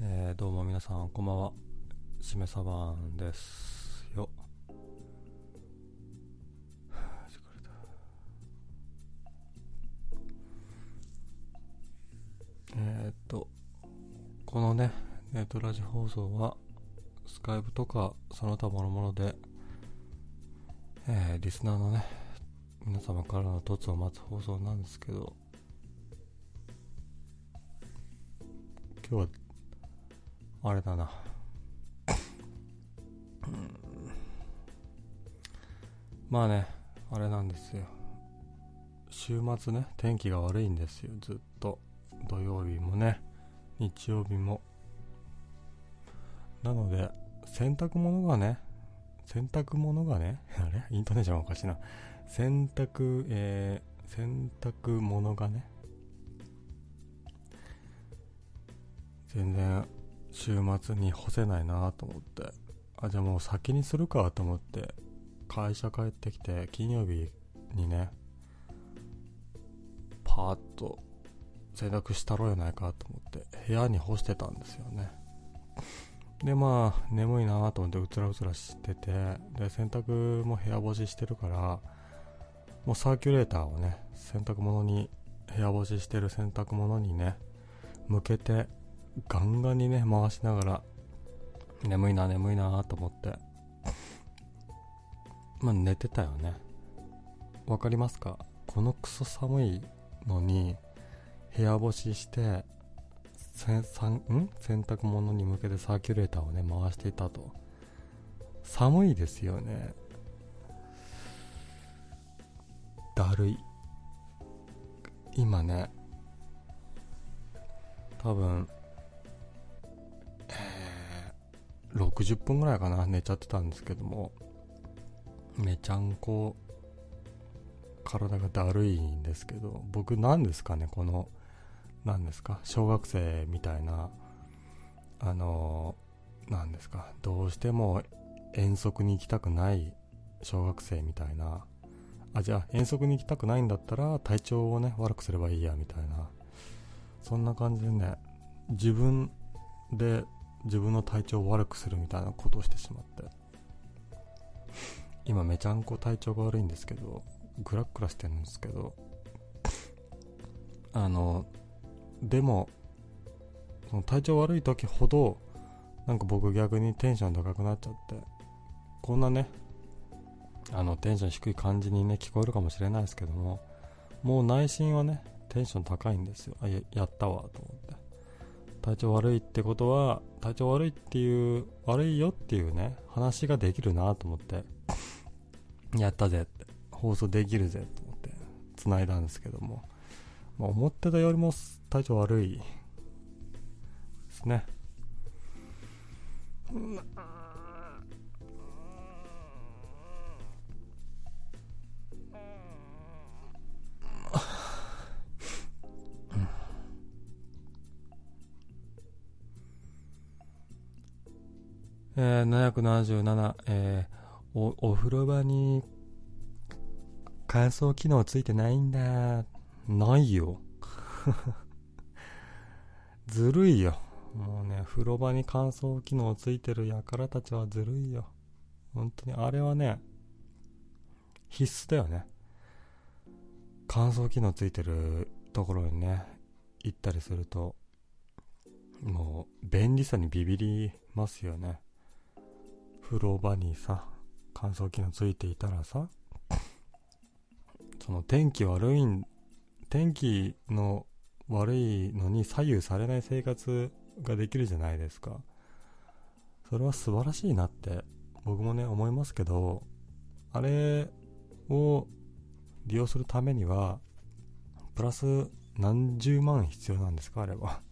えーどうも皆さんこんばんはしめさばんですよはあ疲れたえーっとこのねネットラジ放送はスカイプとかその他ものもので、えーリスナーのね皆様からの凸を待つ放送なんですけど今日はあれだな。まあね、あれなんですよ。週末ね、天気が悪いんですよ、ずっと。土曜日もね、日曜日も。なので、洗濯物がね、洗濯物がね、 あれイントネーションがおかしいな。洗濯、えー、洗濯物がね、全然週末に干せないなと思ってあじゃあもう先にするかと思って会社帰ってきて金曜日にねパーッと洗濯したろうやないかと思って部屋に干してたんですよねでまあ眠いなと思ってうつらうつらしててで洗濯も部屋干ししてるからもうサーキュレーターをね洗濯物に部屋干ししてる洗濯物にね向けてガンガンにね回しながら眠いな眠いなと思ってまあ寝てたよねわかりますかこのクソ寒いのに部屋干ししてせさんん洗濯物に向けてサーキュレーターをね回していたと寒いですよねだるい今ね多分60分ぐらいかな寝ちゃってたんですけどもめちゃんこ体がだるいんですけど僕何ですかねこの何ですか小学生みたいなあの何ですかどうしても遠足に行きたくない小学生みたいなあじゃあ遠足に行きたくないんだったら体調をね悪くすればいいやみたいなそんな感じでね自分で自分の体調を悪くするみたいなことをしてしまって今めちゃんこ体調が悪いんですけどグラッグラしてるんですけどあのでもその体調悪い時ほどなんか僕逆にテンション高くなっちゃってこんなねあのテンション低い感じにね聞こえるかもしれないですけどももう内心はねテンション高いんですよあややったわと思って体調悪いってことは体調悪いっていう悪いよっていうね話ができるなと思ってやったぜって放送できるぜと思って繋いだんですけども、まあ、思ってたよりも体調悪いですねえー、777、えーお、お風呂場に乾燥機能ついてないんだ。ないよ。 ずるいよ。もうね、風呂場に乾燥機能ついてる輩たちはずるいよ。本当に、あれはね、必須だよね。乾燥機能ついてるところにね、行ったりすると、もう、便利さにビビりますよね。風呂場にさ乾燥機能ついていたらさその天気悪いん天気の悪いのに左右されない生活ができるじゃないですかそれは素晴らしいなって僕もね思いますけどあれを利用するためにはプラス何十万必要なんですかあれは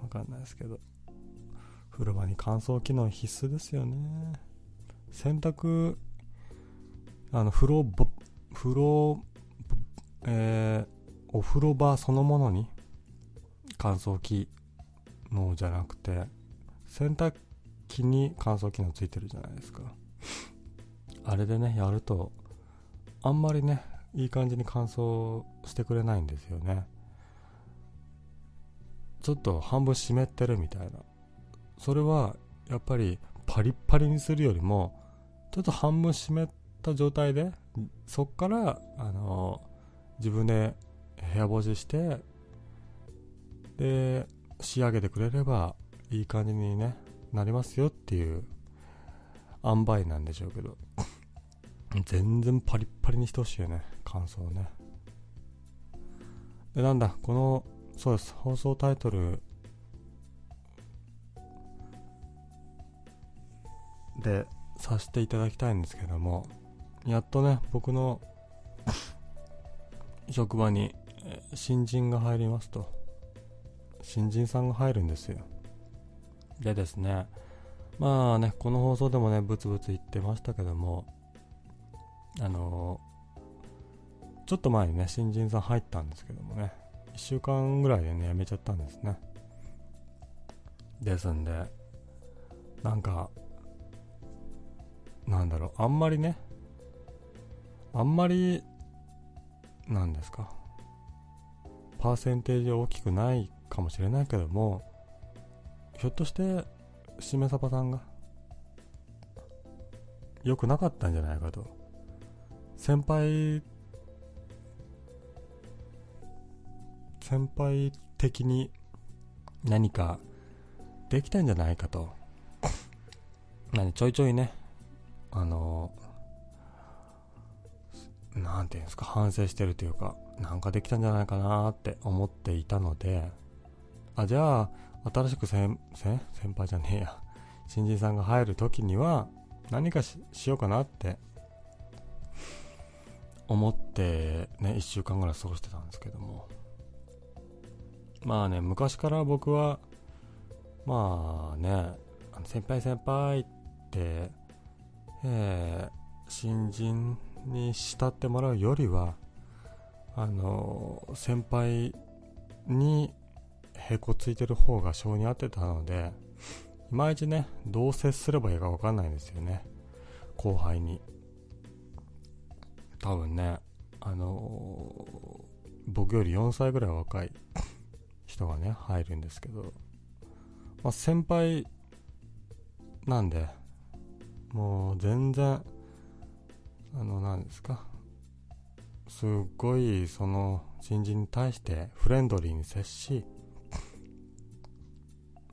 わかんないですけど風呂場に乾燥機能必須ですよね洗濯あの風呂ぼ風呂ぼえーお風呂場そのものに乾燥機能じゃなくて洗濯機に乾燥機能ついてるじゃないですかあれでねやるとあんまりねいい感じに乾燥してくれないんですよねちょっと半分湿ってるみたいなそれはやっぱりパリッパリにするよりもちょっと半分湿った状態でそっからあの自分で部屋干ししてで仕上げてくれればいい感じに、ね、なりますよっていう塩梅なんでしょうけど 全然パリッパリにしてほしいよね感想をねでなんだこのそうです放送タイトルでさせていただきたいんですけどもやっとね僕の 職場にえー新人が入りますと新人さんが入るんですよでですねまあねこの放送でもねブツブツ言ってましたけどもあのーちょっと前にね新人さん入ったんですけどもね1週間ぐらいでね辞めちゃったんですねですんでなんかなんだろうあんまりねあんまりなんですかパーセンテージは大きくないかもしれないけどもひょっとしてしめさばさんが良くなかったんじゃないかと先輩先輩的に何かできたんじゃないかとなんでちょいちょいねあのなんていうんですか反省してるというかなんかできたんじゃないかなーって思っていたのであじゃあ新しく先先先輩じゃねえや新人さんが入る時には何かししようかなって思ってね1週間ぐらい過ごしてたんですけどもまあね昔から僕はまあねあの先輩先輩って、えー新人に慕ってもらうよりはあの先輩にへこついてる方が性に合ってたのでいまいちねどう接すればいいか分かんないんですよね後輩に多分ねあの僕より4歳ぐらい若い人がね入るんですけど、まあ、先輩なんでもう全然あの何ですかすっごいその新人に対してフレンドリーに接し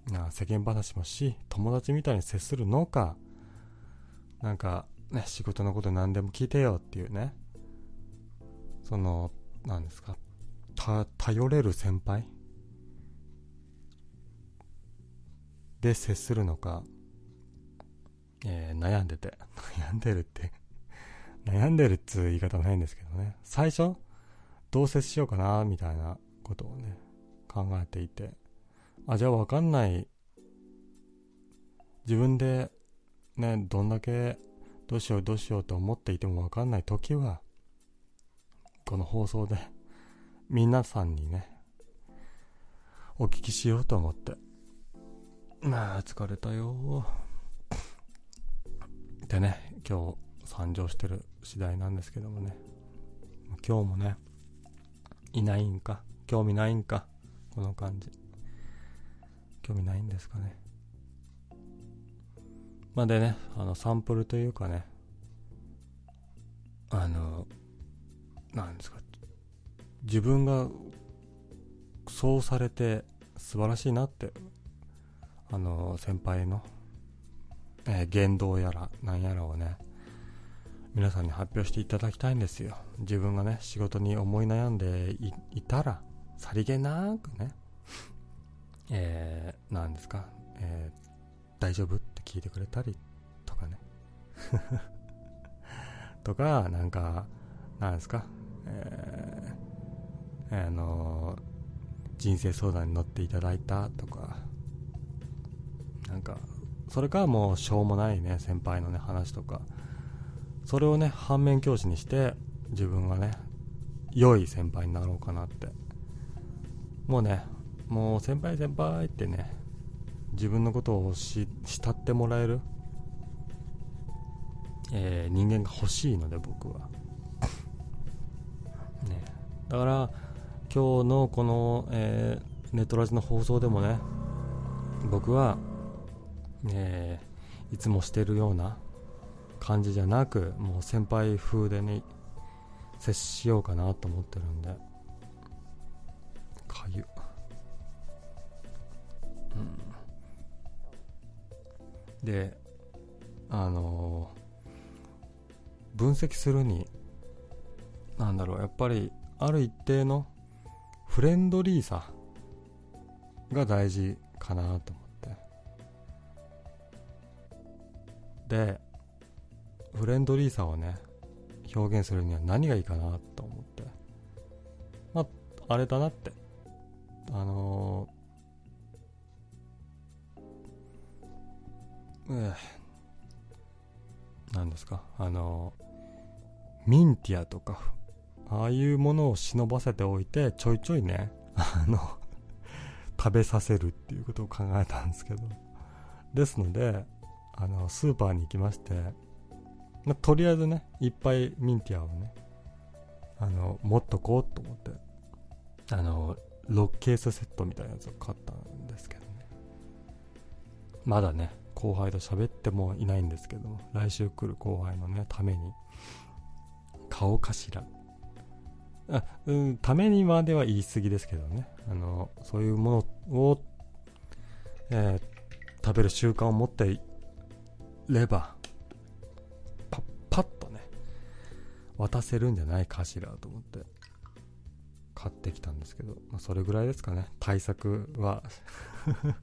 な世間話もし友達みたいに接するのかなんか、ね、仕事のこと何でも聞いてよっていうねその何ですかた頼れる先輩で接するのか、えー悩んでて 悩んでるって 悩んでるっつう言い方もないんですけどね最初どう接しようかなみたいなことをね考えていてあじゃあ分かんない自分でねどんだけどうしようどうしようと思っていても分かんない時はこの放送で皆さんにねお聞きしようと思ってまあ疲れたよーでね今日参上してる次第なんですけどもね今日もねいないんか興味ないんかこの感じ興味ないんですかねまあでねあのサンプルというかねあのなんですか自分がそうされて素晴らしいなってあの先輩の、えー言動やらなんやらをね皆さんに発表していただきたいんですよ自分がね仕事に思い悩んでいいたらさりげなくねえー、なんですか、えー大丈夫って聞いてくれたりとかね とかなんかなんですかえーあのー人生相談に乗っていただいたとかなんかそれかもうしょうもないね先輩のね話とかそれをね反面教師にして自分がね良い先輩になろうかなってもうねもう先輩先輩ってね自分のことをし慕ってもらえる、えー人間が欲しいので僕はねだから今日のこの、えーネットラジの放送でもね僕はえーいつもしてるような感じじゃなくもう先輩風でね接しようかなと思ってるんでかゆうんであのー分析するになんだろうやっぱりある一定のフレンドリーさが大事かなと思ってでフレンドリーさをね表現するには何がいいかなと思ってまああれだなってあのー、ええなんですかあのーミンティアとかああいうものを忍ばせておいてちょいちょいねあの食べさせるっていうことを考えたんですけどですのであのスーパーに行きまして、まあとりあえずねいっぱいミンティアをねあの持っとこうと思ってあの6ケースセットみたいなやつを買ったんですけどねまだね後輩と喋ってもいないんですけども来週来る後輩のねために買おうかしらあ、うん、ためにまでは言い過ぎですけどねあのそういうものを、えー食べる習慣を持っていればパッパッとね渡せるんじゃないかしらと思って買ってきたんですけど、まあ、それぐらいですかね対策は だか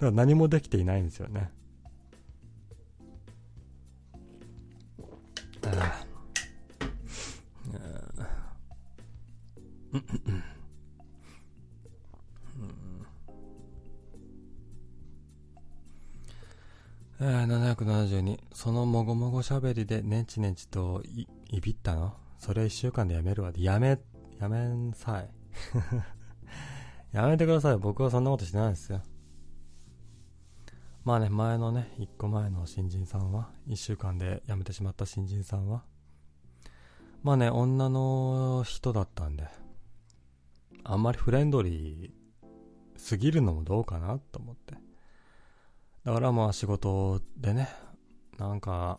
ら何もできていないんですよねあーえー772そのもごもごしゃべりでねちねちといいびったのそれ1週間でやめるわやめやめんさい やめてください僕はそんなことしてないですよまあね前のね1個前の新人さんは1週間で辞めてしまった新人さんはまあね女の人だったんであんまりフレンドリーすぎるのもどうかなと思ってだからまあ仕事でね、なんか、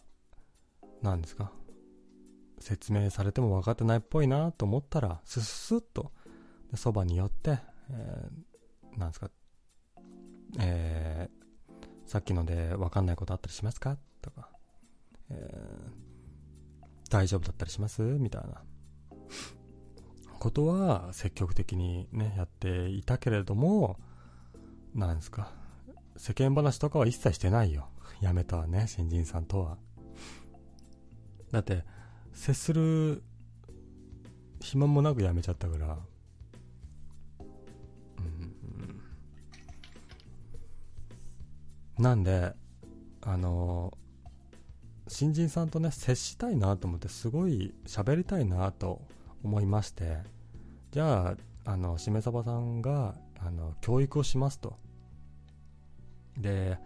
なんですか、説明されても分かってないっぽいなと思ったら、スススッと、でそばに寄って、えーなんですか、えーさっきので分かんないことあったりしますかとか、えー大丈夫だったりしますみたいな。ことは積極的にね、やっていたけれども、なんですか、世間話とかは一切してないよ。辞めたね、新人さんとは。だって、接する暇もなく辞めちゃったから。うん、なんで、あの新人さんとね、接したいなと思って、すごい喋りたいなと思いまして、じゃあ、あの、しめさばさんが、あの、教育をしますと。で、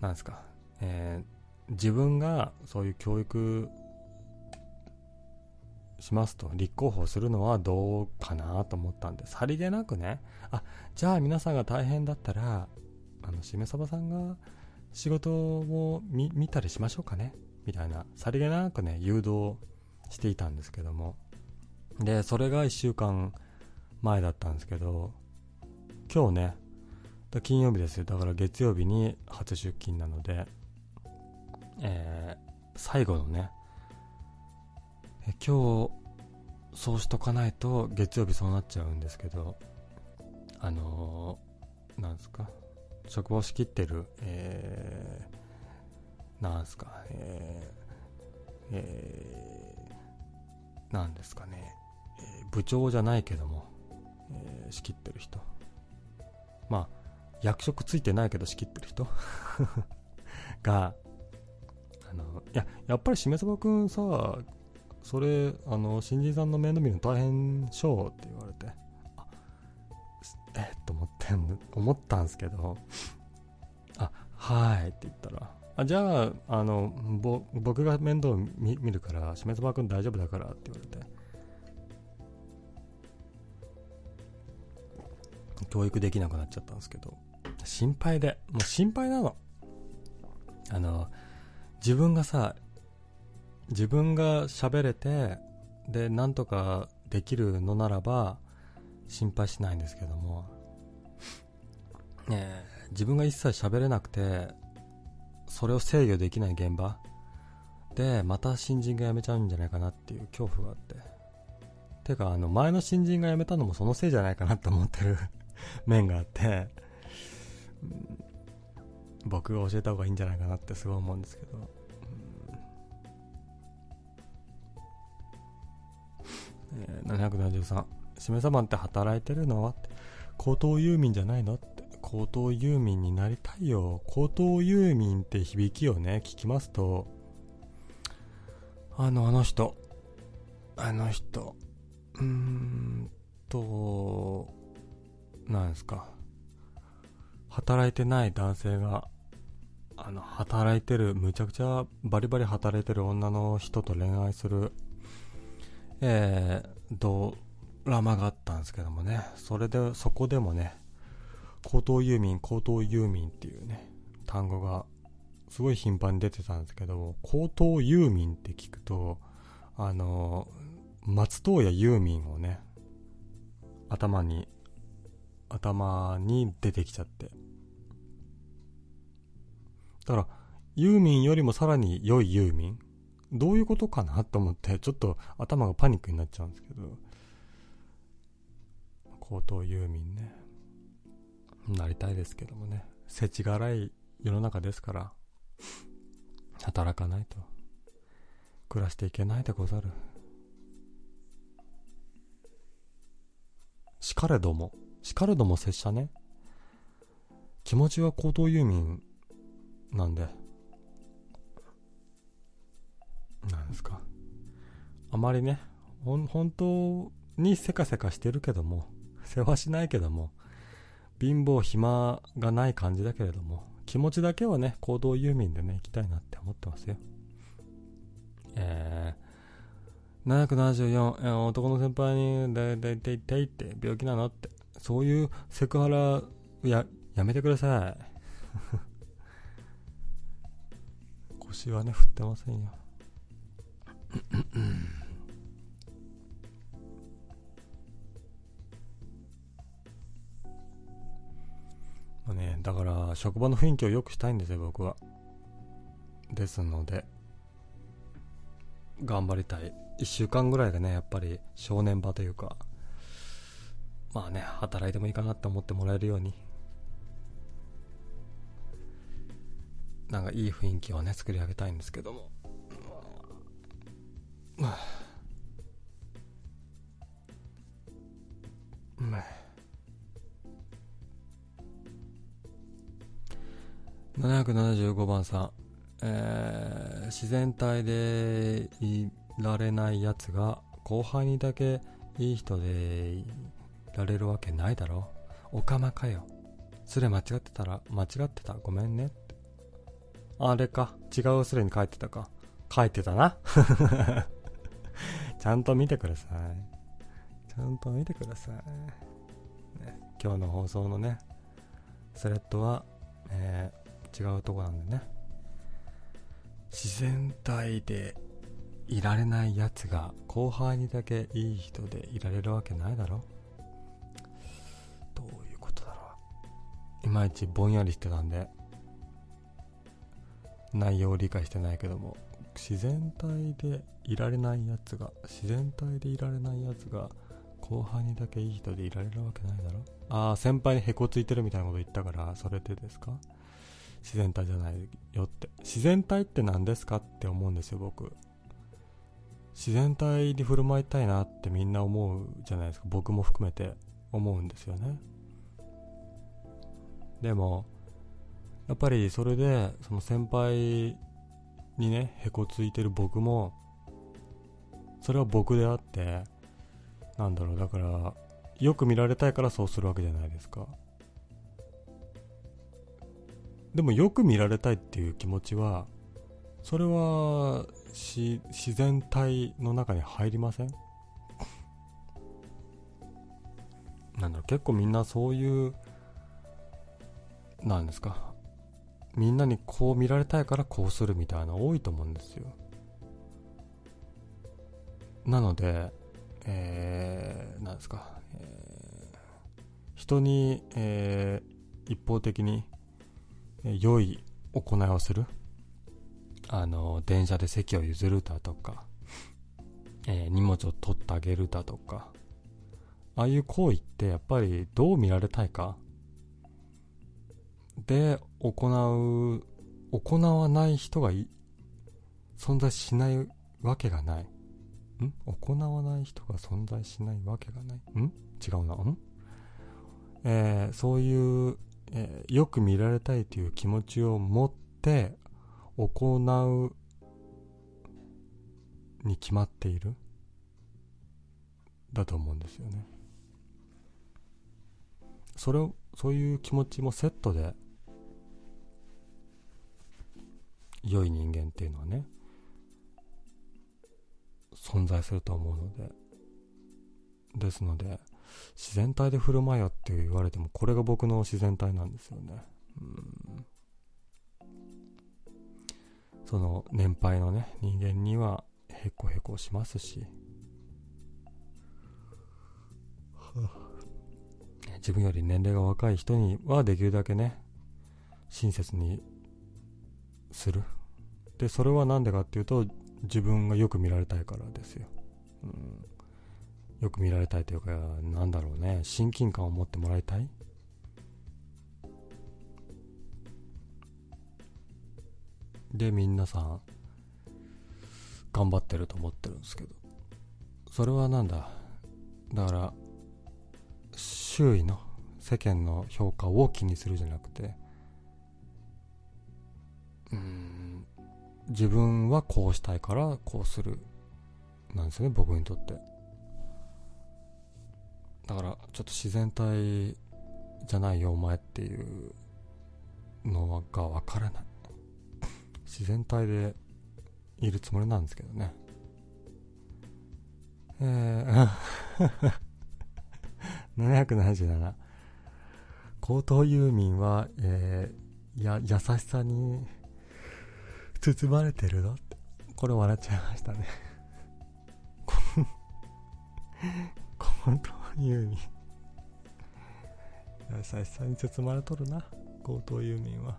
なんですか、えー自分がそういう教育しますと、立候補するのはどうかなと思ったんで、さりげなくね、あ、じゃあ皆さんが大変だったら、あの、しめさばさんが仕事を見見たりしましょうかね、みたいな、さりげなくね、誘導していたんですけども。で、それが1週間前だったんですけど、今日ね、だ金曜日ですよだから月曜日に初出勤なので、えー最後のねえ今日そうしとかないと月曜日そうなっちゃうんですけどあのーなんですか職を仕切ってる、えーなんですかえーえーなんですかね、えー部長じゃないけども、えー仕切ってる人まあ役職ついてないけど仕切ってる人 が、あの、いや、やっぱりしめそばくんさ、それ、あの、新人さんの面倒見るの大変でしょうって言われて、あすえっと思ってん、思ったんですけど、あ、はいって言ったら、あじゃあ、あの、ぼ僕が面倒見見るから、しめそばくん大丈夫だからって言われて、教育できなくなっちゃったんですけど、心配で、もう心配なの。あの自分がさ自分が喋れてでなんとかできるのならば心配しないんですけども、ねえ、自分が一切喋れなくてそれを制御できない現場でまた新人が辞めちゃうんじゃないかなっていう恐怖があっててかあの前の新人が辞めたのもそのせいじゃないかなと思ってる 面があってうん僕が教えた方がいいんじゃないかなってすごい思うんですけどうんえー773「しめさまって働いてるのは?」って「高等遊民じゃないの?」って「高等遊民になりたいよ高等遊民って響きをね聞きますとあのあの人あの人うーんとなんですか働いてない男性があの働いてるむちゃくちゃバリバリ働いてる女の人と恋愛するえー、ドラマがあったんですけどもねそれでそこでもね高等遊民高等遊民っていうね単語がすごい頻繁に出てたんですけど高等遊民って聞くとあの松任谷遊民をね頭に頭に出てきちゃってだからユーミンよりもさらに良いユーミンどういうことかなと思ってちょっと頭がパニックになっちゃうんですけど高等ユーミンねなりたいですけどもね世知辛い世の中ですから働かないと暮らしていけないでござるしかれどもしかるども拙者ね気持ちは高等遊民なんでなんですかあまりねほん本当にせかせかしてるけども世話しないけども貧乏暇がない感じだけれども気持ちだけはね行動遊民でね行きたいなって思ってますよえー774、えー男の先輩に、だいだいだいだいって病気なのってそういうセクハラややめてください腰はね振ってませんよまあねだから職場の雰囲気を良くしたいんですよ僕はですので頑張りたい1週間ぐらいがねやっぱり正念場というかまあね、働いてもいいかなって思ってもらえるように、なんかいい雰囲気をね、作り上げたいんですけども。まあまあ775番さん、えー自然体でいられないやつが後輩にだけいい人でられるわけないだろおかまかよすれ間違ってたら間違ってたごめんねってあれか違うすれに書いてたか書いてたな ちゃんと見てくださいちゃんと見てください、ね今日の放送のねスレッドは、えー違うとこなんでね自然体でいられないやつが後輩にだけいい人でいられるわけないだろどういうことだろういまいちぼんやりしてたんで内容を理解してないけども自然体でいられないやつが自然体でいられないやつが後輩にだけいい人でいられるわけないだろああ先輩にへこついてるみたいなこと言ったからそれでですか自然体じゃないよって自然体って何ですかって思うんですよ僕自然体に振る舞いたいなってみんな思うじゃないですか僕も含めて思うんですよねでもやっぱりそれでその先輩にねへこついてる僕もそれは僕であってなんだろうだからよく見られたいからそうするわけじゃないですかでもよく見られたいっていう気持ちはそれはし自然体の中に入りませんなんだろう結構みんなそういうなんですかみんなにこう見られたいからこうするみたいな多いと思うんですよなのでえー、なんですか、えー人に、えー一方的にえー良い行いをするあの電車で席を譲るだとか、えー荷物を取ってあげるだとかああいう行為ってやっぱりどう見られたいかで行う行わない人がい存在しないわけがないん行わない人が存在しないわけがないん違うなん、えーそういう、えーよく見られたいという気持ちを持って行うに決まっているだと思うんですよねそれをそういう気持ちもセットで良い人間っていうのはね存在すると思うのでですので自然体で振る舞えよって言われてもこれが僕の自然体なんですよねうんその年配のね人間にはへこへこしますしね自分より年齢が若い人にはできるだけね親切にするでそれは何でかっていうと自分がよく見られたいからですよ、うん、よく見られたいというかなんだろうね親近感を持ってもらいたいでみんなさん頑張ってると思ってるんですけどそれはなんだだから周囲の世間の評価を気にするじゃなくてうーん自分はこうしたいからこうするなんですよね僕にとってだからちょっと自然体じゃないよお前っていうのがわからない 自然体でいるつもりなんですけどねえー、777高等遊民は、えー、や優しさに包まれてるのってこれ笑っちゃいましたね こ高等遊民優しさに包まれとるな高等遊民は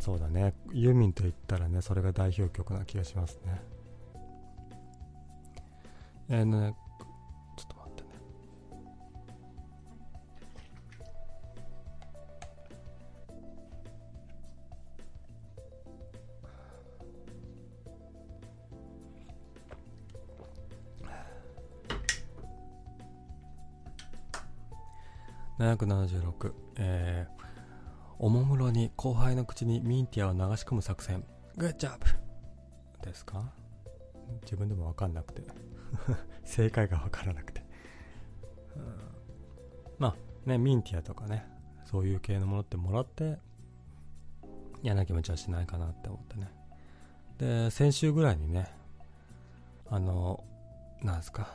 そうだねユーミンと言ったらねそれが代表曲な気がしますねえー、ねちょっと待ってね776えー、おもむろに後輩の口にミンティアを流し込む作戦グッジョブですか自分でも分かんなくて 正解が分からなくて、うんまあねミンティアとかねそういう系のものってもらって嫌な気持ちはしないかなって思ってねで先週ぐらいにねあのなんですか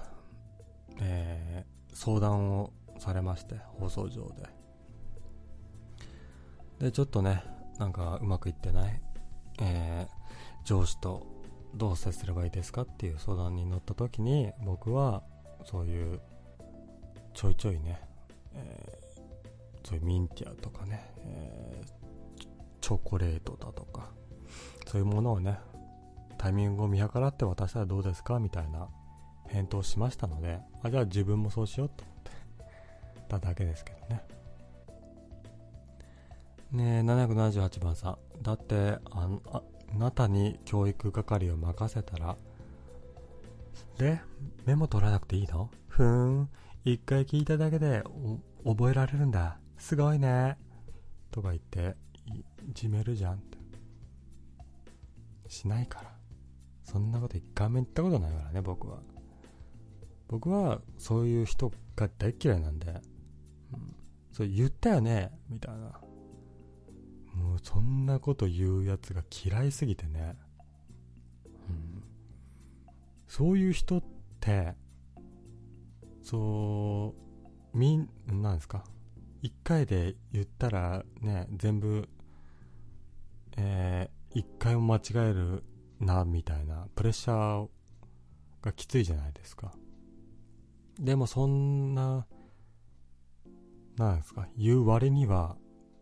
えー相談をされまして放送上ででちょっとねなんかうまくいってない、えー上司とどう接すればいいですかっていう相談に乗った時に僕はそういうちょいちょいね、えーそういうミンティアとかね、えーチョチョコレートだとかそういうものをねタイミングを見計らって渡したらどうですかみたいな返答をしましたのであじゃあ自分もそうしようと思ってただけですけどねねえ778番さんだってあんああなたに教育係を任せたらでメモ取らなくていいのふーん一回聞いただけでお覚えられるんだすごいねとか言っていじめるじゃんってしないからそんなこと一回も言ったことないからね僕は僕はそういう人が大っ嫌いなんで、うん、そう言ったよねみたいなもうそんなこと言うやつが嫌いすぎてね、うん、そういう人ってそうみんなんですか1回で言ったらね全部、え1回も間違えるなみたいなプレッシャーがきついじゃないですかでもそんななんですか言う割には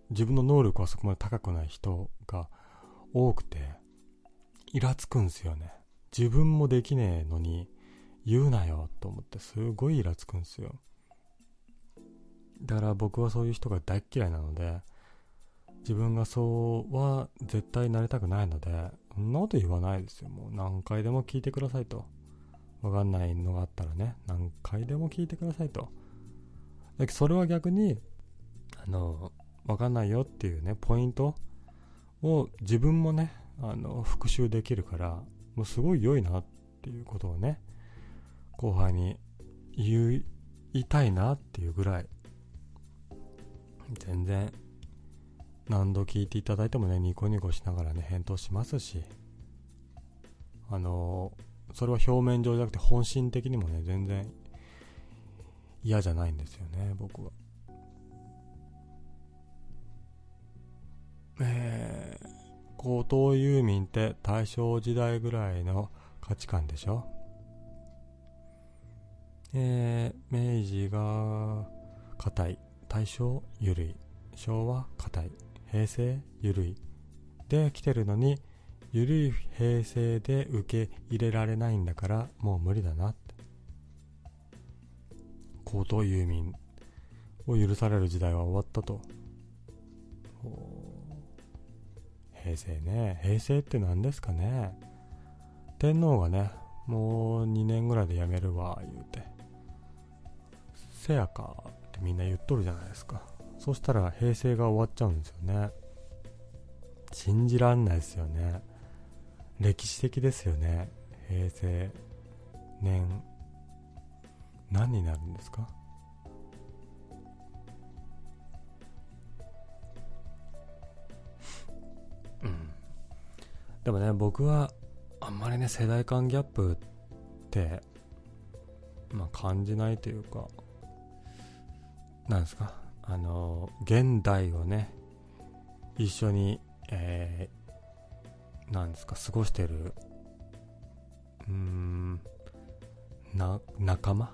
自分の能力はそこまで高くない人が多くてイラつくんですよね自分もできねえのに言うなよと思ってすごいイラつくんですよだから僕はそういう人が大っ嫌いなので自分がそうは絶対なりたくないのでそんなこと言わないですよもう何回でも聞いてくださいとわかんないのがあったらね何回でも聞いてくださいとだけどそれは逆にあのわかんないよっていうねポイントを自分もねあの復習できるからもうすごい良いなっていうことをね後輩に言いたいなっていうぐらい全然何度聞いていただいてもねニコニコしながらね返答しますしあのそれは表面上じゃなくて本心的にもね全然嫌じゃないんですよね僕はえー、高等遊民って大正時代ぐらいの価値観でしょえー、明治が硬い大正ゆるい昭和硬い平成ゆるいで来てるのにゆるい平成で受け入れられないんだからもう無理だなって高等遊民を許される時代は終わったと平成ね平成って何ですかね天皇がねもう2年ぐらいで辞めるわ言うてせやかってみんな言っとるじゃないですかそしたら平成が終わっちゃうんですよね信じらんないですよね歴史的ですよね平成年何になるんですかうん、でもね僕はあんまりね世代間ギャップってまあ感じないというかなんですかあの現代をね一緒に、えー、なんですか過ごしてるうーんな仲間っ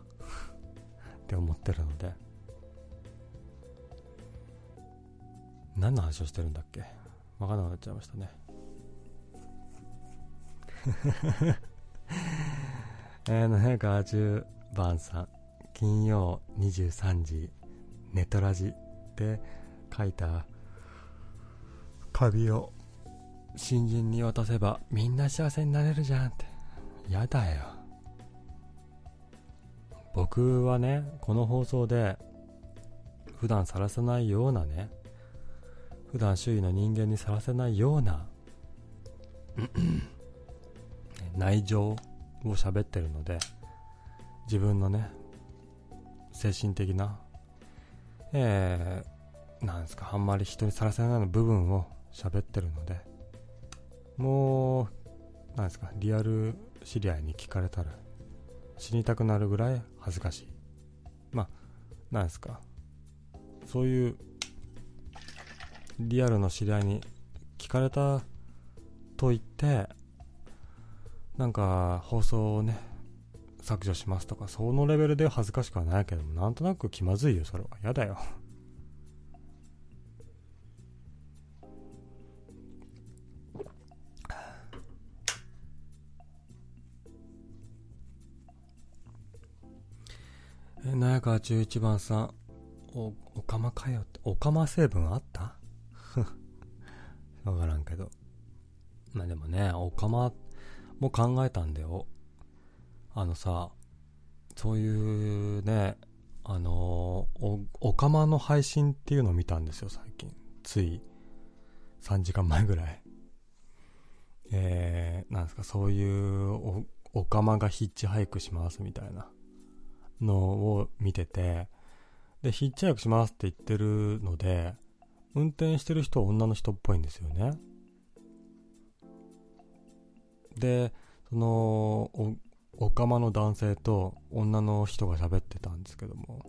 て思ってるので何の話をしてるんだっけ分かんなくなっちゃいましたね えー、780番さん金曜23時ネトラジで書いたカビを新人に渡せばみんな幸せになれるじゃんってやだよ僕はねこの放送で普段さらさないようなね普段周囲の人間にさらせないような内情を喋ってるので自分のね精神的なえー、なんですかあんまり人にさらせない部分を喋ってるのでもうなんですかリアル知り合いに聞かれたら死にたくなるぐらい恥ずかしいまあなんですかそういうリアルの知り合いに聞かれたと言ってなんか放送をね削除しますとかそのレベルで恥ずかしくはないけどもなんとなく気まずいよそれはやだよえ七川11番さんおおかまかよっておかま成分あった わからんけど。まあでもね、おかまも考えたんだよ。あのさ、そういうね、あのー、お、おかまの配信っていうのを見たんですよ、最近。つい、3時間前ぐらい。えー、なんですか、そういうお、おかまがヒッチハイクしますみたいなのを見てて、で、ヒッチハイクしますって言ってるので、運転してる人は女の人っぽいんですよね。で、その、お、おかまの男性と女の人が喋ってたんですけども、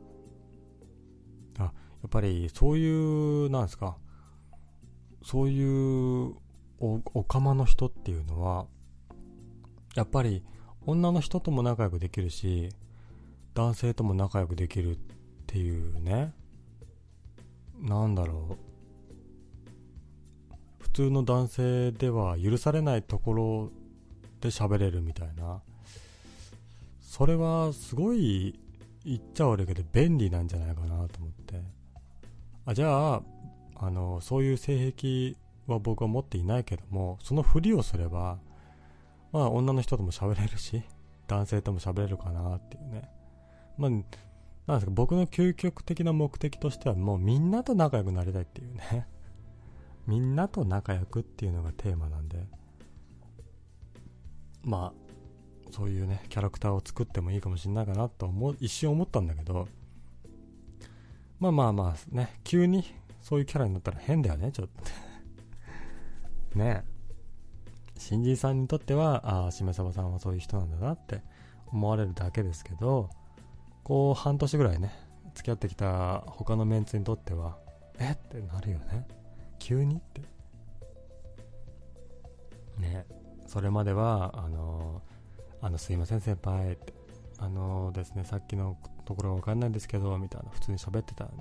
あ、っぱりそういう、なんですか、そういうお、おかまの人っていうのは、やっぱり女の人とも仲良くできるし、男性とも仲良くできるっていうね、なんだろう、普通の男性では許されないところで喋れるみたいな、それはすごい言っちゃ悪いけど便利なんじゃないかなと思ってあじゃああのそういう性癖は僕は持っていないけどもそのふりをすればまあ女の人とも喋れるし男性とも喋れるかなっていうねまあなんですか僕の究極的な目的としてはもうみんなと仲良くなりたいっていうね みんなと仲良くっていうのがテーマなんでまあそういうねキャラクターを作ってもいいかもしれないかなと思う一瞬思ったんだけどまあまあまあね急にそういうキャラになったら変だよねちょっと ね新人さんにとってはああしめさばさんはそういう人なんだなって思われるだけですけどこう半年ぐらいね付き合ってきた他のメンツにとってはえってなるよね急にってねそれまではあのーあの、すいません、先輩って。あのー、ですね、さっきのところわかんないんですけど、みたいな、普通に喋ってたの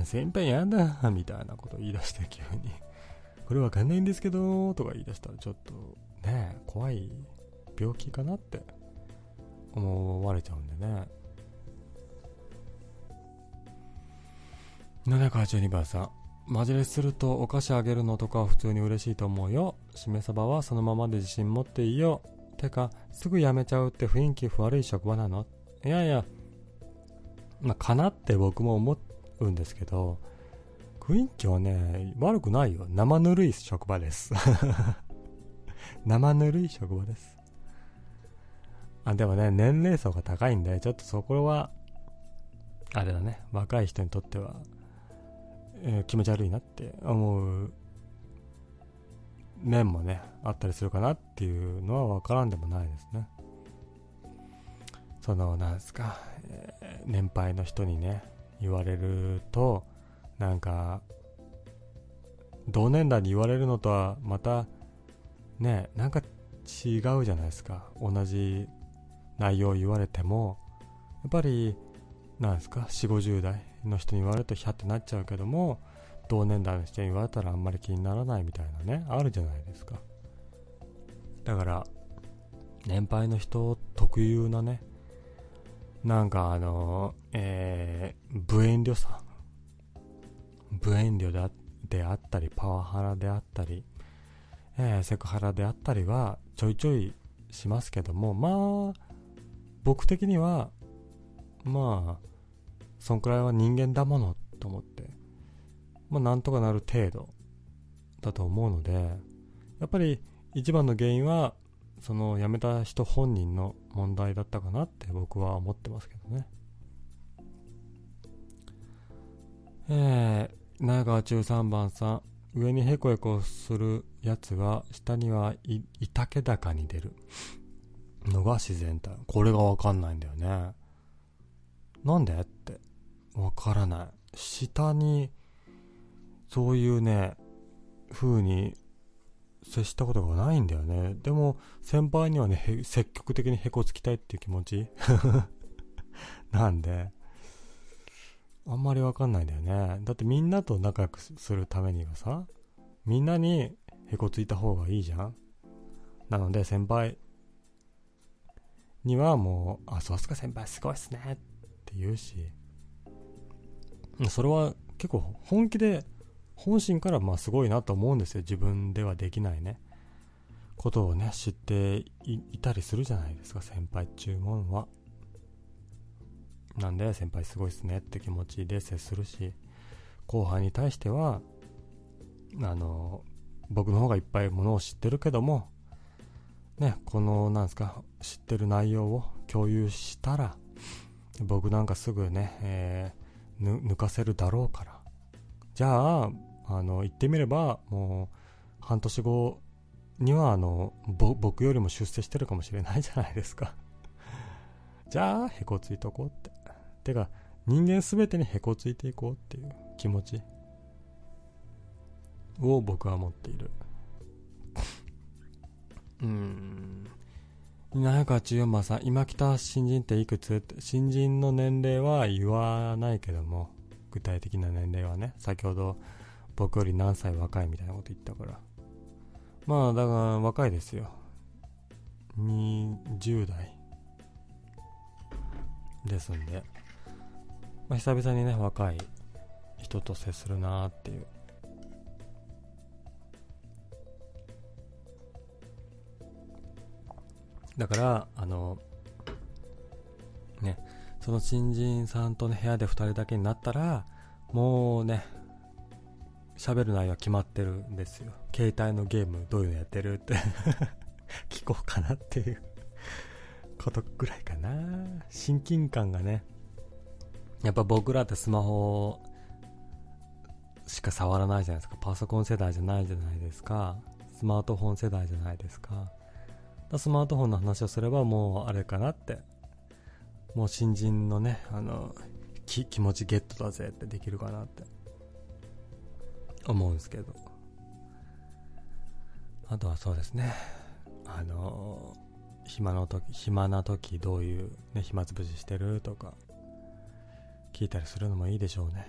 に、先輩やだ、みたいなこと言い出して急に、これわかんないんですけど、とか言い出したら、ちょっと、ねえ、怖い病気かなって思われちゃうんでね。782番さん。マジレスするとお菓子あげるのとかは普通に嬉しいと思うよ。しめ鯖はそのままで自信持っていいよ。てかすぐ辞めちゃうって雰囲気悪い職場なのいやいやまあかなって僕も思うんですけど雰囲気はね悪くないよ生ぬるい職場です 生ぬるい職場ですあでもね年齢層が高いんでちょっとそこはあれだね若い人にとっては、えー、気持ち悪いなって思う面もねあったりするかなっていうのは分からんでもないですねそのなんですか、えー、年配の人にね言われるとなんか同年代に言われるのとはまたねなんか違うじゃないですか同じ内容を言われてもやっぱりなんですか4 5 0代の人に言われるとひゃってなっちゃうけども同年代の人に言われたらあんまり気にならないみたいなねあるじゃないですかだから年配の人特有なねなんかあのえー、無遠慮さ無遠慮であであったりパワハラであったり、えー、セクハラであったりはちょいちょいしますけどもまあ僕的にはまあそんくらいは人間だものと思ってまあ、なんとかなる程度だと思うのでやっぱり一番の原因はその辞めた人本人の問題だったかなって僕は思ってますけどねえー、長川中3番さん上にへこへこするやつが下にはいたけだかに出るのが自然体これが分かんないんだよねなんでって分からない下にそういうね、風に接したことがないんだよね。でも、先輩にはね、積極的にへこつきたいっていう気持ち なんで、あんまりわかんないんだよね。だってみんなと仲良くするためにはさ、みんなにへこついた方がいいじゃん。なので、先輩にはもう、あ、そうっすか先輩すごいっすねって言うし、それは結構本気で本心からまあすごいなと思うんですよ自分ではできないねことをね知っていたりするじゃないですか先輩注文はなんで先輩すごいっすねって気持ちで接するし後輩に対してはあの僕の方がいっぱいものを知ってるけどもねこのなんですか知ってる内容を共有したら僕なんかすぐね、えー、抜かせるだろうからじゃあ、あの、言ってみれば、もう、半年後には、あの、僕よりも出世して るかもしれないじゃないですかじゃあ、へこついとこうって。てか、人間すべてにへこついていこうっていう気持ちを僕は持っているうーん714さん今来た新人っていくつって新人の年齢は言わないけども具体的な年齢はね先ほど僕より何歳若いみたいなこと言ったからまあだから若いですよ20代ですんで、まあ、久々にね若い人と接するなーっていうだからあのねその新人さんとね部屋で2人だけになったらもうね喋る内容は決まってるんですよ携帯のゲームどういうのやってるって 聞こうかなっていうことぐらいかな親近感がねやっぱ僕らってスマホしか触らないじゃないですかパソコン世代じゃないじゃないですかスマートフォン世代じゃないですかスマートフォンの話をすればもうあれかなってもう新人のねあのき気持ちゲットだぜってできるかなって思うんですけどあとはそうですねあの暇の時暇な時どういう、ね、暇つぶししてるとか聞いたりするのもいいでしょうね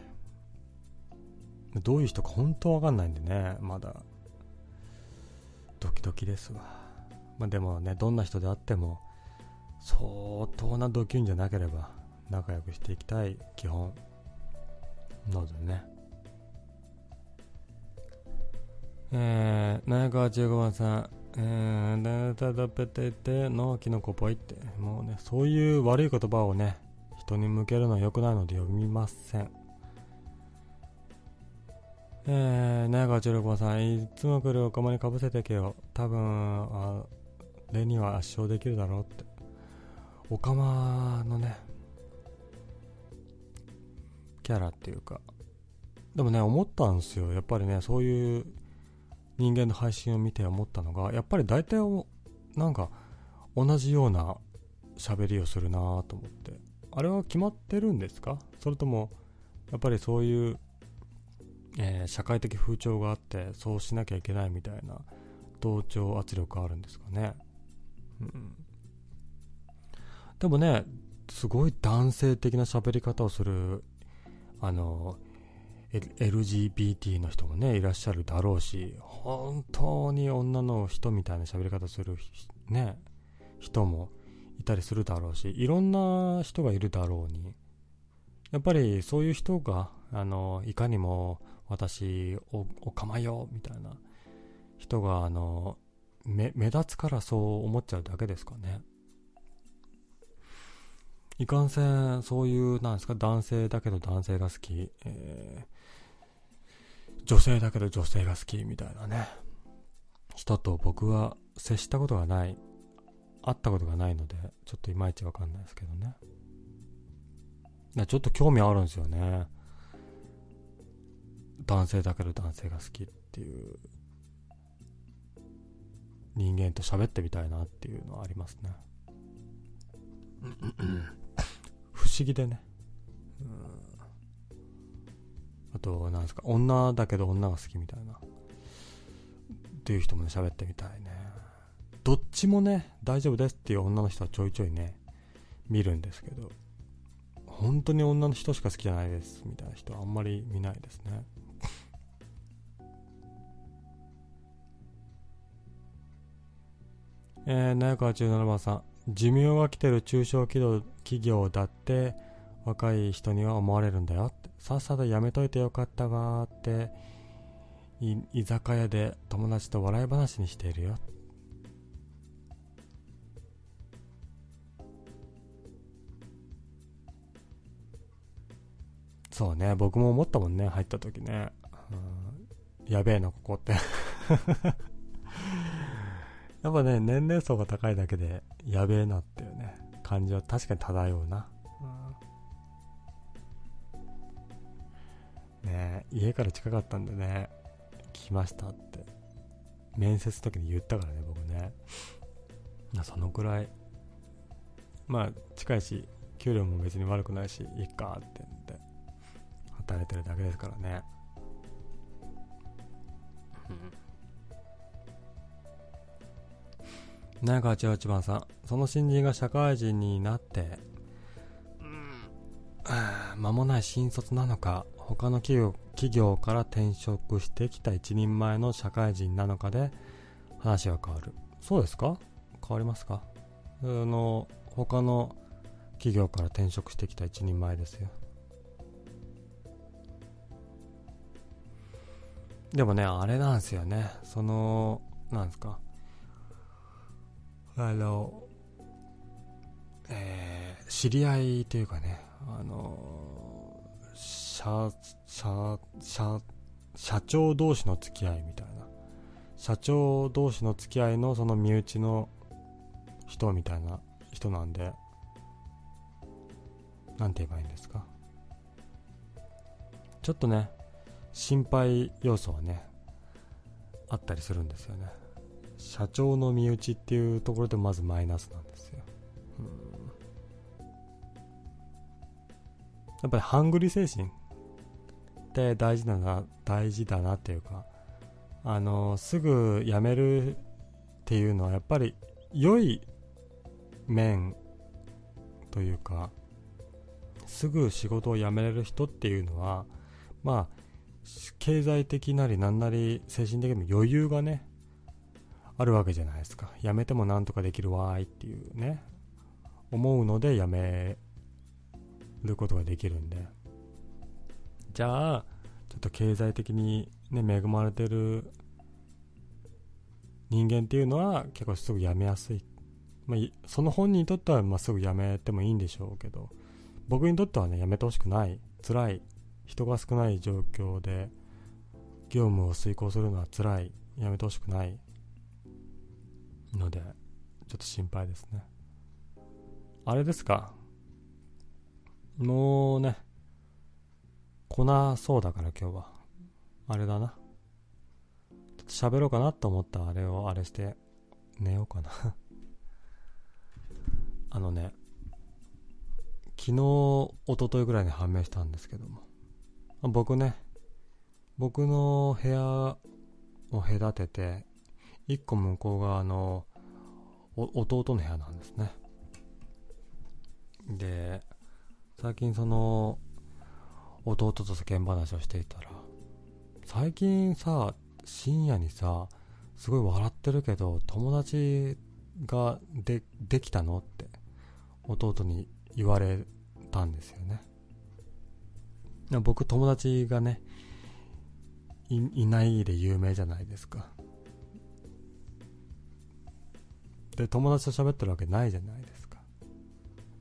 どういう人か本当わかんないんでねまだドキドキですわまあ、でもねどんな人であっても相当なドキュンじゃなければ仲良くしていきたい基本なのでねえー、内川15番さんえー、だだだぺててのキノコぽいってもうねそういう悪い言葉をね人に向けるのは良くないので読みませんえー、内川16番さんいつも来るお釜にかぶせてけよ多分あレには圧勝できるだろうってオカマのねキャラっていうかでもね思ったんですよやっぱりねそういう人間の配信を見て思ったのがやっぱり大体なんか同じような喋りをするなと思ってあれは決まってるんですかそれともやっぱりそういうえー、社会的風潮があってそうしなきゃいけないみたいな同調圧力あるんですかね、うん、でもねすごい男性的な喋り方をするあの LGBT の人もねいらっしゃるだろうし本当に女の人みたいな喋り方するね人もいたりするだろうしいろんな人がいるだろうにやっぱりそういう人があのいかにも私おおかまよみたいな人があの目目立つからそう思っちゃうだけですかねいかんせんそういうなんですか男性だけど男性が好き、えー、女性だけど女性が好きみたいなね人と僕は接したことがない会ったことがないのでちょっといまいちわかんないですけどねちょっと興味あるんですよね男性だけど男性が好きっていう人間と喋ってみたいなっていうのはありますね不思議でねあと何ですか女だけど女が好きみたいなっていう人もね喋ってみたいねどっちもね大丈夫ですっていう女の人はちょいちょいね見るんですけど本当に女の人しか好きじゃないですみたいな人はあんまり見ないですねえー、内川17番さん寿命が来てる中小企業だって若い人には思われるんだよってさっさとやめといてよかったわって居酒屋で友達と笑い話にしているよそうね、僕も思ったもんね、入った時ね。うん、やべえな、ここってやっぱね、年齢層が高いだけで、やべえなっていうね、感じは確かに漂うな。うん、ね家から近かったんでね、来ましたって、面接の時に言ったからね、僕ね。そのくらい、まあ、近いし、給料も別に悪くないしいっかってんで働いてるだけですからねねえ88番さんその新人が社会人になってうん間もない新卒なのか他の企業企業から転職してきた一人前の社会人なのかで話が変わるそうですか変わりますかあの他の企業から転職してきた一人前ですよでもねあれなんですよねそのなんですかあのえー、知り合いというかねあの社社社社長同士の付き合いみたいな社長同士の付き合いのその身内の人みたいな人なんでなんて言えばいいんですかちょっとね心配要素はねあったりするんですよね社長の身内っていうところでまずマイナスなんですよやっぱりハングリー精神って大事だな大事だなっていうかあのすぐ辞めるっていうのはやっぱり良い面というかすぐ仕事を辞めれる人っていうのはまあ経済的なりなんなり精神的にも余裕がねあるわけじゃないですか辞めてもなんとかできるわーいっていうね思うので辞めることができるんでじゃあちょっと経済的にね恵まれてる人間っていうのは結構すぐ辞めやすい、まあ、その本人にとってはまあすぐ辞めてもいいんでしょうけど僕にとってはね辞めてほしくない辛い人が少ない状況で業務を遂行するのは辛い辞めてほしくないのでちょっと心配ですねあれですかもうね来なそうだから今日はあれだなちょっと喋ろうかなと思ったあれをあれして寝ようかな あのね昨日一昨日ぐらいに判明したんですけども僕ね僕の部屋を隔てて一個向こう側の弟の部屋なんですねで最近その弟と世間話をしていたら最近さ深夜にさすごい笑ってるけど友達がでできたのって弟に言われたんですよね僕友達がねいないで有名じゃないですかで友達と喋ってるわけないじゃないですか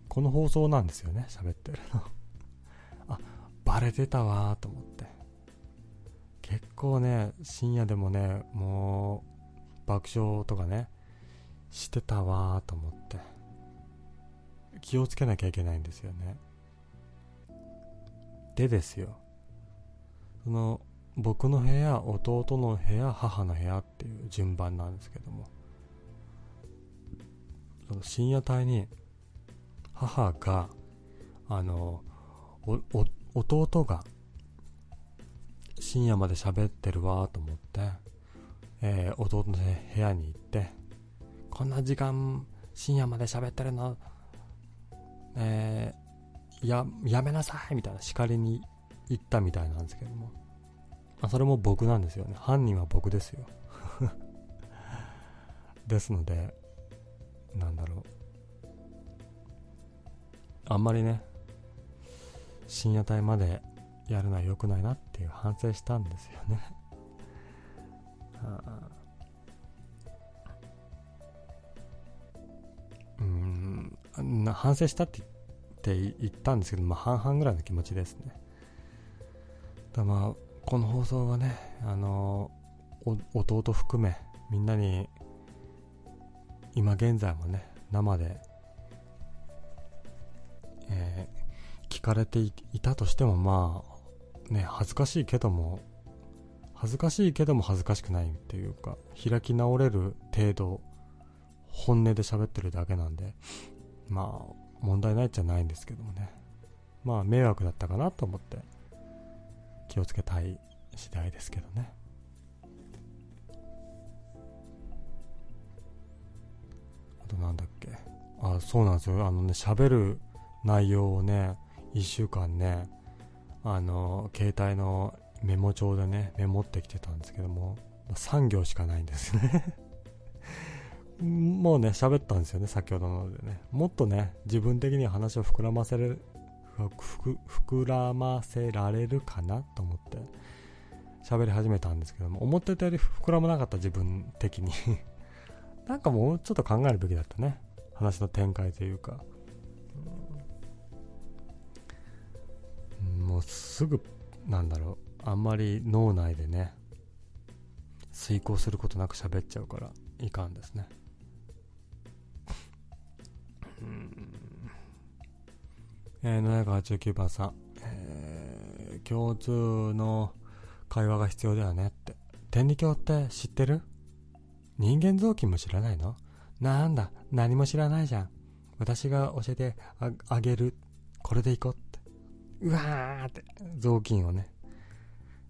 この放送なんですよね喋ってるの あバレてたわーと思って結構ね深夜でもねもう爆笑とかねしてたわーと思って気をつけなきゃいけないんですよねでですよその僕の部屋弟の部屋母の部屋っていう順番なんですけどもその深夜帯に母があの弟が深夜まで喋ってるわと思って、えー、弟の部屋に行ってこんな時間深夜まで喋ってるのえー、ややめなさいみたいな叱りに行ったみたいなんですけども、まあ、それも僕なんですよね犯人は僕ですよ ですのでなんだろうあんまりね深夜帯までやるのは良くないなっていう反省したんですよね うんな反省したって言ってって言ったんですけど、まあ、半々ぐらいの気持ちですね。だまあ、この放送がね、あの弟含め、みんなに、今現在もね、生で、えー、聞かれていたとしても、まあ、ね、恥ずかしいけども、恥ずかしいけども恥ずかしくないっていうか、開き直れる程度、本音で喋ってるだけなんで、まあ、問題ないっちゃないんですけどもね。まあ、迷惑だったかなと思って、気をつけたい次第ですけどね。あとなんだっけ。あ、そうなんですよ。あのね、喋る内容をね、1週間ね、あの、携帯のメモ帳でね、メモってきてたんですけども、3行しかないんですね もうね、喋ったんですよね、先ほどのでね。もっとね、自分的には話を膨らませれる、膨らませられるかなと思って、喋り始めたんですけども、思ってたより膨らまなかった自分的になんかもうちょっと考えるべきだったね。話の展開というか。もうすぐ、なんだろう。あんまり脳内でね、遂行することなく喋っちゃうからいかんですねうんえー、789番さん、えー、共通の会話が必要だよねって天理教って知ってる人間雑巾も知らないのなんだ何も知らないじゃん私が教えてあげるこれでいこうってうわーって雑巾をね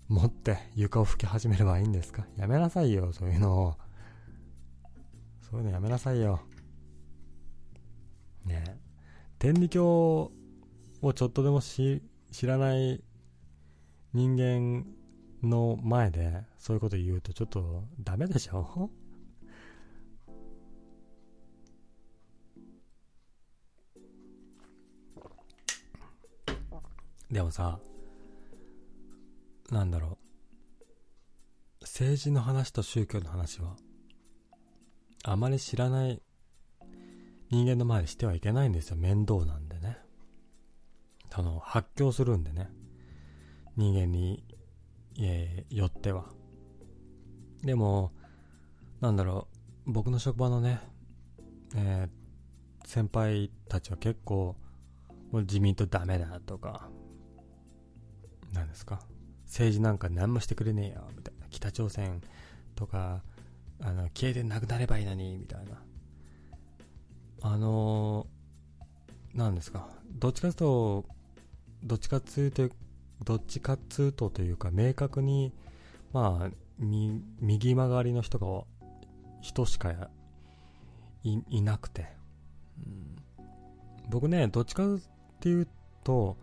持って床を拭き始めればいいんですかやめなさいよ、そういうのを。そういうのやめなさいよ。ねえ。天理教をちょっとでも知らない人間の前でそういうこと言うとちょっとダメでしょでもさ、なんだろう。政治の話と宗教の話は、あまり知らない人間の前でしてはいけないんですよ。面倒なんでね。その、発狂するんでね。人間に、えー、よっては。でも、なんだろう。僕の職場のね、えー、先輩たちは結構、もう自民党ダメだとか、なんですか政治なんか何もしてくれねえよ、みたいな。北朝鮮とか、あの、消えてなくなればいいのに、みたいな。あのー、なんですか。どっちかというと、どっちかつうと、どっちかつうとというか、明確に、まあ、み、右曲がりの人が、人しかい、いなくて。うん、僕ね、どっちかっていうと、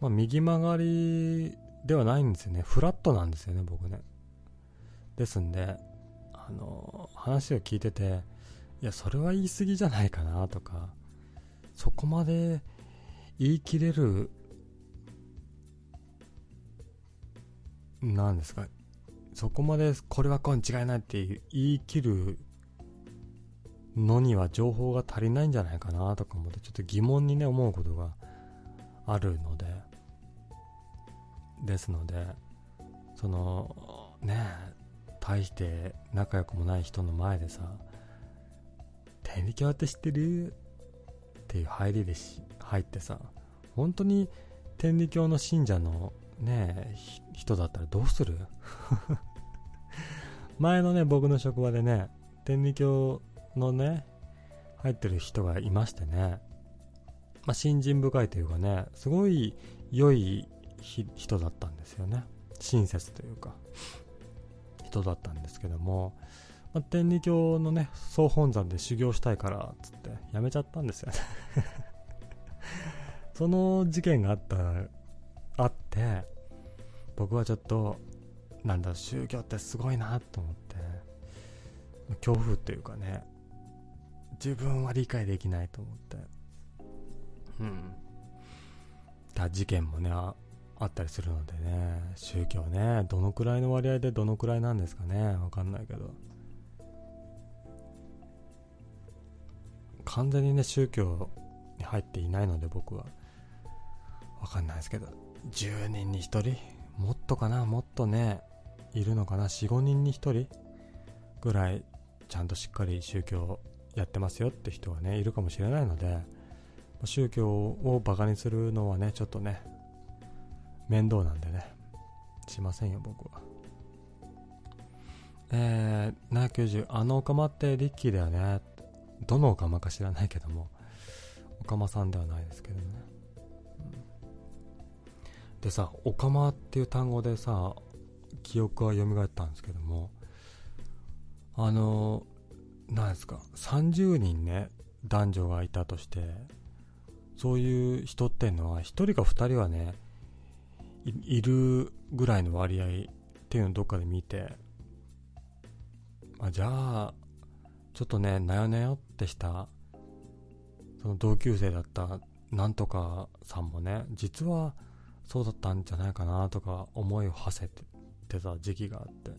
まあ、右曲がりではないんですよね。フラットなんですよね、僕ね。ですんで、あの、話を聞いてて、いや、それは言い過ぎじゃないかなとか、そこまで言い切れる、なんですか、そこまでこれはこうに違いないって言い切るのには情報が足りないんじゃないかなとか思って、ちょっと疑問にね、思うことがあるので、ですのでそのね大して仲良くもない人の前でさ「天理教って知ってる?」っていう入りでし入ってさ本当に天理教の信者のね人だったらどうする 前のね僕の職場でね天理教のね入ってる人がいましてねまあ、信心深いというかねすごい良い人だったんですよね親切というか人だったんですけども、まあ、天理教のね総本山で修行したいからっつって辞めちゃったんですよね その事件があったあって僕はちょっとなんだ宗教ってすごいなと思って恐怖というかね自分は理解できないと思ってうんた事件もねあったりするのでね宗教ねどのくらいの割合でどのくらいなんですかねわかんないけど完全にね宗教に入っていないので僕はわかんないですけど10人に1人もっとかなもっとねいるのかな45人に1人ぐらいちゃんとしっかり宗教やってますよって人がねいるかもしれないので宗教をバカにするのはね、ちょっとね、面倒なんでね、しませんよ、僕は。えー、790、あのオカマってリッキーだよね。どのオカマか知らないけども、オかまさんではないですけどね、うんでさ「おかま」っていう単語でさ記憶は蘇ったんですけどもあのなんですか30人ね男女がいたとしてそういう人ってのは1人か2人はねいいるぐらいの割合っていうのをどっかで見てあじゃあちょっとねなよなよってしたその同級生だったなんとかさんもね実はそうだったんじゃないかなとか思いを馳せててた時期があって、うん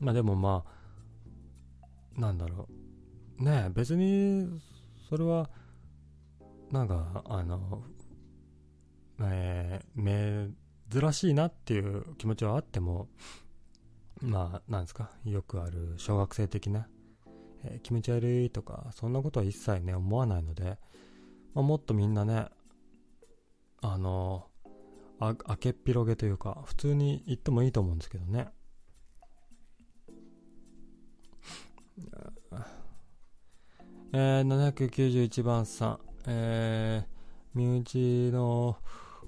まあでもまあなんだろうねえ別にそれはなんかあのえー珍しいなっていう気持ちはあってもまあなんですかよくある小学生的な、えー気持ち悪いとかそんなことは一切ね思わないので、まあ、もっとみんなねあのあ明けっ広げというか普通に行ってもいいと思うんですけどねえー、791番さんえー、身内の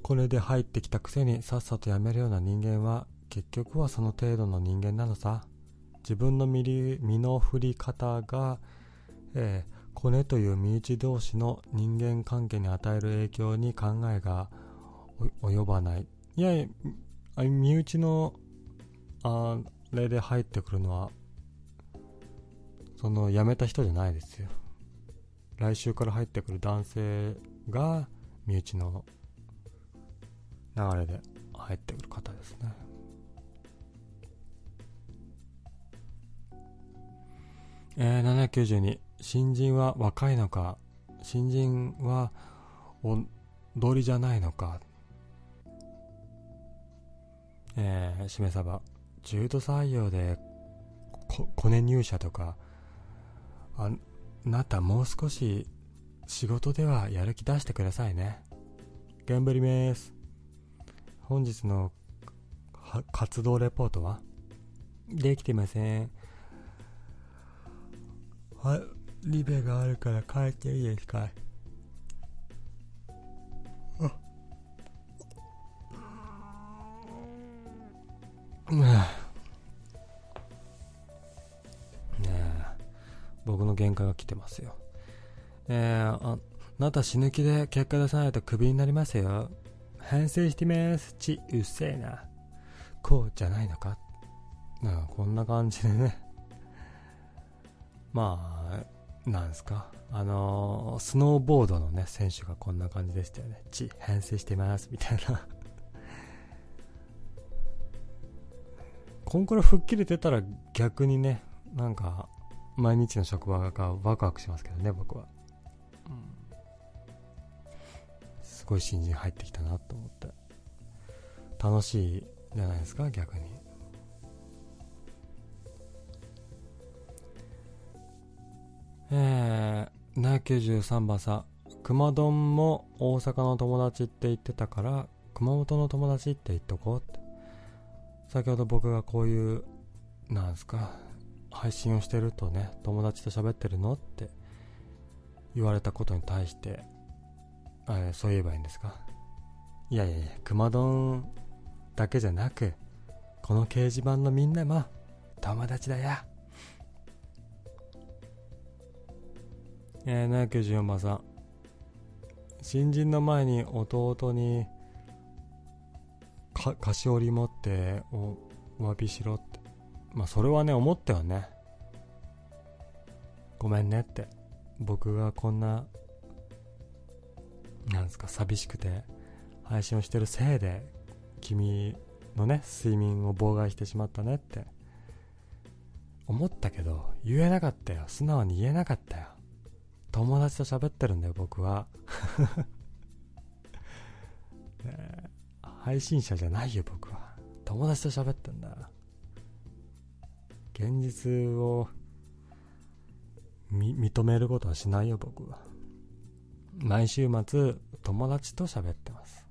コネで入ってきたくせにさっさと辞めるような人間は結局はその程度の人間なのさ自分の身り身の振り方が、えーコネという身内同士の人間関係に与える影響に考えがお及ばないいやいやあ身内のあれで入ってくるのはその辞めた人じゃないですよ来週から入ってくる男性が身内の流れで入ってくる方ですねえー、792新人は若いのか新人は踊りじゃないのかえー、しめさば中途採用でこコネ入社とかあなたもう少し仕事ではやる気出してくださいね頑張ります本日のは活動レポートはできてませんはいリベがあるから帰っていいですかうんねえ僕の限界が来てますよえー、ああなた死ぬ気で結果出さないとクビになりますよ反省してますちうっせえなこうじゃないのかなあこんな感じでねまあなんですかあのースノーボードのね選手がこんな感じでしたよねち反省してますみたいなこんくらい吹っ切れてたら逆にねなんか毎日の職場がワクワクしますけどね僕は、すごい新人入ってきたなと思って楽しいじゃないですか逆にえー、793番さん熊丼も大阪の友達って言ってたから熊本の友達って言っとこうって先ほど僕がこういうなんですか配信をしてるとね友達と喋ってるのって言われたことに対してあえーそう言えばいいんですかいやいやいや熊丼だけじゃなくこの掲示板のみんなも友達だよえー、794番さん新人の前に弟にか菓子折り持っておお詫びしろってまあそれはね思ったよねごめんねって僕がこんななんですか寂しくて配信をしてるせいで君のね睡眠を妨害してしまったねって思ったけど言えなかったよ素直に言えなかったよ友達と喋ってるんだよ僕は ねえ配信者じゃないよ僕は友達と喋ってんだ現実をみ認めることはしないよ僕は毎週末友達と喋ってます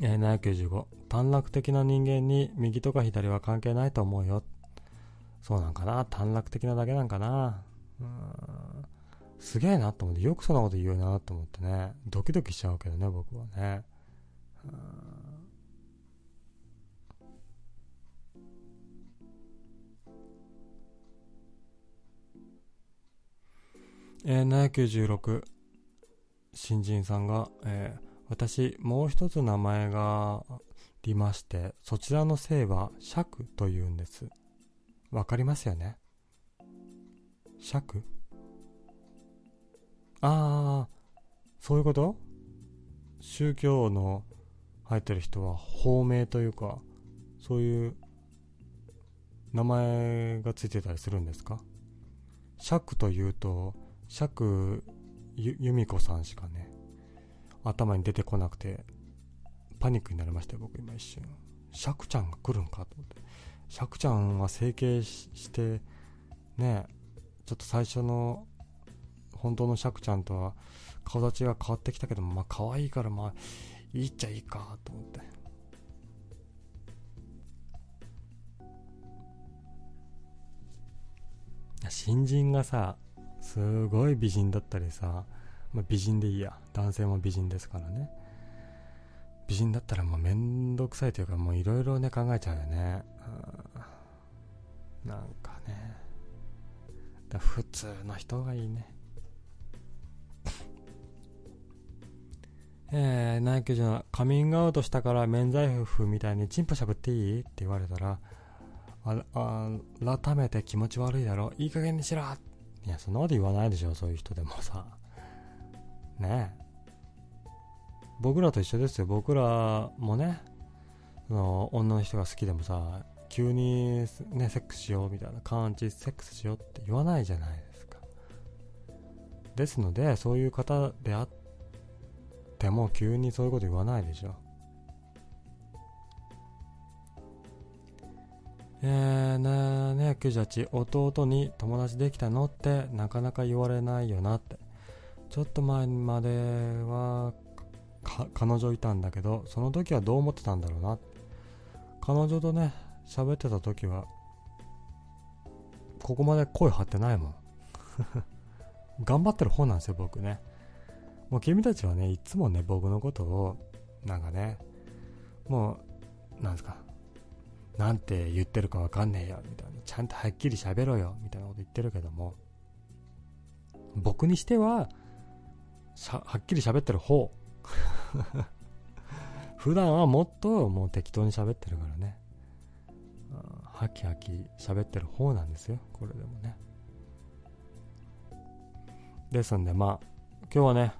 えー795短絡的な人間に右とか左は関係ないと思うよそうなんかな短絡的なだけなんかなうーんすげえなと思ってよくそんなこと言うなと思ってねドキドキしちゃうけどね僕はねうーんえー、796新人さんが、えー私もう一つ名前がありましてそちらの姓は釈というんですわかりますよね釈ああそういうこと宗教の入ってる人は法名というかそういう名前がついてたりするんですか釈というと釈ゆ由美子さんしかね頭に出てこなくてパニックになりましたよ僕今一瞬シャクちゃんが来るんかと思ってシャクちゃんは整形ししてねちょっと最初の本当のシャクちゃんとは顔立ちが変わってきたけどまあ可愛いからまあいいっちゃいいかと思って新人がさすごい美人だったりさまあ、美人でいいや男性も美人ですからね美人だったらもうめんどくさいというかもういろいろね考えちゃうよね、うん、なんかねだ普通の人がいいねえー、内じゃカミングアウトしたから免罪符みたいにチンポしゃぶっていいって言われたらああ改めて気持ち悪いだろいい加減にしろいやそんなこと言わないでしょそういう人でもさね僕らと一緒ですよ僕らもねその女の人が好きでもさ急に、ね、セックスしようみたいな感じセックスしようって言わないじゃないですかですのでそういう方であっても急にそういうこと言わないでしょえー、ね98弟に友達できたのってなかなか言われないよなってちょっと前までは彼女いたんだけどその時はどう思ってたんだろうな彼女とね喋ってた時はここまで声張ってないもん 頑張ってる方なんですよ僕ねもう君たちはねいつもね僕のことをなんかねもうなんですかなんて言ってるかわかんねえよみたいなちゃんとはっきり喋ろよみたいなこと言ってるけども僕にしてははっきり喋ってる方 普段はもっともう適当に喋ってるからねはきはき喋ってる方なんですよこれでもねですんでまあ今日はね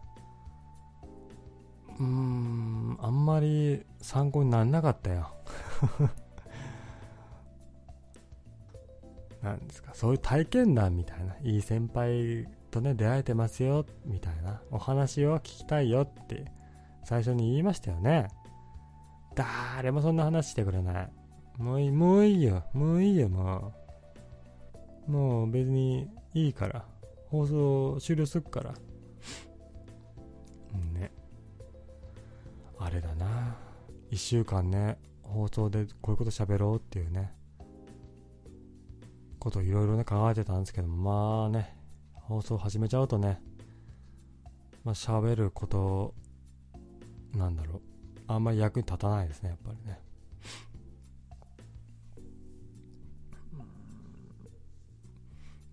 うーんあんまり参考にならなかったよなんですかそういう体験談みたいないい先輩とね出会えてますよみたいなお話を聞きたいよって最初に言いましたよね誰もそんな話してくれないもういいもういいよもういいよもうもう別にいいから放送終了すっからねあれだな1週間ね放送でこういうこと喋ろうっていうねこといろいろね考えてたんですけどまあね放送始めちゃうとねまあ喋ることなんだろうあんまり役に立たないですねやっぱりね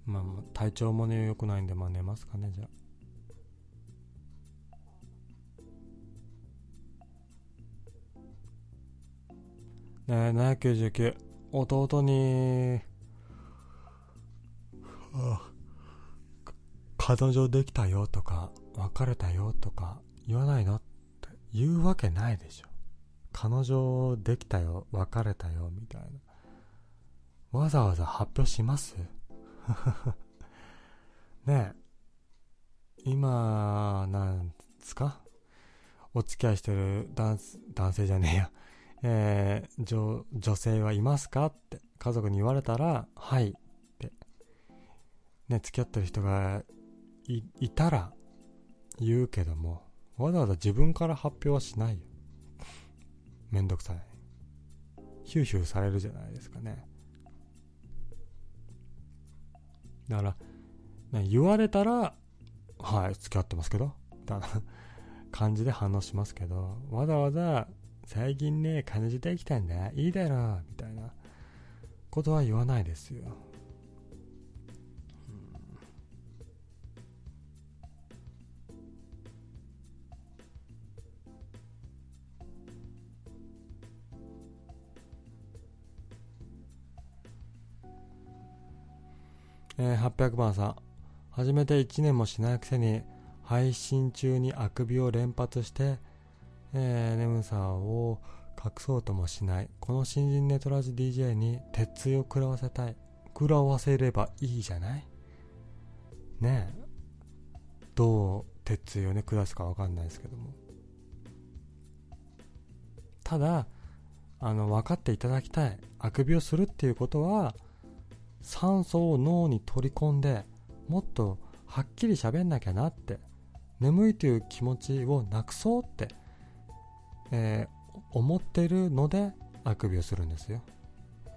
まあ体調もね良くないんでまあ寝ますかねじゃあねえ799弟にああ彼女できたよとか別れたよとか言わないのって言うわけないでしょ彼女できたよ別れたよみたいなわざわざ発表します ねえ今なんですかお付き合いしてる男男性じゃねえや、えー、女女性はいますかって家族に言われたらはいね、付き合ってる人がいたら言うけども、わざわざ自分から発表はしないよ。めんどくさい。ヒューヒューされるじゃないですかね。だから、ね、言われたら、はい、付き合ってますけど、みたいな感じで反応しますけど、わざわざ、最近ね、彼女できたんだ、いいだろ、みたいなことは言わないですよ。えー、800番さん初めて1年もしないくせに配信中にあくびを連発して、えー、ネムさんを隠そうともしないこの新人ネトラジ DJ に鉄槌を食らわせたい食らわせればいいじゃないねえどう鉄槌をね下すか分かんないですけどもただあの分かっていただきたいあくびをするっていうことは酸素を脳に取り込んでもっとはっきり喋んなきゃなって眠いという気持ちをなくそうって、えー、思ってるのであくびをするんですよ、う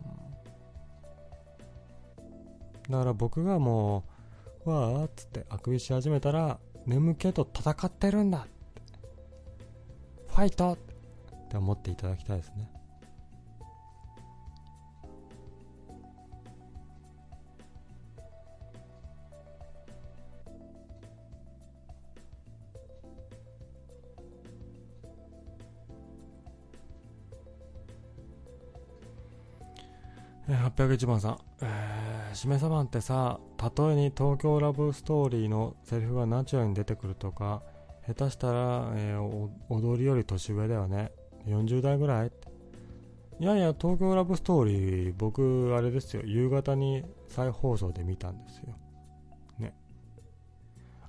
ん、だから僕がもうわあっつってあくびし始めたら眠気と戦ってるんだってファイトって思っていただきたいですね801番さん、えー、しめさばんってさ、例えに東京ラブストーリーのセリフがナチュラルに出てくるとか、下手したら、えー、踊りより年上だよね。40代ぐらいいやいや、東京ラブストーリー、僕、あれですよ、夕方に再放送で見たんですよ。ね。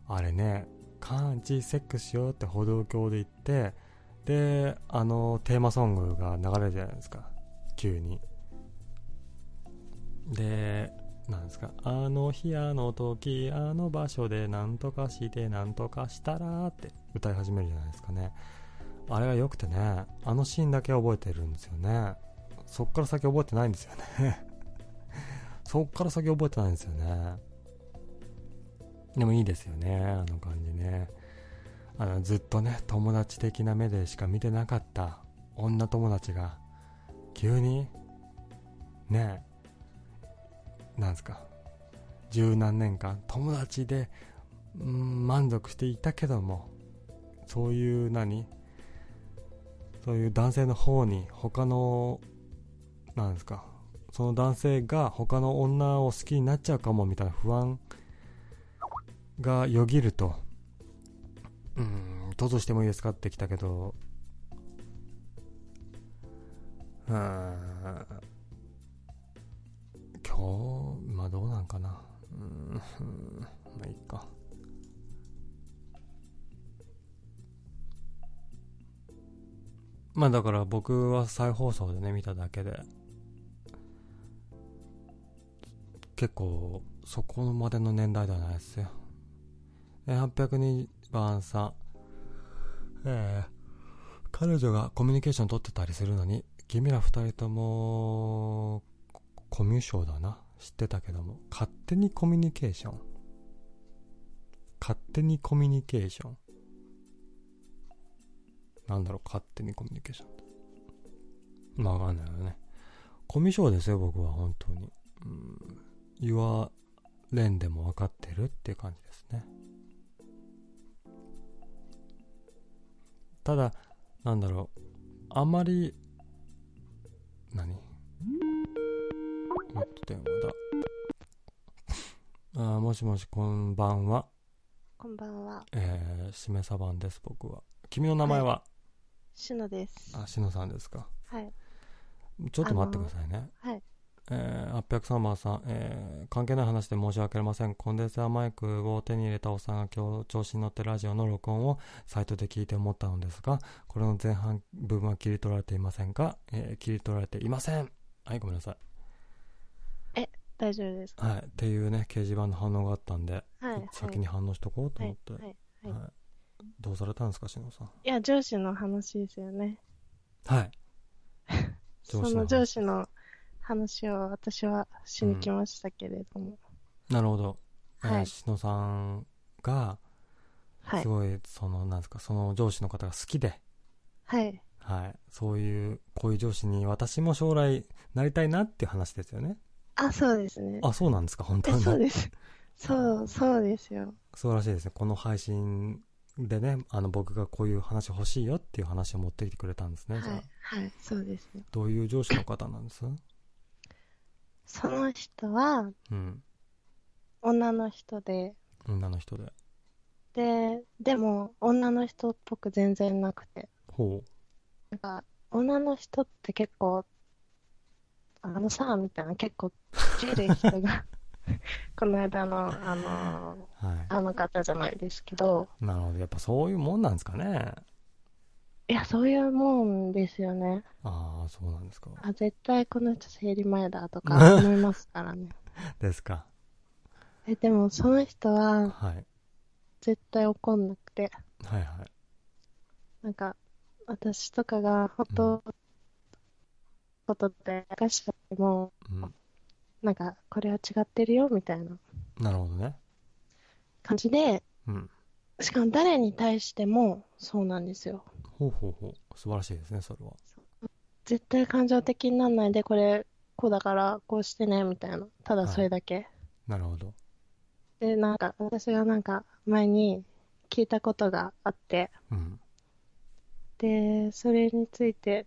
あれね、カンチセックしようって歩道橋で言って、で、あの、テーマソングが流れるじゃないですか。急に。で、なんですか、あの日、あの時、あの場所でなんとかして、なんとかしたらって歌い始めるじゃないですかね。あれが良くてね、あのシーンだけ覚えてるんですよね。そっから先覚えてないんですよね そっから先覚えてないんですよね。でもいいですよね、あの感じね。あの、ずっとね、友達的な目でしか見てなかった女友達が、急に、ねえ、なんすか十何年間友達で、うん、満足していたけどもそういう何そういう男性の方に他のなんですかその男性が他の女を好きになっちゃうかもみたいな不安がよぎるとうんどうしてもいいですかって来たけどうん今日、まあどうなんかな。うん、 まあいいか。まあだから僕は再放送でね、見ただけで。結構、そこまでの年代ではないですよ。え、802番さん。ええー、彼女がコミュニケーション取ってたりするのに、君ら二人とも、コミュ障だな。知ってたけども。勝手にコミュニケーション。勝手にコミュニケーション。なんだろう、勝手にコミュニケーション。まあ、わかんないよね。コミュ障ですよ、僕は、本当に。うん。言われんでも分かってるっていう感じですね。ただ、なんだろう。あまり、何もっと電話だ。あもしもし、こんばんは。こんばんは。、えー、しめさばんです、僕は。君の名前は、はいしのです。あ、しのさんですか。はい。ちょっと待ってくださいね。はい。えー、803番さん、えー、関係ない話で申し訳ありません。コンデンサーマイクを手に入れたおっさんが今日調子に乗ってラジオの録音をサイトで聞いて思ったのですが、これの前半部分は切り取られていませんか、えー、切り取られていません。はい、ごめんなさい。大丈夫ですはい、っていうね掲示板の反応があったんで、はい、先に反応しとこうと思って、、はい、はいはいどうされたんですかしのさんいや上司の話ですよねはいその上司の話を私はしに来ましたけれども、なるほど。えーはい篠野さんが、はいす。ごい、その、なんですか、その上司の方が好きで、はい。はい。そういう、こういう上司に私も将来なりたいなっていう話ですよね。あ、そうですね。あ、そうなんですか、本当え、に。そうです。そう、そうですよ。素晴らしいですね。この配信でね、あの、僕がこういう話欲しいよっていう話を持ってきてくれたんですね。はいじゃあ、。はい。そうですね。どういう上司の方なんですその人は、うん。女の人で、女の人で。で、でも、女の人っぽく全然なくて。ほなんか、女の人って結構、あのさ、みたいな、結構、切れる人が、この間の、あの、う。はあの方じゃないですけど、い。なるほど。やっぱそういうもんなんですかね。いや、そういうもんですよね。ああ、そうなんですか。あ、絶対この人生理前だとか思いますからね。 ですか。え、でも、その人は、はい。絶対怒んなくて、はいはい。なんか、私とかが、ほんと、ことで、明かしちゃっても、うん。なんか、これは違ってるよ、みたいななるほどね。感じで、うん。しかも誰に対してもそうなんですよ。ほうほうほう。素晴らしいですね、それは。絶対感情的にならないで、これ、こうだから、こうしてね、みたいな。ただそれだけ。なるほど。で、なんか、私がなんか、前に聞いたことがあって、うん。で、それについて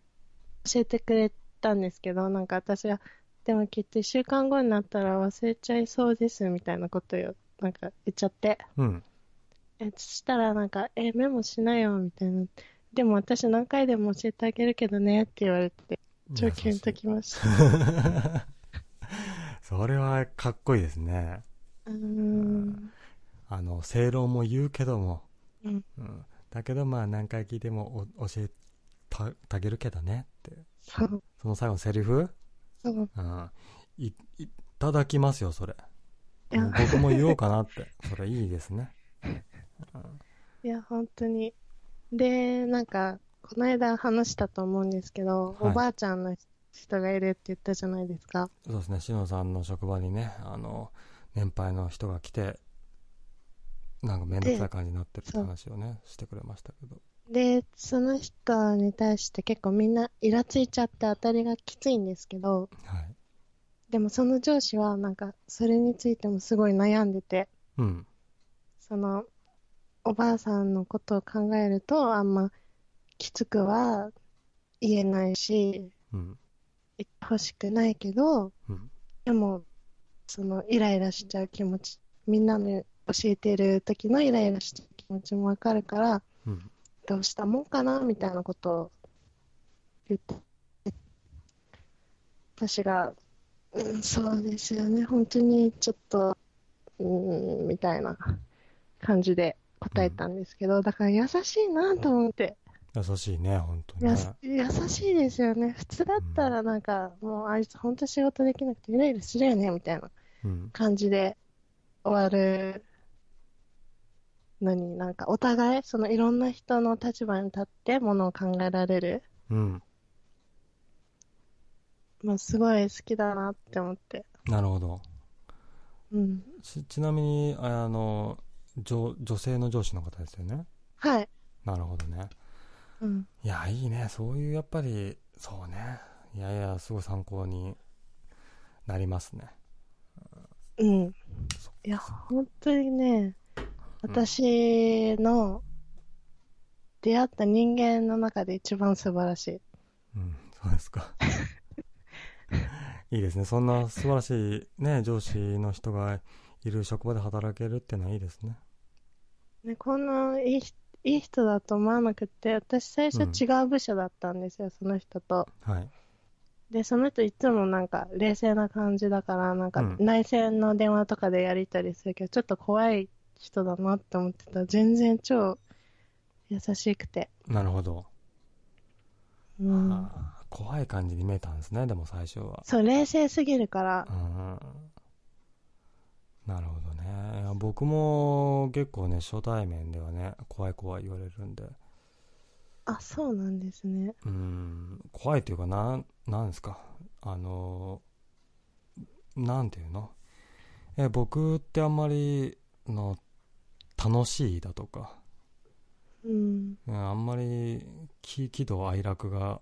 教えてくれたんですけど、なんか私が、でもきっと1週間後になったら忘れちゃいそうです、みたいなことを、なんか言っちゃって。うん。え、そしたらなんか、え、メモしなよ、みたいな。でも私何回でも教えてあげるけどね、って言われて、超キュンときました。 それはかっこいいですね。うーん。あの、正論も言うけども、うんうんだけどまあ何回聞いてもお教えたたげるけどねって。そう、その最後のセリフ、そう。うん、いいただきますよ、それ。いやもう僕も言おうかなって。 それいいですね。いや、本当に。で、なんか、この間話したと思うんですけど、はいおばあちゃんの人がいるって言ったじゃないですか。そうですね、しのさんの職場にね、あの、年配の人が来て、なんか面倒くさい感じになってるってで話をね、してくれましたけど。で、その人に対して結構みんなイラついちゃって当たりがきついんですけど、はい。でもその上司はなんか、それについてもすごい悩んでて、うん。その、おばあさんのことを考えると、あんまきつくは言えないし、うん。言ってほしくないけど、うん。でも、そのイライラしちゃう気持ち、みんなの教えてる時のイライラしちゃう気持ちもわかるから、うん。どうしたもんかなみたいなことを言って、私が、うん、そうですよね、本当にちょっと、うん、みたいな感じで答えたんですけど、だから優しいなと思って、優しいね、本当にやね。す優しいですよね、普通だったらなんか、もうあいつ、本当仕事できなくてイライラするよね、みたいな。うん。感じで終わるのに、なんかお互い、そのいろんな人の立場に立ってものを考えられる、うん。まあ、すごい好きだなって思って。なるほど。うん。ちちなみにあの女女性の上司の方ですよねはい。なるほどねうん。いやいいねそういうやっぱりそうねいやいやすごい参考になりますねうん。そっかいや、本当にね、私の出会った人間の中で一番素晴らしい。うんそうです かいいですねそんな素晴らしいね上司の人がいる職場で働けるってのはいいですねね、こんないい人いい人だと思わなくて、私最初違う部署だったんですよ、その人と。はいで、その人いつもなんか冷静な感じだから、なんかうん内戦の電話とかでやりたりするけど、ちょっと怖い人だなって思ってたら、全然超優しくて。なるほど、うん。あー怖い感じに見えたんですねでも最初はそう、冷静すぎるからう、んなるほどねいや僕も結構ね初対面ではね怖い怖い言われるんであ、そうなんですね。うん怖いというかなんなんですかあのなんていうのえ僕ってあんまりの楽しいだとか、うん。うんあんまり喜喜怒哀楽が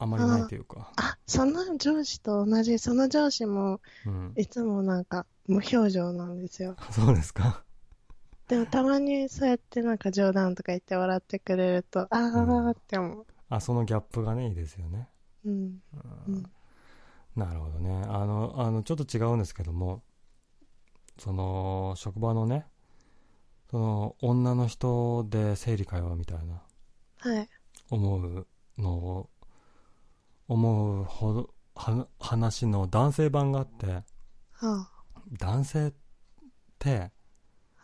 あまりないというか、あ、その上司と同じ、その上司も、うん、いつもなんか、無表情なんですよ。 そうですかでもたまにそうやってなんか冗談とか言って笑ってくれると、あうんーって思あそのギャップがねいいですよねう。うん。うん。なるほどねあのあのちょっと違うんですけどもその職場のねその女の人で生理会話みたいなはい。思うのを思うほどは話の男性版があっては男性って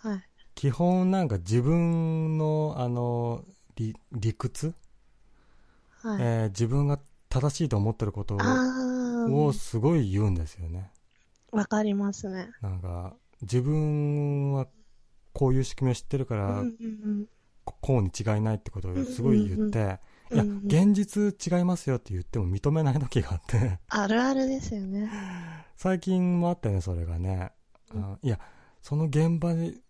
あ。はい。基本なんか自分のあの理理屈、はい。えー自分が正しいと思ってることあをー。すごい言うんですよねわかりますね。なんか自分はこういう仕組みを知ってるかうら、んうんここうに違いないってことをすごい言って、うん。うんうんいや現実違いますよって言っても認めない時があってあるあるですよね。最近もあったよねそれがね、あいやその現場に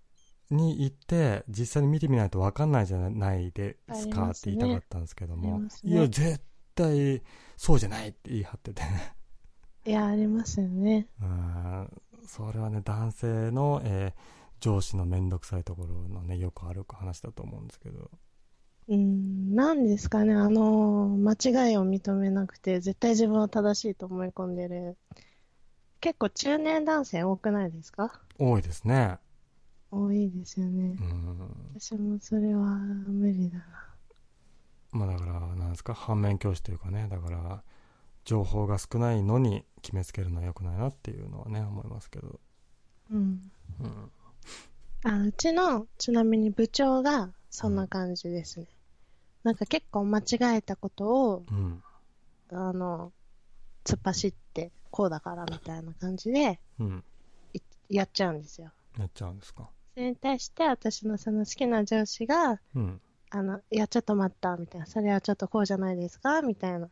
に行って実際に見てみないと分かんないじゃないですかって言いたかったんですけどあも、りますねいや絶対そうじゃないって言い張って てねいや、ありますよね。うんそれはね男性の、えー上司の面倒くさいところのねよくある話だと思うんですけどうん、なんですかね、あのー、間違いを認めなくて、絶対自分は正しいと思い込んでる。結構中年男性多くないですか多いですね多いですよねう。ん私もそれは無理だな。まあだからなんですか反面教師というかねだから情報が少ないのに決めつけるのは良くないなっていうのはね思いますけどうん。うんあ、うちの、ちなみに部長がそんな感じですね。なんか結構間違えたことを、うんあの、突っ走って、こうだからみたいな感じで、うんいやっちゃうんですよ。やっちゃうんですかそれに対して、私のその好きな上司が、うんあの、いや、ちょっと待った、みたいな。それはちょっとこうじゃないですかみたいな。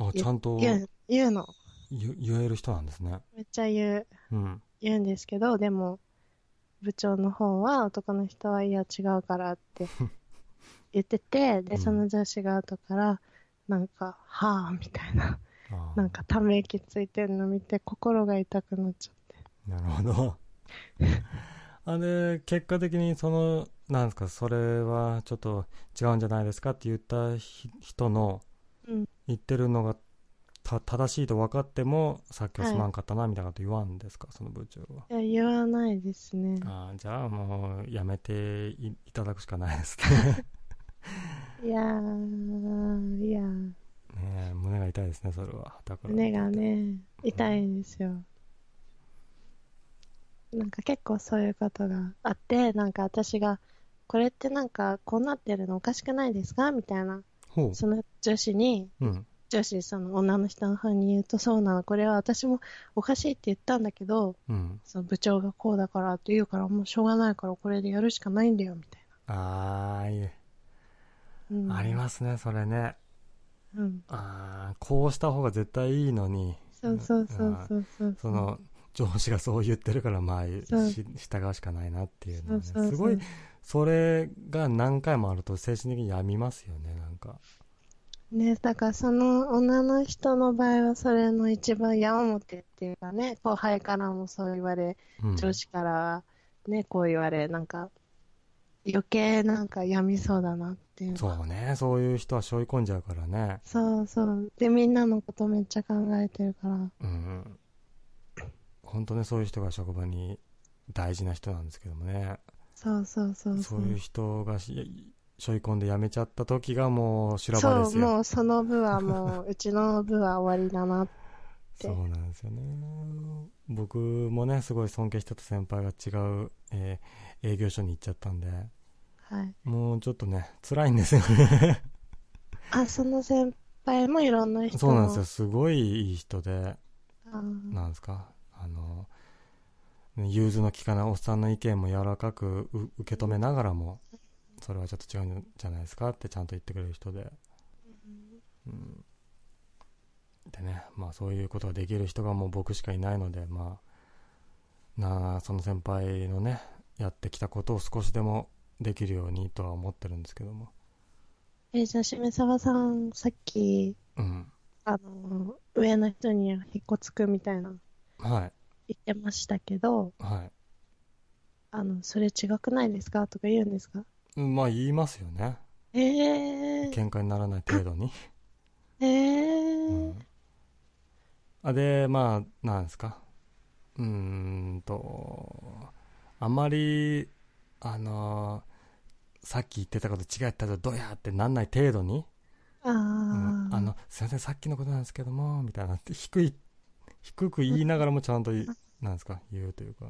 あちゃんと言言う、言うの。言える人なんですねめっちゃ言う、うん言うんですけど、でも、部長の方は、男の人は、いや、違うからって言ってて、うで、んその上司が後から、なんか、はぁ、みたいな。あーなんか、ため息ついてるの見て、心が痛くなっちゃって。なるほどあで結果的にそのなんですかそれはちょっと違うんじゃないですかって言ったひ人のうん言ってるのがた正しいと分かっても作曲すまんかったなみたいなこと言わんですか、その部長は。いや、言わないですね。あーじゃあもうやめていいただくしかない ですねいやー、いやー、ねえ胸が痛いですねそれはだから胸がね、痛いんですよ。なんか結構そういうことがあって、なんか私が、これってなんかこうなってるのおかしくないですかみたいな。ほその女子に、ううん女子その女の人の方に言うとそうなの。これは私もおかしいって言ったんだけど、うんその部長がこうだからって言うからもうしょうがないからこれでやるしかないんだよ、みたいあーいえな。うん、ありますねそれねす。うん。あーこうした方が絶対いいのにそうそうそうそうそう。その上司がそう言ってるからまあしそう従うしかないなっていうのそはうねそすうそう、ごいそれが何回もあると精神的に病みますよねなんかね、だからその女の人の場合はそれの一番矢面っていうかね、後輩からもそう言われ、うん上司からはね、こう言われ、なんか余計なんか病みそうだなっていう。そうねそういう人は背負い込んじゃうからねそうそう。で、みんなのことめっちゃ考えてるから。うん本当ねそういう人が職場に大事な人なんですけどもねそうそうそうそういう人がし背負い込んで辞めちゃった時がもう修羅場そでう、すよもうその部はもう、うちの部は終わりだな。てそうなんですよね僕もねすごい尊敬してた先輩が違う、えー営業所に行っちゃったんではい。もうちょっとね辛いんですよねあ、その先輩もいろんな人そうなんですよよ。すごいいい人であーなんですかあのね融通の利かないおっさんの意見も柔らかくう受け止めながらもそれはちょっと違うんじゃないですかってちゃんと言ってくれる人で、うん、でねまあそういうことができる人がもう僕しかいないのでまあなあその先輩のねやってきたことを少しでもできるようにとは思ってるんですけどもえ、じゃあ、しめさばさん、さっき、うんあの、上の人には引っこつくみたいなはい言ってましたけど、はいあの、それ違くないですかとか言うんですかうんまあ言いますよねええー、喧嘩にならない程度に、えうー、ん、あでまあなんですかうーんとあまりあのさっき言ってたこと違ったぞどうやってなんない程度にあうんあ、あのすいませんさっきのことなんですけどもみたいな低い低く言いながらもちゃんといなんですか言うというか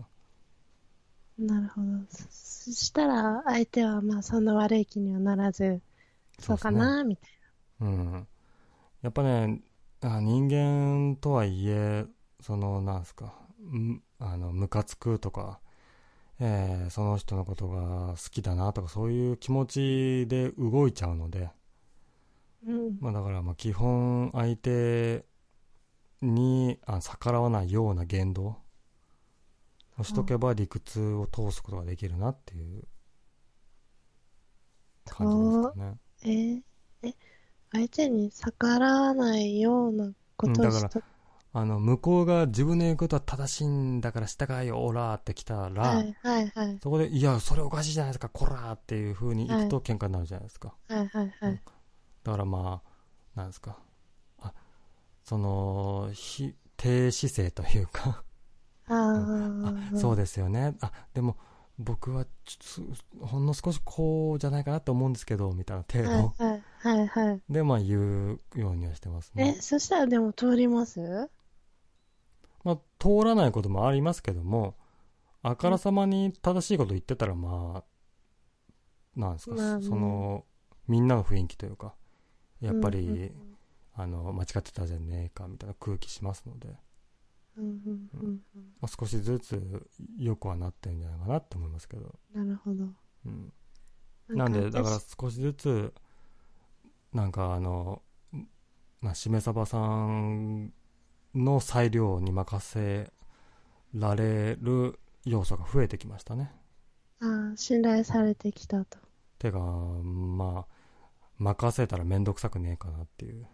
なるほど。そそしたら、相手は、まあ、そんな悪い気にはならず、そうかですねな、みたいうんやっぱねあ人間とはいえそのなんですかんあのムカつくとか、えーその人のことが好きだなとかそういう気持ちで動いちゃうので、な。うん。まあ、だからまあ基本相手にあ逆らわないような言動をしとけば理屈を通すことができるなっていう感じですかね。えー、え、相手に逆らわないようなことうをんだしかと、あの、向こうが自分の言うことは正しいんだから従えよ、オラーって来たら、はいはいはいそこで、いや、それおかしいじゃないですか、こらーっていう風に行くと喧嘩になるじゃないですか。はいはいはうんい。だからまあ、なんですか。あ、その、ひ低姿勢というか、ああ、あ、そうですよね。あ、でも、僕はちょっと、ほんの少しこうじゃないかなと思うんですけど、みたいな程度。はいはいはいはい。で、まあ、言うようにはしてますえ、ね。そしたらでも通りますまあ、通らないこともありますけども、あからさまに正しいこと言ってたら、まあ、なんですか、まあねその、みんなの雰囲気というか、やっぱり、うんうんあの、間違ってたじゃねえか、みたいな空気しますので、うんうんまあ、少しずつ良くはなってるんじゃないかなって思いますけど、うん。なるほど。うん。なんで、だから少しずつ、なんかあの、まあ、しめさばさんの裁量に任せられる要素が増えてきましたね。ああ、信頼されてきたと。てか、まあ、任せたらめんどくさくねえかなっていう。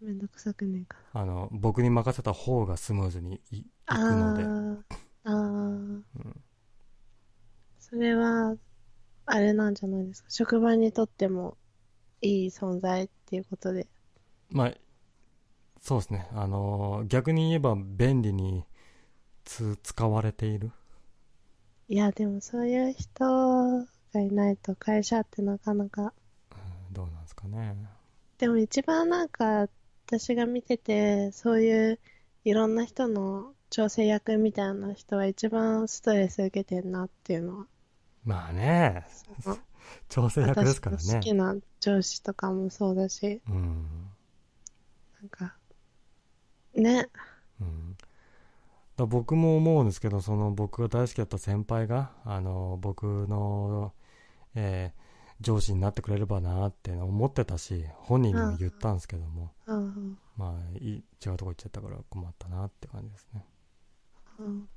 めんどくさくねえかあの、僕に任せた方がスムーズにいいくので。な。ああ、ああ、うんそれは、あれなんじゃないですか。職場にとってもいい存在っていうことで。まあ、そうですね。あの、逆に言えば便利につ使われている。いや、でもそういう人がいないと会社ってなかなか。うんどうなんですかね。でも一番なんか私が見ててそういういろんな人の調整役みたいな人は一番ストレス受けてんなっていうのはまあね、その調整役です私からの好きね。な上司とかもそうだしうん。なんかねうん、だ僕も思うんですけどその僕が大好きだった先輩があの僕の、えー上司になってくれればなって思ってたし本人にも言ったんですけども、うんまあ、い違うとこ行っちゃったから困ったなって感じですね、うんうん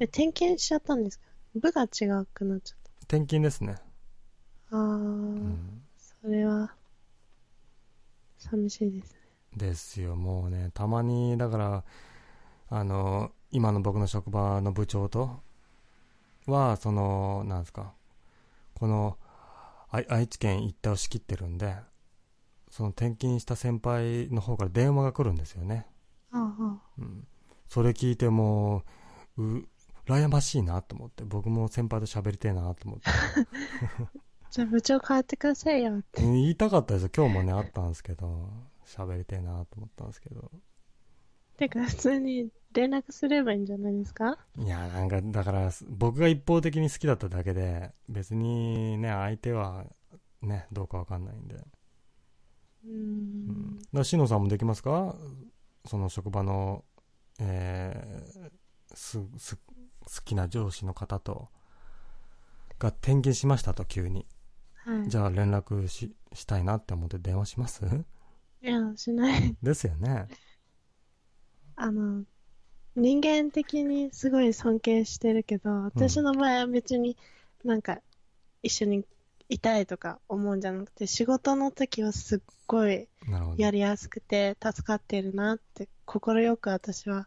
え転勤しちゃったんですか部が違くなっちゃっ転勤ですね、たあうーん、それは寂しいですねですよもうねたまにだからあの今の僕の職場の部長とはそのなんですかこのあ愛知県一帯を仕切ってるんでその転勤した先輩の方から電話が来るんですよね、ああうん、それ聞いてもうう羨ましいなと思って僕も先輩と喋りてえなと思ってじゃあ部長変わってくださいよ言いたかったですよ今日もねあったんですけど喋りてえなと思ったんですけどてか普通に連絡すればいいんじゃないですかいや、なんか、だから、す僕が一方的に好きだっただけで、別にね、相手は、ね、どうかわかんないんで。ううんん。だから、しのさんもできますかその職場の、えーす、す、好きな上司の方と、が転勤しましたと、急に。はい。じゃあ、連絡し、したいなって思って電話しますいや、しない。ですよね。あの、人間的にすごい尊敬してるけど、私の場合は別になんか一緒にいたいとか思うんじゃなくて、仕事の時はすっごいなるほど。やりやすくて助かってるなって、心よく私は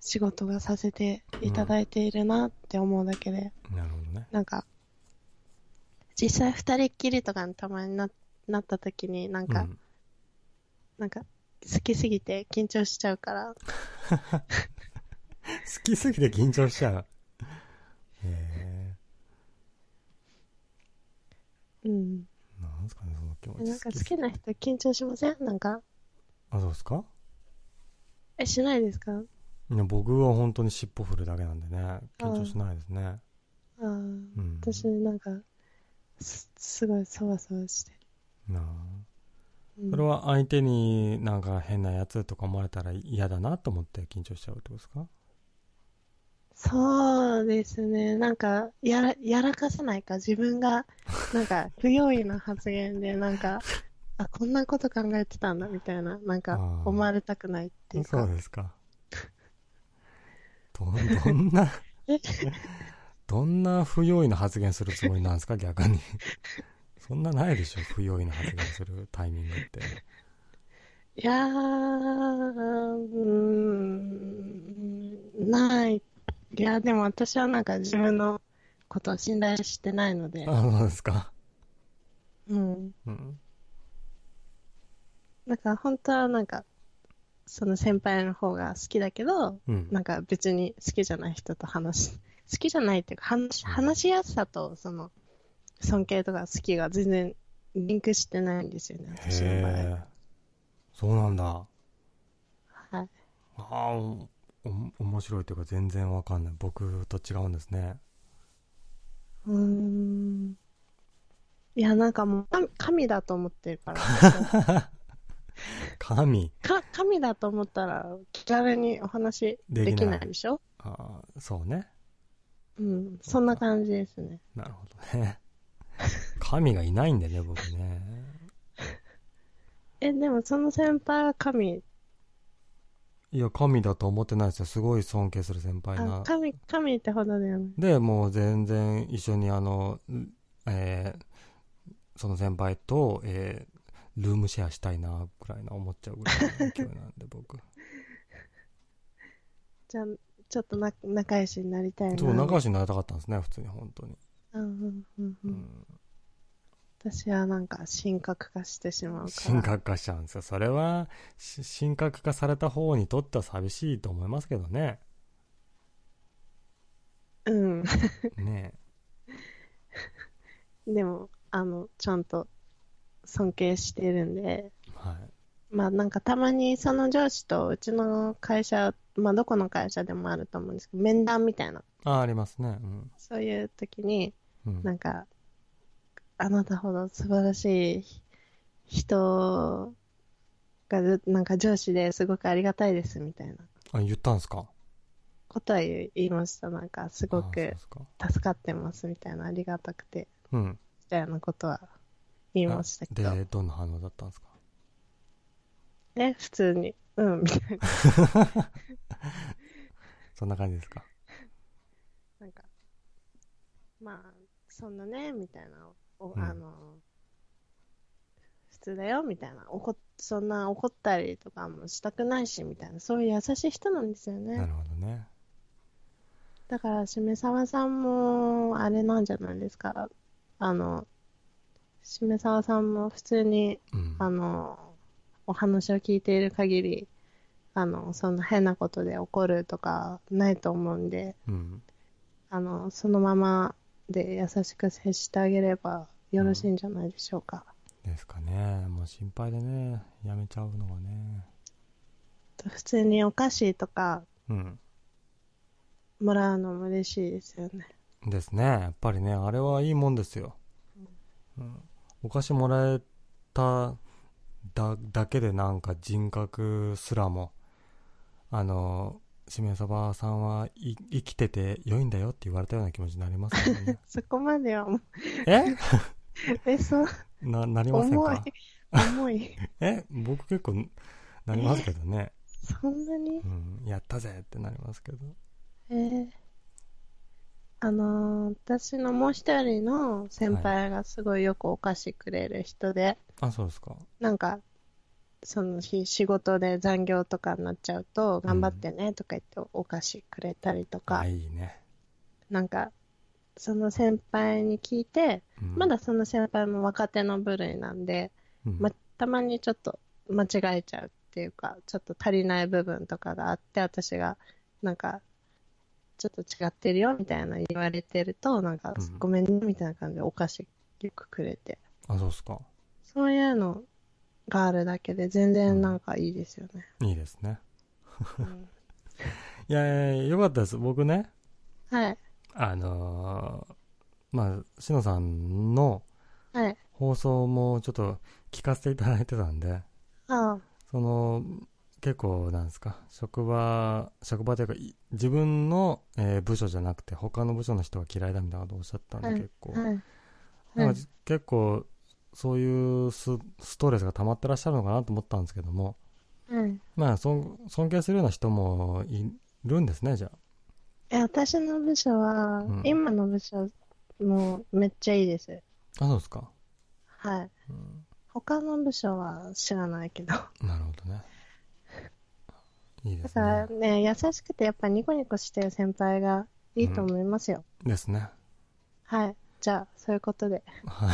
仕事がさせていただいているなって思うだけで、なるほどね。なんか、実際二人っきりとかにたまにななった時に、なんか、うんなんか、好きすぎて緊張しちゃうから、好きすぎて緊張しちゃう。へえ。うん。なんすかね、その気持ち。なんか好きな人緊張しませんなんか、あ、そうですかえ、しないですかいや僕は本当に尻尾振るだけなんでね、緊張しないですね。あーうん。私なんか、すすごいそわそわして。なあうんそれは相手になんか変なやつとか思われたら嫌だなと思って緊張しちゃうってことですかそうですね。なんか、やら、やらかさないか、自分が、なん か、不用意な発言で、なんか、あ、こんなこと考えてたんだ、みたいな、なんあか、ー思われたくないっていうそかう。ですか。ど、どん なえ、どんな不用意な発言するつもりなんですか逆に。そんなないでしょ不用意な発言するタイミングって。いやー、うーん、ない。いや、でも私はなんか自分のことを信頼してないので、あ、そうですか。うん。うん。なんか本当はなんか、その先輩の方が好きだけど、うん。なんか別に好きじゃない人と話す、好きじゃないっていうか、話話しやすさと、その、尊敬とか好きが全然リンクしてないんですよね、へ私の場合え。そうなんだ。は。はい。ああ、お、お面白いというか全然わかんない。僕と違うんですね。うーん。いや、なんかもう、神神だと思ってる から、か神。神だと思ったら、気軽にお話できないでしょああ、そうね。うん。そんな感じですね。なるほどね。 神がいないんでね、僕ね。え、でもその先輩は神、いや、神だと思ってないですよ。すごい尊敬する先輩あな、。神、神ってほどではない。で、もう全然一緒にあの、んえーその先輩と、えールームシェアしたいな、ぐらいな思っちゃうぐらいの勢いなんで、 僕。じゃあ、ちょっとな仲良しになりたいな。そう、仲良しになりたかったんですね、普通に、本当に。うんうんうんう。うんん。私はなんか、神格化してしまうから。神格化しちゃうんですよ。それは、し神格化された方にとっては寂しいと思いますけど ね。うん。 ねでも、あの、ちゃんと尊敬してるんで、え。はい。まあなんかたまにその上司とうちの会社、まあどこの会社でもあると思うんですけど、面談みたいな、あ、ありますね。うん。そういう時に、うん、なんか、あなたほど素晴らしい人が、なんか上司ですごくありがたいですみたいなあ、言ったんですかことは言い言いました。なんかすごあそうくですか。助かってますみたいな、ありがたくて、うん。みたいなことは言いましたけど、で、どんな反応だったんですかね、普通に、うん、みたいな。そんな感じですかなんか、まあ、そんなね、みたいな、おうんあの、普通だよ、みたいな、怒っそんな怒ったりとかもしたくないし、みたいな、そういう優しい人なんですよなね。るほどね。だから、しめさわさんも、あれなんじゃないですか。あの、しめさわさんも普通に、うん。あの、お話を聞いている限り、あの、そんな変なことで怒るとかないと思うんで、うん。あの、そのままで優しく接してあげればよろしいんじゃないでしょうか。ですかね。もう心配でね、やめちゃうのがね。普通にお菓子とかうん。もらうのも嬉しいですよね。。ですね。やっぱりね、あれはいいもんですよ。うん。お菓子もらえただだけでなんか人格すらも、あの、しめさばさんはい生きてて良いんだよって言われたような気持ちになりますよね そこまではもう、ええ、そう、な、なりません重かい、重い。 え僕結構なりますけどね。そんなにうん、やったぜってなりますけど。えーあのー私のもう一人の先輩がすごいよくお菓子くれる人で、あ、そうですか。なんか、その日仕事で残業とかになっちゃうと、頑張ってねとか言ってお菓子くれたりとか、あ、いいね。なんか、その先輩に聞いて、うんまだその先輩も若手の部類なんで、うんま、たまにちょっと間違えちゃうっていうか、ちょっと足りない部分とかがあって、私が、なんか、ちょっと違ってるよみたいな言われてると、なんかうん、ごめんねみたいな感じでお菓子よくくれて、あ、そうですか。そういうのがあるだけで全然なんかいいですよね。いいですね。うんいやいやよかったです。僕ね、はい、あのーまあ、しのさんのはい。放送もちょっと聞かせていただいてたんで、 あその、結構なんですか、職場、職場というか、い自分の、えー部署じゃなくて、他の部署の人が嫌いだみたいなことをおっしゃったんで、はい結構。あ、はい。なんはかい、結構、そういうスストレスが溜まってらっしゃるのかなと思ったんですけども、はい。まあ、尊尊敬するような人もいるんですね、じゃあ。え、私の部署は、うん今の部署、もうめっちゃいいです。あ、そうですか。はい。うん他の部署は知らないけど。なるほどね。いいでだすかねら。ね、優しくてやっぱニコニコしてる先輩がいいと思いますよ。ですね。はい。じゃあ、そういうことで。は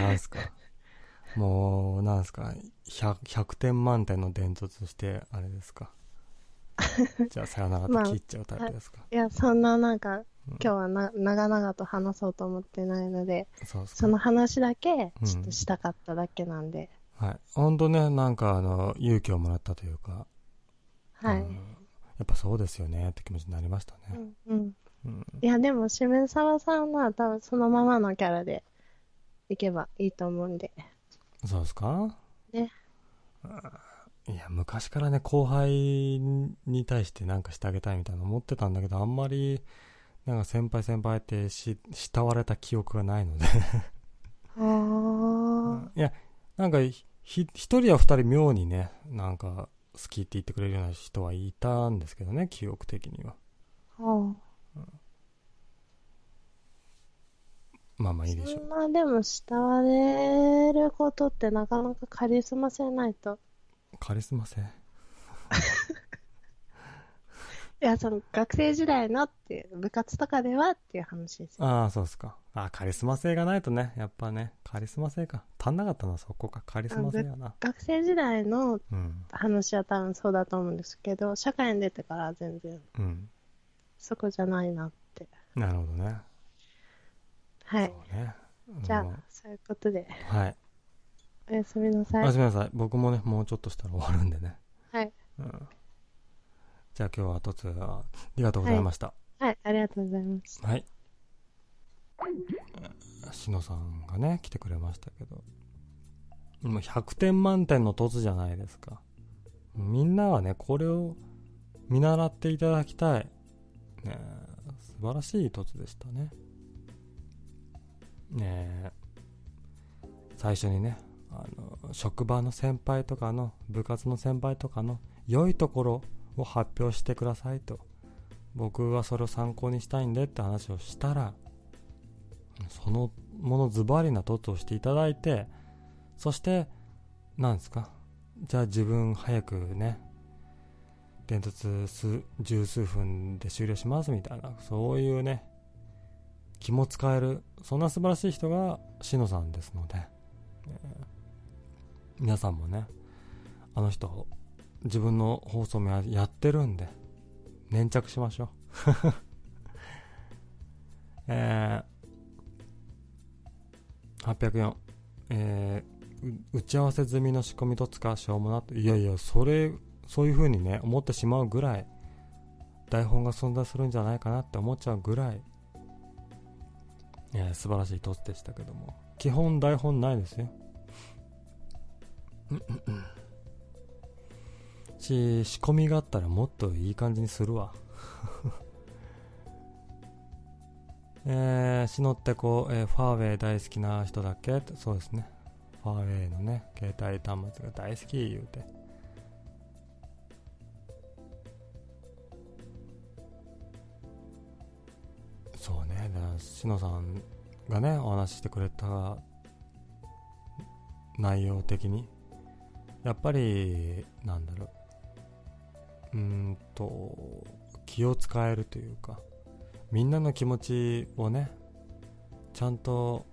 い。なんすか。 もう、なんすか。100, 100点満点の伝突して、あれですか。じゃあ、さよならまあと切っちゃうタイプですか。いや、そんななんか、うん今日はな長々と話そうと思ってないので、そうですそか。の話だけ、ちょっとしたかっただけなんで。はい。ほんとね、なんか、あの、勇気をもらったというか、はい。うんやっぱそうですよねって気持ちになりましたうね。ん。うんうん。いや、でも、渋沢さんは多分そのままのキャラでいけばいいと思うんで。そうですかね。あーいや、昔からね、後輩に対してなんかしてあげたいみたいなの思ってたんだけど、あんまり、なんか先輩先輩ってし、慕われた記憶がないので。ああ。いや、なんかひ、ひ一人や二人妙にね、なんか、好きって言ってくれるような人はいたんですけどね、記憶的には。あまあまあいいでしそ。ょうんな、でも、慕われることってなかなかカリスマ性ないと。カリスマ性。いや、その、学生時代のっていう、部活とかではっていう話です。ああ、そうですか。あーカリスマ性がないとね、やっぱね、カリスマ性か。足んなかったな、そこか。カリスマ性やな。学生時代のうん。話は多分そうだと思うんですけど、社会に出てからは全然うん。そこじゃないなって。なるほどね。はい。そうね。じゃうんあ、そういうことで、はい。おやすみなおさやい。すみなさい。僕もね、もうちょっとしたら終わるんでね。はい。うん。じゃあ今日はトツありがとうございました。はい、ありがとうございます。はい。しのさんがね、来てくれましたけど。もう100点満点の凸じゃないですか。みんなはね、これを見習っていただきたい。ねえ素晴らしい凸でしたね。ねえ最初にね、あの、職場の先輩とかの、部活の先輩とかの良いところを発表してくださいと。僕はそれを参考にしたいんでって話をしたらそのものズバリな凸をしていただいてそしてなんですかじゃあ自分早くね伝達数十数分で終了しますみたいなそういうね気も使えるそんな素晴らしい人がしのさんですので、えー皆さんもねあの人自分の放送もややってるんで粘着しましょう えー、804えーう打ち合わせ済みの仕込みとつかしょうもなといやいやそれそういう風にね思ってしまうぐらい台本が存在するんじゃないかなって思っちゃうぐらい、えー素晴らしいトスでしたけども基本台本ないですよし仕込みがあったらもっといい感じにするわ えー、シノってこう、えーファーウェイ大好きな人だっけってそうですねファーウェイのね携帯端末が大好き言うてしのさんがねお話ししてくれた内容的にやっぱりなんだろううーんと気を使えるというかみんなの気持ちをねちゃんと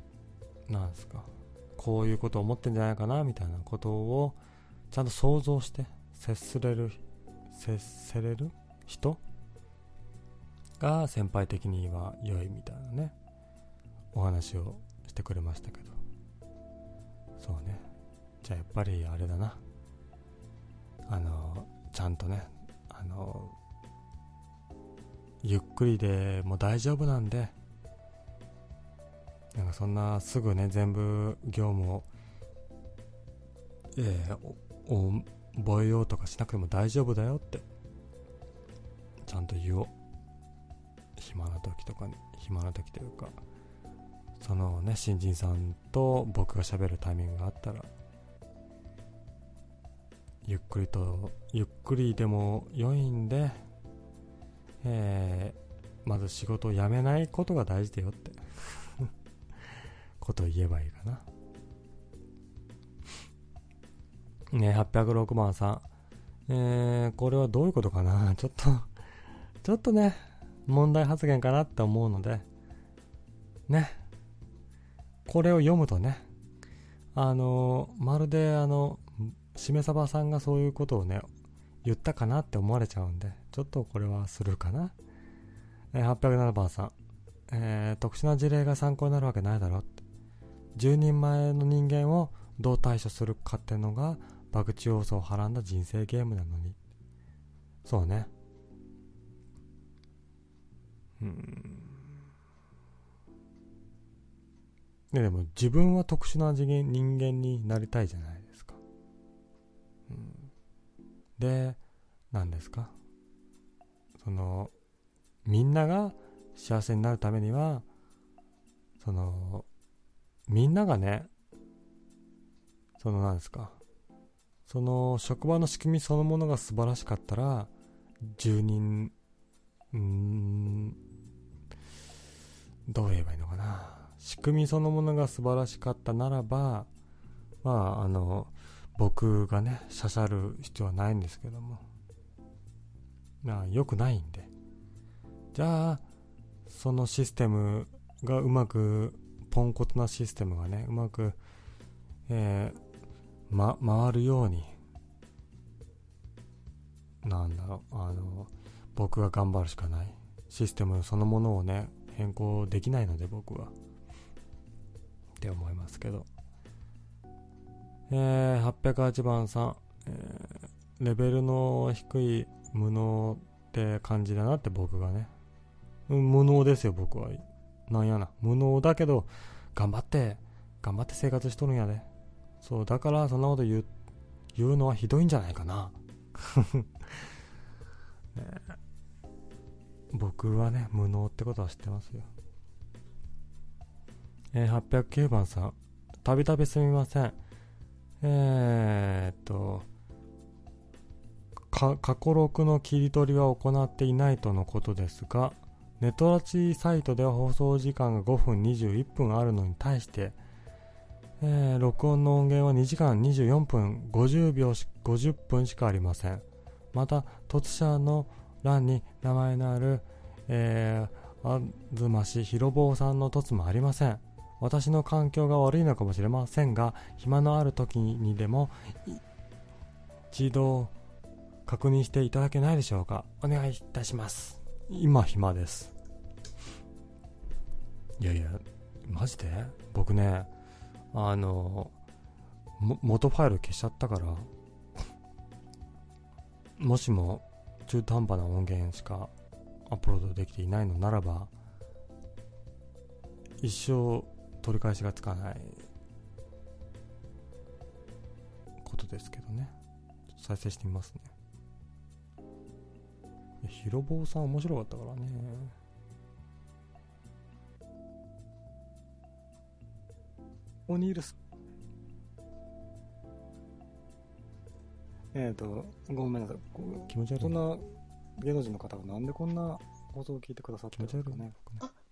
なんですかこういうことを思ってんじゃないかなみたいなことをちゃんと想像して接すれる接せれる人が先輩的には良いみたいなねお話をしてくれましたけどそうねじゃあやっぱりあれだなあのちゃんとねあのゆっくりでもう大丈夫なんでなんかそんなすぐね全部業務をえーおお覚えようとかしなくても大丈夫だよってちゃんと言おう暇な時とかに暇な時というかそのね新人さんと僕が喋るタイミングがあったらゆっくりとゆっくりでも良いんで、えーまず仕事を辞めないことが大事だよってことを言えばいいかなね806番さんえー、これはどういうことかなちょっとちょっとね問題発言かなって思うのでねこれを読むとねあのーまるであのしめさばさんがそういうことをね言ったかなって思われちゃうんでちょっとこれはするかな、えー807番さん、えー特殊な事例が参考になるわけないだろって10人前の人間をどう対処するかってのが博打要素をはらんだ人生ゲームなのにそうねうーんねでも自分は特殊な次元人間になりたいじゃないですか、うん、で何ですかそのみんなが幸せになるためにはそのみんながねその何ですかその職場の仕組みそのものが素晴らしかったら10人うーんどう言えばいいのかな仕組みそのものが素晴らしかったならばまああの僕がね刺さる必要はないんですけどもまあ良くないんでじゃあそのシステムがうまくポンコツなシステムがねうまく、えーま、回るようになんだろうあの僕が頑張るしかないシステムそのものをね変更できないので僕はって思いますけどえー、808番さん、えーレベルの低い無能って感じだなって僕がねうん無能ですよ僕はなんやな無能だけど頑張って頑張って生活しとるんやでそうだからそんなこと言う言うのはひどいんじゃないかな ねえ僕はね無能ってことは知ってますよえー809番さんたびたびすみませんえーっとか過去録の切り取りは行っていないとのことですがネトラチサイトでは放送時間が5分21分あるのに対して、えー録音の音源は2時間24分50秒し50分しかありませんまた突者の欄に名前のある、えー、東氏広坊さんの凸もありません私の環境が悪いのかもしれませんが暇のある時にでもい一度確認していただけないでしょうかお願いいたします今暇ですいやいやマジで僕ねあのも元ファイル消しちゃったから もしも中途半端な音源しかアップロードできていないのならば一生取り返しがつかないことですけどねちょっと再生してみますねいやひろぼうさん面白かったからねオニールスえっ、ー、と、ごめんなさい。こ気持ち悪いこんなな芸能人の方がなんでこんな放送を聞いてくださってるんですかね。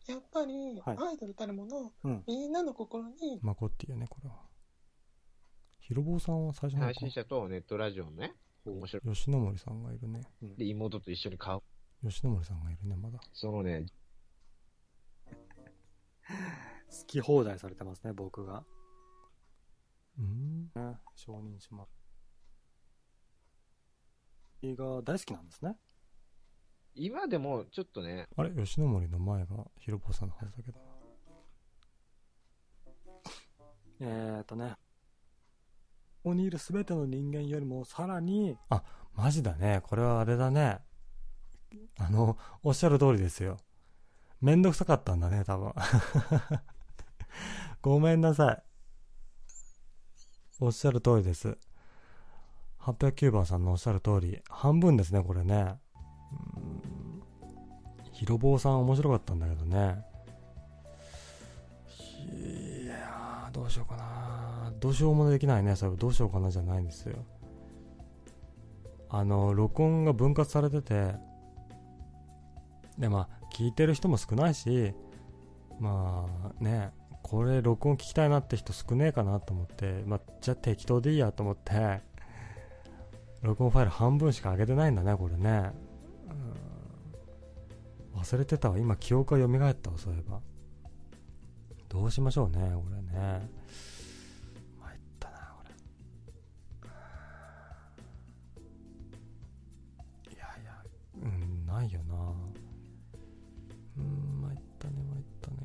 えやっぱり、はいアイドルたるもの、うんみんなの心に、マコッティよね、これは。ヒロボーさんは最初の配信者とネットラジオのね、面白い。吉野森さんがいるね。で、妹と一緒に買う。吉野森さんがいるね、まだ。そのね、好き放題されてますね、僕が。うん。ね、承認します。映画大好きなんですね。今でもちょっとね、あれ吉野森の前がヒロボーさんのはずだけど。えーとね。ここにいるすべての人間よりもさらに、マジだね。これはあれだね。あの、おっしゃる通りですよ。めんどくさかったんだね、多分。 ごめんなさい。おっしゃる通りです。809番さんのおっしゃる通り、半分ですね、これね。うーん。ひろぼうさん面白かったんだけどね。いやー、どうしようかな。どうしようもできないね、それどうしようかなじゃないんですよ。あの録音が分割されててでまあ聞いてる人も少ないしまあねこれ録音聞きたいなって人少ねえかなと思って、まあ、じゃあ適当でいいやと思って録音ファイル半分しか上げてないんだねこれねうん忘れてたわ今記憶が蘇ったわそういえばどうしましょうねこれね参ったなこれいやいやうんないよなうん参ったね参ったね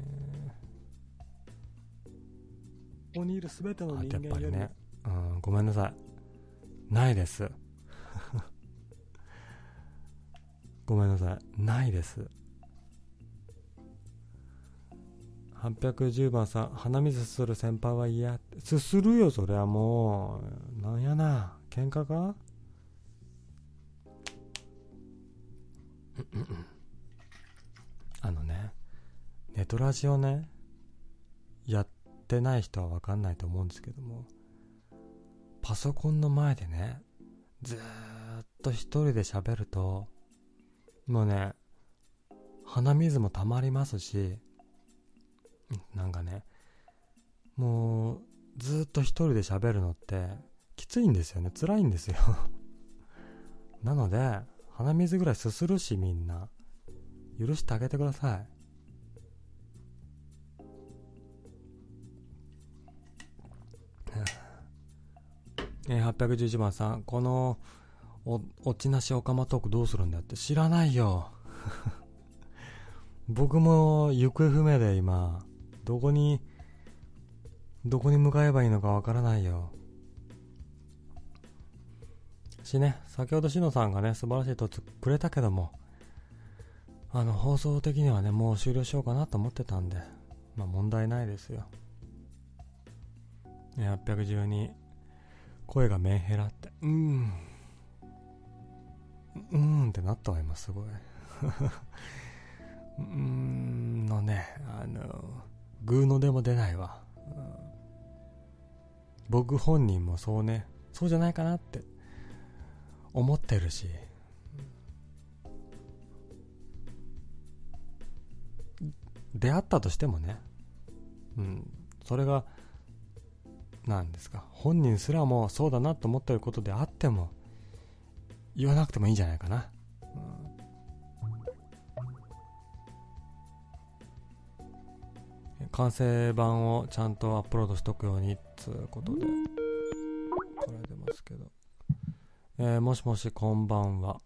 ここにいるすべてのあ人とやっ間ぱよりりもね、うん、ごめんなさいないです ごめんなさいないです810番さん鼻水すする先輩は嫌すするよそりゃもうなんやな喧嘩かあのねネトラジオねやってない人は分かんないと思うんですけどもパソコンの前でねずーっと一人で喋るともうね鼻水も溜まりますしなんかねもうずーっと一人で喋るのってきついんですよね辛いんですよ なので鼻水ぐらいすするしみんな許してあげてくださいえー811番さん、この、お、落ちなしオカマトークどうするんだって知らないよ。 僕も行方不明で今、どこに、どこに向かえばいいのかわからないよ。しね、先ほどしのさんがね、素晴らしいとつくれたけども、あの、放送的にはね、もう終了しようかなと思ってたんで、まあ問題ないですよ。えー812、声がメンヘラってうーんうーんってなったわ今すごい うーんのねあのグーのでも出ないわ、うん僕本人もそうねそうじゃないかなって思ってるし出会ったとしてもねうんそれがなんですか本人すらもそうだなと思ってることであっても言わなくてもいいんじゃないかな、うん完成版をちゃんとアップロードしとくようにっつうことでこれ出ますけど、えーもしもしこんばんは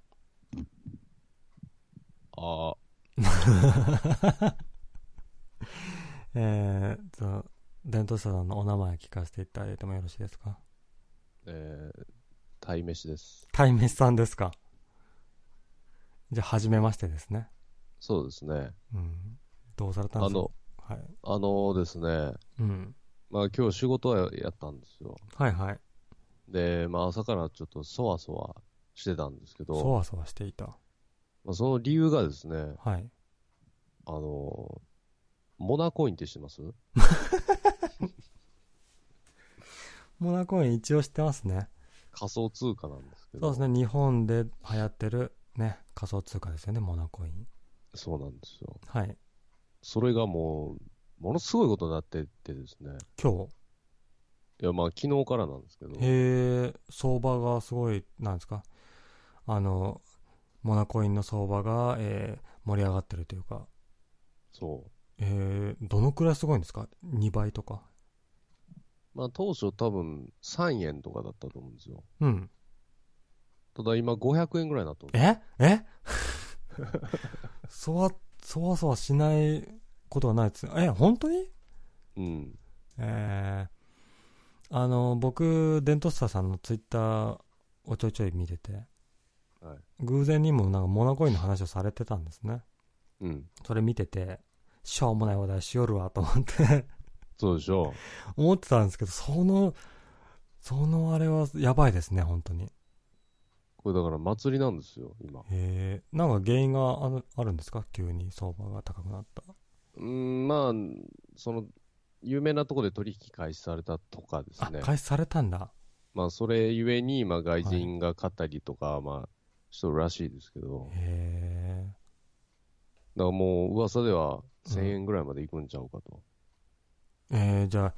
ああ、えーと伝統者さんのお名前聞かせていただいてもよろしいですかえー、鯛めしです。対面さんですかじゃあ初めましてですねそうですね。うんどうされたんあですかの、はい。あのですね、うん。まあ今日仕事はやったんですよ。はいはい。で、まあ朝からちょっとそわそわしてたんですけそど、わそわしていた。まあ、その理由がですね、はい。あの、モナコインって知ってますモナコイン一応知ってますね。仮想通貨なんですそけうど、ですね。日本で流行ってるね、仮想通貨ですよね、モナコイン。そうなんですよ。はい。それがもう、ものすごいことになってってですね。今いや、まあ、昨日からなんですけど日。、へえ、相場がすごい、なんですか。あの、モナコインの相場が、えー盛り上がってるというか、そう。えー、どのくらいすごいんですか ?2 倍とか。まあ、当初多分3円とかだったと思うんですよ。うん。ただ今500円ぐらいになったんですええ そわ、そわそわしないことはないですね。え、本当にうん。えー、あの、僕、デントスターさんのツイッターをちょいちょい見てて、はい偶然にもなんかモナコインの話をされてたんですね。うん。それ見てて、しょうもない話題しよるわと思って、 そうでしょ思ってたんですけど、その、そのあれはやばいですね、本当に。う。これだから祭りなんですよ、今。えー、なんか原因があるあるんですか急に相場が高くなった。うん、まあ、その、有名なとこで取引開始されたとかであすね、。開始されたんだ。まあ、それゆえに、まあ、外人が買ったりとか、まあ、しとるらしいですけど、へだからもう噂でうはん1000円ぐらいまでいくんちゃうかと。ええーじゃあ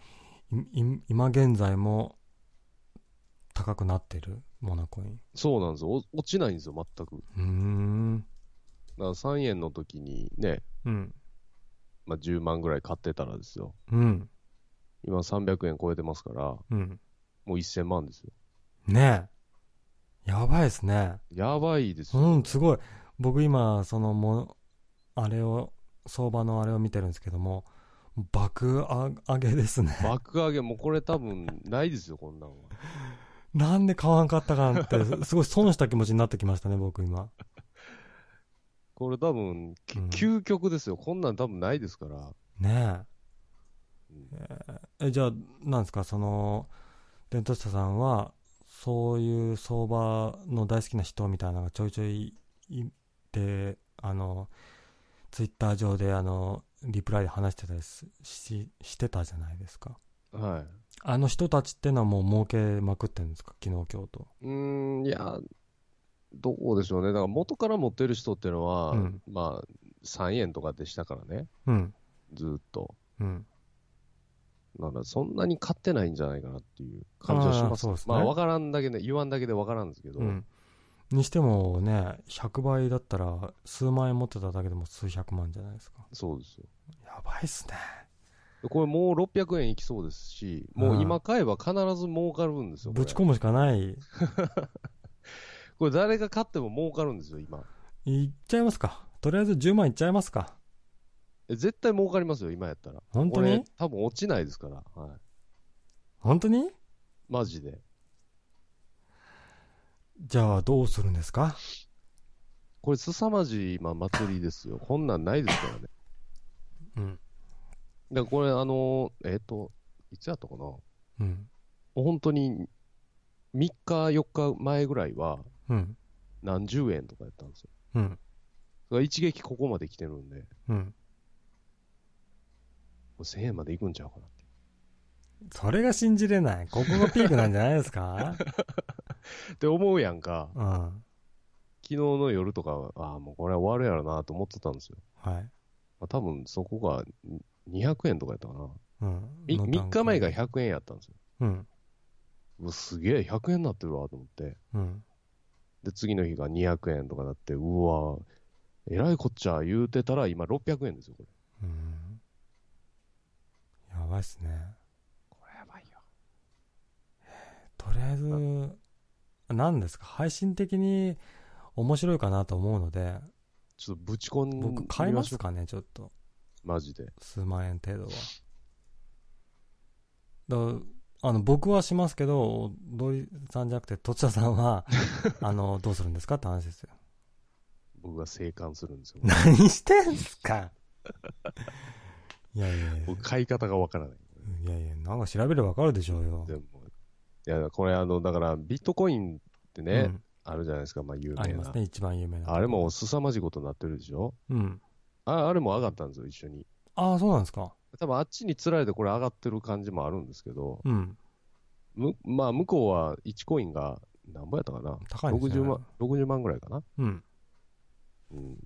いい今現在も高くなってるモナコインそうなんですよ。お落ちないんですよ、全く。うーんだから3円の時にね、うんまあ、10万ぐらい買ってたらですよ。うん今300円超えてますから、うんもう1000万ですよ。ねえやばいですねやばいですよ。うんすごい僕今そのもあれを相場のあれを見てるんですけども爆上げですね 爆上げ、もうこれ多分ないですよ、こんなんは。なんで買わんかったかなってすごい損した気持ちになってきましたね僕今これ多分、きうん究極ですよ。こんなん多分ないですから。ねえうんえじゃあなんですかそのデントスタさんはそういう相場の大好きな人みたいなのがちょいちょいいてあのツイッター上であのリプライで話してたりしししてたじゃないですかはい。あの人たちってのはもう儲けまくってるんですか昨日今日とうーん、いや、どうでしょうね。だから元から持ってる人ってのは、うんまあ、3円とかでしたからね。うんずーっと。うんだからそんなに買ってないんじゃないかなっていう感じはしあーます。そうですねまあ、わからんだけね、言わんだけでわからんですけど、うんにしてもね100倍だったら数万円持ってただけでも数百万じゃないですかそうですよ。やばいっすねでこれもう600円いきそうですし、もう今買えば必ず儲かるんですよ。これぶち込むしかないこれ誰が買っても儲かるんですよ、今。いっちゃいますか。とりあえず10万いっちゃいますか。え絶対儲かりますよ、今やったら。本当これに多分落ちないですから。はい。本当にマジで。じゃあどうするんですかこれ凄まじい、まあ、祭りですよ。こんなんないですからね。うん。だからこれ、あのーえっ、と、いつやったかなもうん。う本当に、3日、4日前ぐらいは、うん。何十円とかやったんですよ。うん。だから一撃ここまで来てるんで、もうん。う1000円までいくんちゃうかなって。それが信じれない。ここがピークなんじゃないです かって思うやんか、うん。は昨日の夜とかは、ああ、もうこれは終わるやろなと思ってたんですよ。い。まあ、多分そこが200円とかやったかな。うん。みの3日前が。100円やったんですよ。うん。うわすげえ、100円になってるわと思って。うん。で、次の日が200円とかなって、うわ、えらいこっちゃ言うてたら、今600円ですよ、これ。うん。やばいっすね。これやばいよ。とりあえず、何ですか配信的に面白いかなと思うので、ちょっとぶち込んで僕買いまょすうかねちょっと。マジで。数万円程度はだからあの僕はしますけど土井さんじゃなくて土田さん はあのどうするんですかって話ですよ僕が生還するんですよ。 何してんすかいやいやいや僕、買い方がわからない。いやいやなんか調べればわかるでしょうよ、全部。いや、これあの、だから、ビットコインってね、うんあるじゃないですか、まあ、有名な。ありますね一番有名なあれも凄まじいことになってるでしょうんああれも上がったんですよ、一緒に。ああそうなんですか多分あっちに釣られてこれ上がってる感じもあるんですけど、うんむまあ、向こうは1コインが何ぼやったかな高いですね60万 ,60 万ぐらいかな、うんうん、か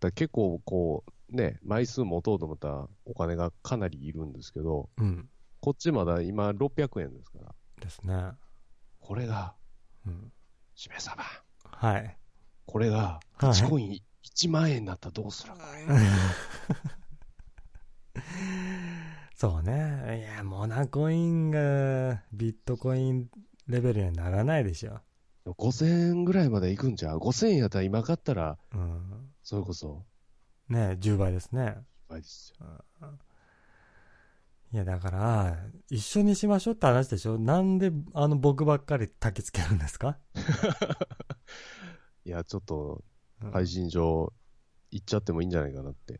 ら結構こう、ね、枚数持とうと思ったらお金がかなりいるんですけど、うん。こっちまだ今600円ですから、ですね。これが、うん。しめさば、はい。これが、はい1コイン1万円になったらどうするこれ。 そうね。いや、モナコインがビットコインレベルにはならないでしょ。 5000円ぐらいまで行くんじゃう ?5000 円やったら今買ったら、うん。それこそ、ね10倍ですね。いっぱいですよ。いや、だから、一緒にしましょうって話でしょなんで、あの、僕ばっかり焚きつけるんですかいや、ちょっと、うん配信上、行っちゃってもいいんじゃないかなって。い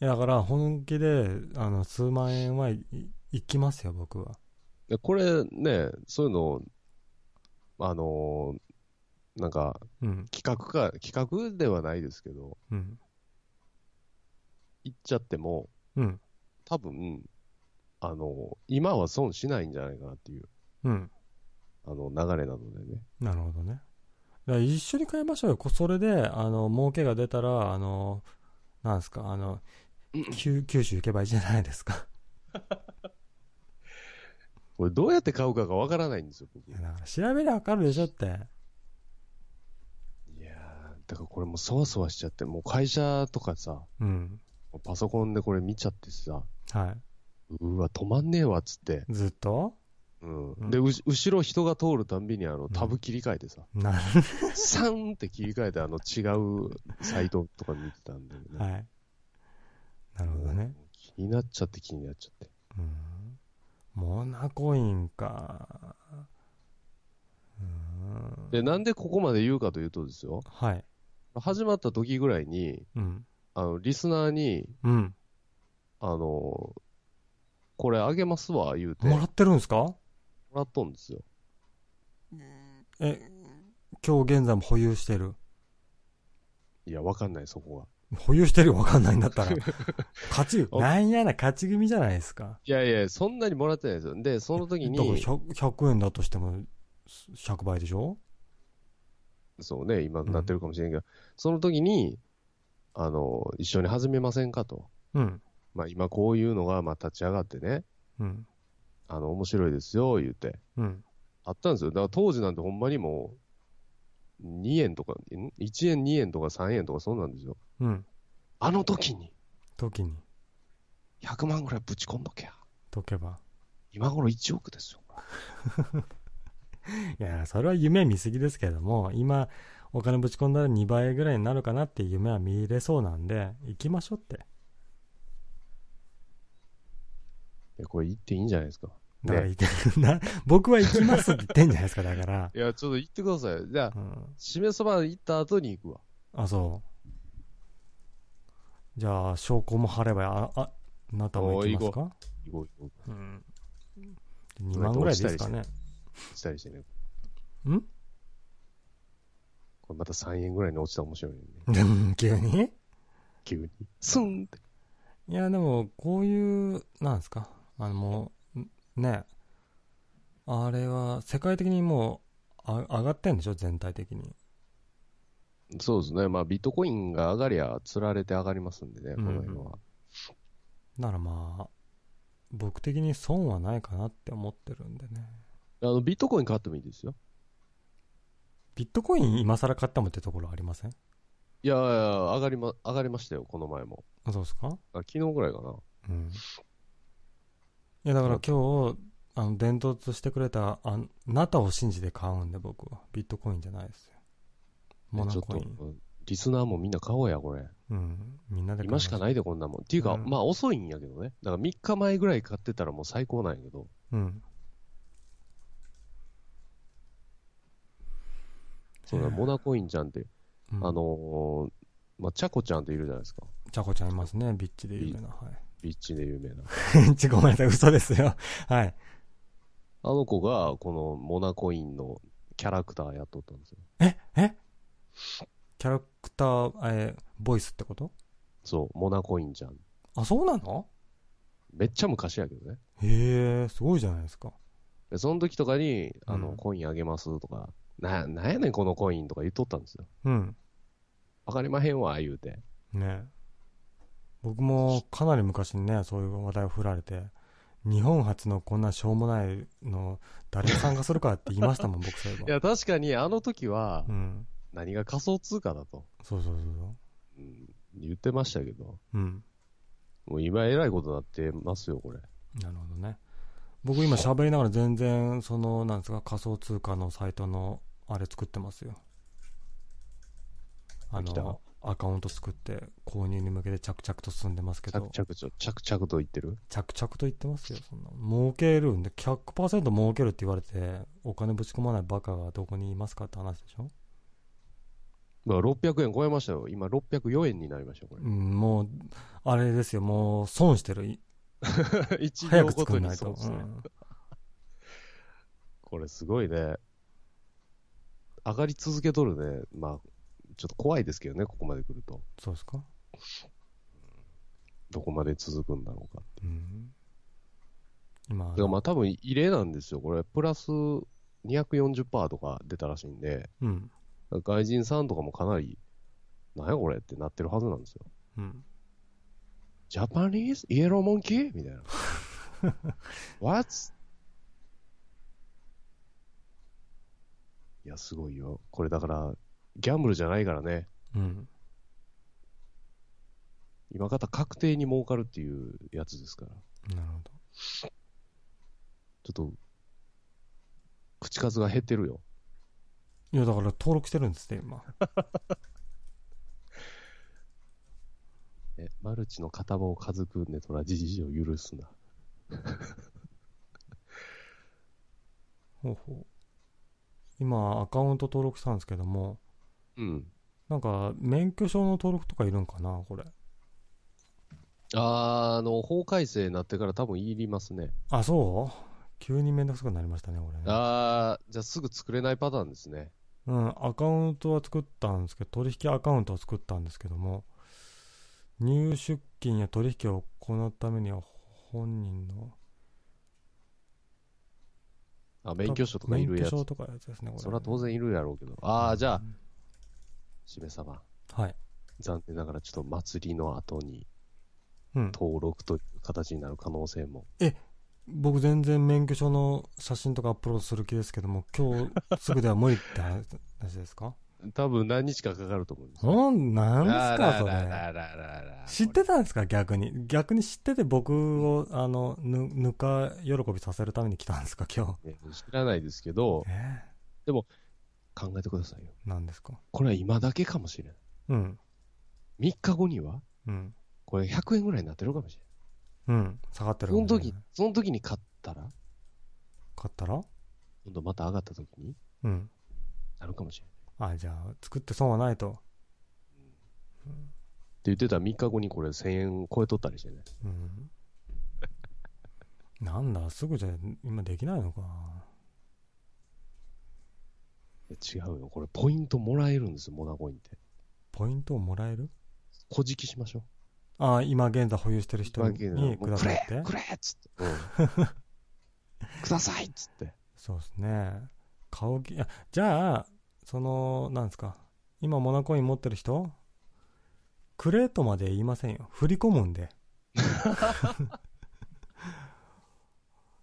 や、だから、本気で、あの、数万円はい、いいきますよ、僕は。でこれね、そういうの、あのーなんか、うん、企画か、企画ではないですけど、うん、行っちゃっても、うん、多分、あの今は損しないんじゃないかなっていう、うん。あの、流れなのでね。なるほどね。だから一緒に買いましょうよ。こそれで、あの、儲けが出たら、あの、なんですか、あの、九九州行けばいいじゃないですか。 これどうやって買うかがわからないんですよ、僕。いや、だから、調べりゃわかるでしょって。いやーだからこれもうそわそわしちゃって、もう会社とかさ、うん。パソコンでこれ見ちゃってさ、はうわ、止まんねえわ、っつって。い。ずっとうん。うんで、うし後ろ人が通るたんびに、あの、んタブ切り替えてさ、なる。サンって切り替えて、あの、違うサイトとか見てたんだよね。はい。なるほどね。気になっちゃって気になっちゃって。うんモナコインか。うんで、なんでここまで言うかというとですよ、はい。始まった時ぐらいに、うん。あの、リスナーに、うん。あの、これあげますわ、言うて、ももらってるんですからっとんですよ。え、今日現在も保有してる。いや、わかんない、そこが。保有してるよ、わかんないんだっ たら。勝ち、なんやな、勝ち組じゃないですか。いやいや、そんなにもらってないですよ。で、その時だからに、 100、100円だとしても、100倍でしょそうね、今なってるかもしれんけど、その時に、あの、一緒に始めませんかと。うん。まあ今こういうのが、まあ立ち上がってね、うん。あの、面白いですよ、言うて。うん。あったんですよ。だから当時なんてほんまにもう、2円とか、ん1円、2円とか3円とかそうなんですよ。うん。あの時に、時に、 100万ぐらいぶち込んどけや。解けば。今頃1億ですよ。いや、それは夢見すぎですけれども、今、お金ぶち込んだら2倍ぐらいになるかなっていう夢は見れそうなんで、行きましょうって。えこれ言っていいんじゃないですか。だからね行け、な僕は行きますって言ってんじゃないですか、だから。いや、ちょっと言ってください。じゃあう、ん、しめそば行った後に行くわ。あ、そう。じゃあ、証拠も貼れば、あ、あ、あなたも行きますか行こう行こうん。2万ぐらいでいいですかね。う。したりしてね。んこれまた3円ぐらいに落ちたら面白いよね。 急に急に。スンって。いや、でも、こういう、なんですか。あの、もう、ね。あれは、世界的にもう、あ上がってんでしょ全体的に。そうですね。まあ、ビットコインが上がりゃ、つられて上がりますんでね、こうんの辺は。ならまあ、僕的に損はないかなって思ってるんでね。あの、ビットコイン買ってもいいですよ。ビットコイン今更買ってもってところありませんいやいや、上がりま、上がりましたよ、この前も。あそうですかあ昨日ぐらいかな。うん。いや、だから今日、あの、伝統してくれた、あなたを信じて買うんで僕は。ビットコインじゃないですよ。モナちょっコイとン。、リスナーもみんな買おうや、これ。うん。みんなで買い今まししょかうないで、こんなもん。っていうか、うんまあ、遅いんやけどね。だから3日前ぐらい買ってたらもう最高なんやけど。うん。そうだ、モナコインちゃんって、うんあ、のーまあ、チャコちゃんっているじゃないですか。ちゃこちゃんいますね。ビッチで有名な。はい。 ビッチで有名な。ビッチごめんなさい。嘘ですよ。 はい。あの子が、このモナコインのキャラクターやっとったんですよ。ええキャラクター、えーボイスってことそう、モナコインちゃん。あ、そうなのめっちゃ昔やけどね。へえ、すごいじゃないですか。でその時とかに、あの、うんコインあげますとか、な、なんやねんこのコインとか言っとったんですよ。うん。わかりまへんわ、言うて。ね僕もかなり昔にねそういう話題を振られて日本初のこんなしょうもないの誰が参加するかって言いました もん僕そういえばいや、確かにあの時はう、ん何が仮想通貨だと、そうそうそうそうん言ってましたけど、ううんもう今えらいことになってますよ、これ。なるほどね僕今喋りながら全然そのなんですか仮想通貨のサイトのあれ作ってますよあ来たのアカウント作って購入に向けて着々と進んでますけ着々どと、着々と言ってる。着々と言ってますよそんな儲けるんで100%儲けるって言われてお金ぶち込まないバカがどこにいますかって話でしょ、まあ、600円超えましたよ。今、604円になりましたよ、こうん、もうあれですよもう損してるいれ。 一早秒くご作とんなにいそうとですね。うんこれすごいね。上がり続けとるね。まあ、ちょっと怖いですけどね、ここまで来ると。そうですか、どこまで続くんだろうか。うん、今だからまあ多分異例なんですよ。これ、プラス240%とか出たらしいんで、うん外人さんとかもかなり、なんやこれってなってるはずなんですよ。うんジャパニーズイエローモンキーみたいな。What? いや、すごいよ。これだから、ギャンブルじゃないからね。うん今方確定に儲かるっていうやつですから。なるほどちょっと、口数が減ってるよ。いやだから登録してるんですって今え、マルチの片棒を家族ネトラジ事情を許すな。ほうほう今アカウント登録したんですけどもうん。なんか免許証の登録とかいるんかなこれあーあの、法改正になってから多分いりますね。あそう急にめんどくさくなりましたねこれねああ、じゃあすぐ作れないパターンですね。うん、アカウントは作ったんですけど、取引アカウントを作ったんですけども、入出金や取引を行うためには、本人のあ、免許証とかいるや免つ許。証とかやつですね、これ。それは当然いるやろうけど。ああ、じゃあ、しめ様。あ。はい。残念ながらちょっと祭りの後にうん。登録という形になる可能性も。僕全然免許証の写真とかアップロードする気ですけども、今日すぐでは無理って話話ですか多分何日かかかると思うんですよ。ほん、なんですか、そられ。ららららら知ってたんですか、逆に。逆に知ってて僕を、あの、ぬ、ぬか喜びさせるために来たんですか、今日。ね知らないですけど、え考えてくださいよ。ー、なんですか。これは今だけかもしれない。うん。 3日後には、うん。これ100円ぐらいになってるかもしれうん。下がってなるい。そもんのね時、その時に買ったら、買ったら今度また上がった時にうん。なるかもしれない。あ、じゃあ、作って損はないと。って言ってたら3日後にこれ1000円超えとったりしてね。うん。なんだ、すぐじゃ、今できないのか。違うよ。これポイントもらえるんですよ、モナコインって。ポイントをもらえる小じきしましょう。あ、今現在保有してる人にくださいってく。れっつって。 くださいっつって。そうですね。顔気、あじゃあ、その、なんですか。今、モナコイン持ってる人くれとまで言いませんよ。振り込むんで。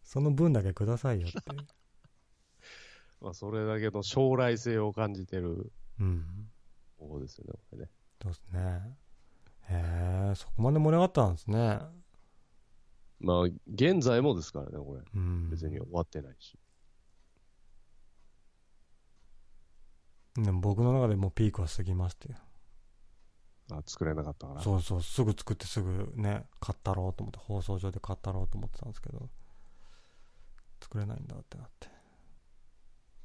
その分だけくださいよって。まあ、それだけの将来性を感じてるうん。方法ですよね、これね。そうですね。へえ、そこまで盛り上がったんですね。まあ、現在もですからね、これ。うん。別に終わってないし。でも僕の中でもうピークは過ぎましたよ。あ、作れなかったから。そうそう、すぐ作ってすぐね、買ったろうと思って、放送上で買ったろうと思ってたんですけど、作れないんだってなって。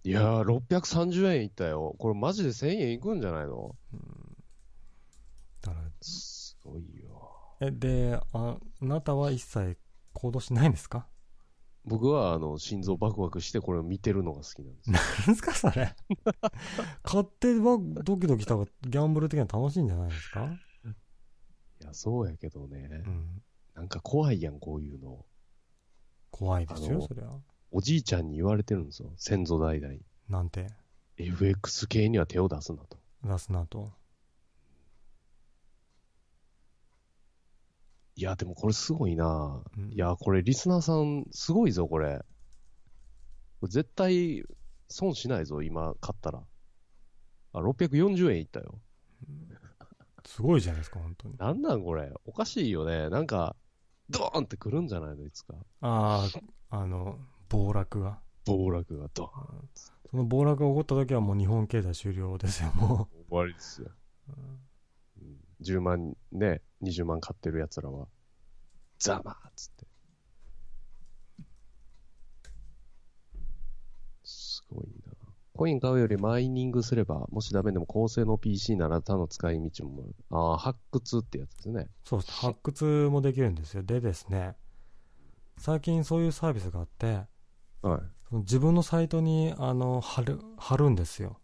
いやー、630円いったよ。これマジで1000円いくんじゃないのだかすごいよ。ら、え、で、ああなたは一切行動しないんですか 僕は、あの、心臓バクバクしてこれを見てるのが好きなんで すよ。何ですか、それ。買ってはドキドキした方がギャンブル的には楽しいんじゃないですかいや、そうやけどねう。ん。なんか怖いやん、こういうの。怖いですあよ、のそりゃ。おじいちゃんに言われてるんですよ。先祖代々。なんて、 FX 系には手を出すなと。出すなと。いや、でもこれすごいなうんいや、これリスナーさん、すごいぞ、これ。これ絶対、損しないぞ、今、買ったら。あ、640円いったよ。すごいじゃないですか、本当に。なんなん、これ。おかしいよね。なんか、ドーンってくるんじゃないの、いつか。ああ、あの、暴落が。暴落がドーン。その暴落が起こった時はもう日本経済終了ですよ、も終わりですよ。うん10万、ね、20万買ってる奴らは、ざまーっつって。すごいな。コイン買うよりマイニングすれば、もしダメでも高性能 PC なら他の使い道もある。ああ、発掘ってやつですね。う。そうです。発掘もできるんですよ。でですね、最近そういうサービスがあって、はい。その自分のサイトに、あの、貼る、貼るんですよ。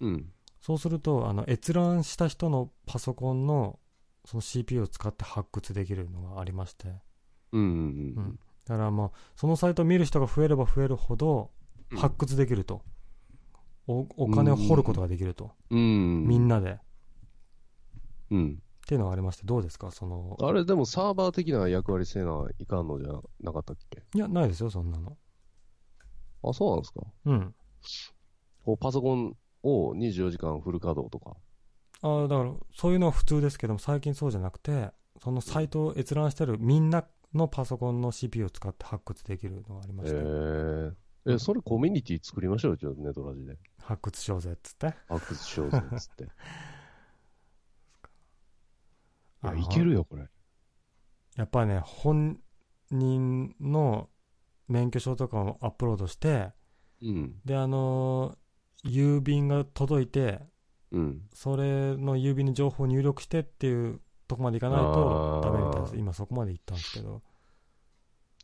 うん。そうすると、あの、閲覧した人のパソコンの、その CPU を使って発掘できるのがありまして。うんううんん。だからもう、そのサイトを見る人が増えれば増えるほど、うん発掘できると。お、お金を掘ることができると。うん。みん。なで。っうん。ていうのがありまして、どうですかその、あれ、でもサーバー的な役割せないかんのじゃなかったっけいや、ないですよ、そんなの。あ、そうなんですかうん。こうパソコンを24時間フル稼働とか。ああ、だから、そういうのは普通ですけども、最近そうじゃなくて、そのサイトを閲覧してるみんなのパソコンの CPU を使って発掘できるのがありまへして、ええ、それコミュニティ作りましょうよ、ちょっとネトラジで。発掘しようぜっつって。発掘しようぜ、つって。い あや、のいけるよ、これ。やっぱりね、本人の免許証とかをアップロードして、うん。で、あのー郵便が届いて、うん。それの郵便の情報を入力してっていうとこまでいかないとあーダメみたいです。今そこまで行ったんですけど。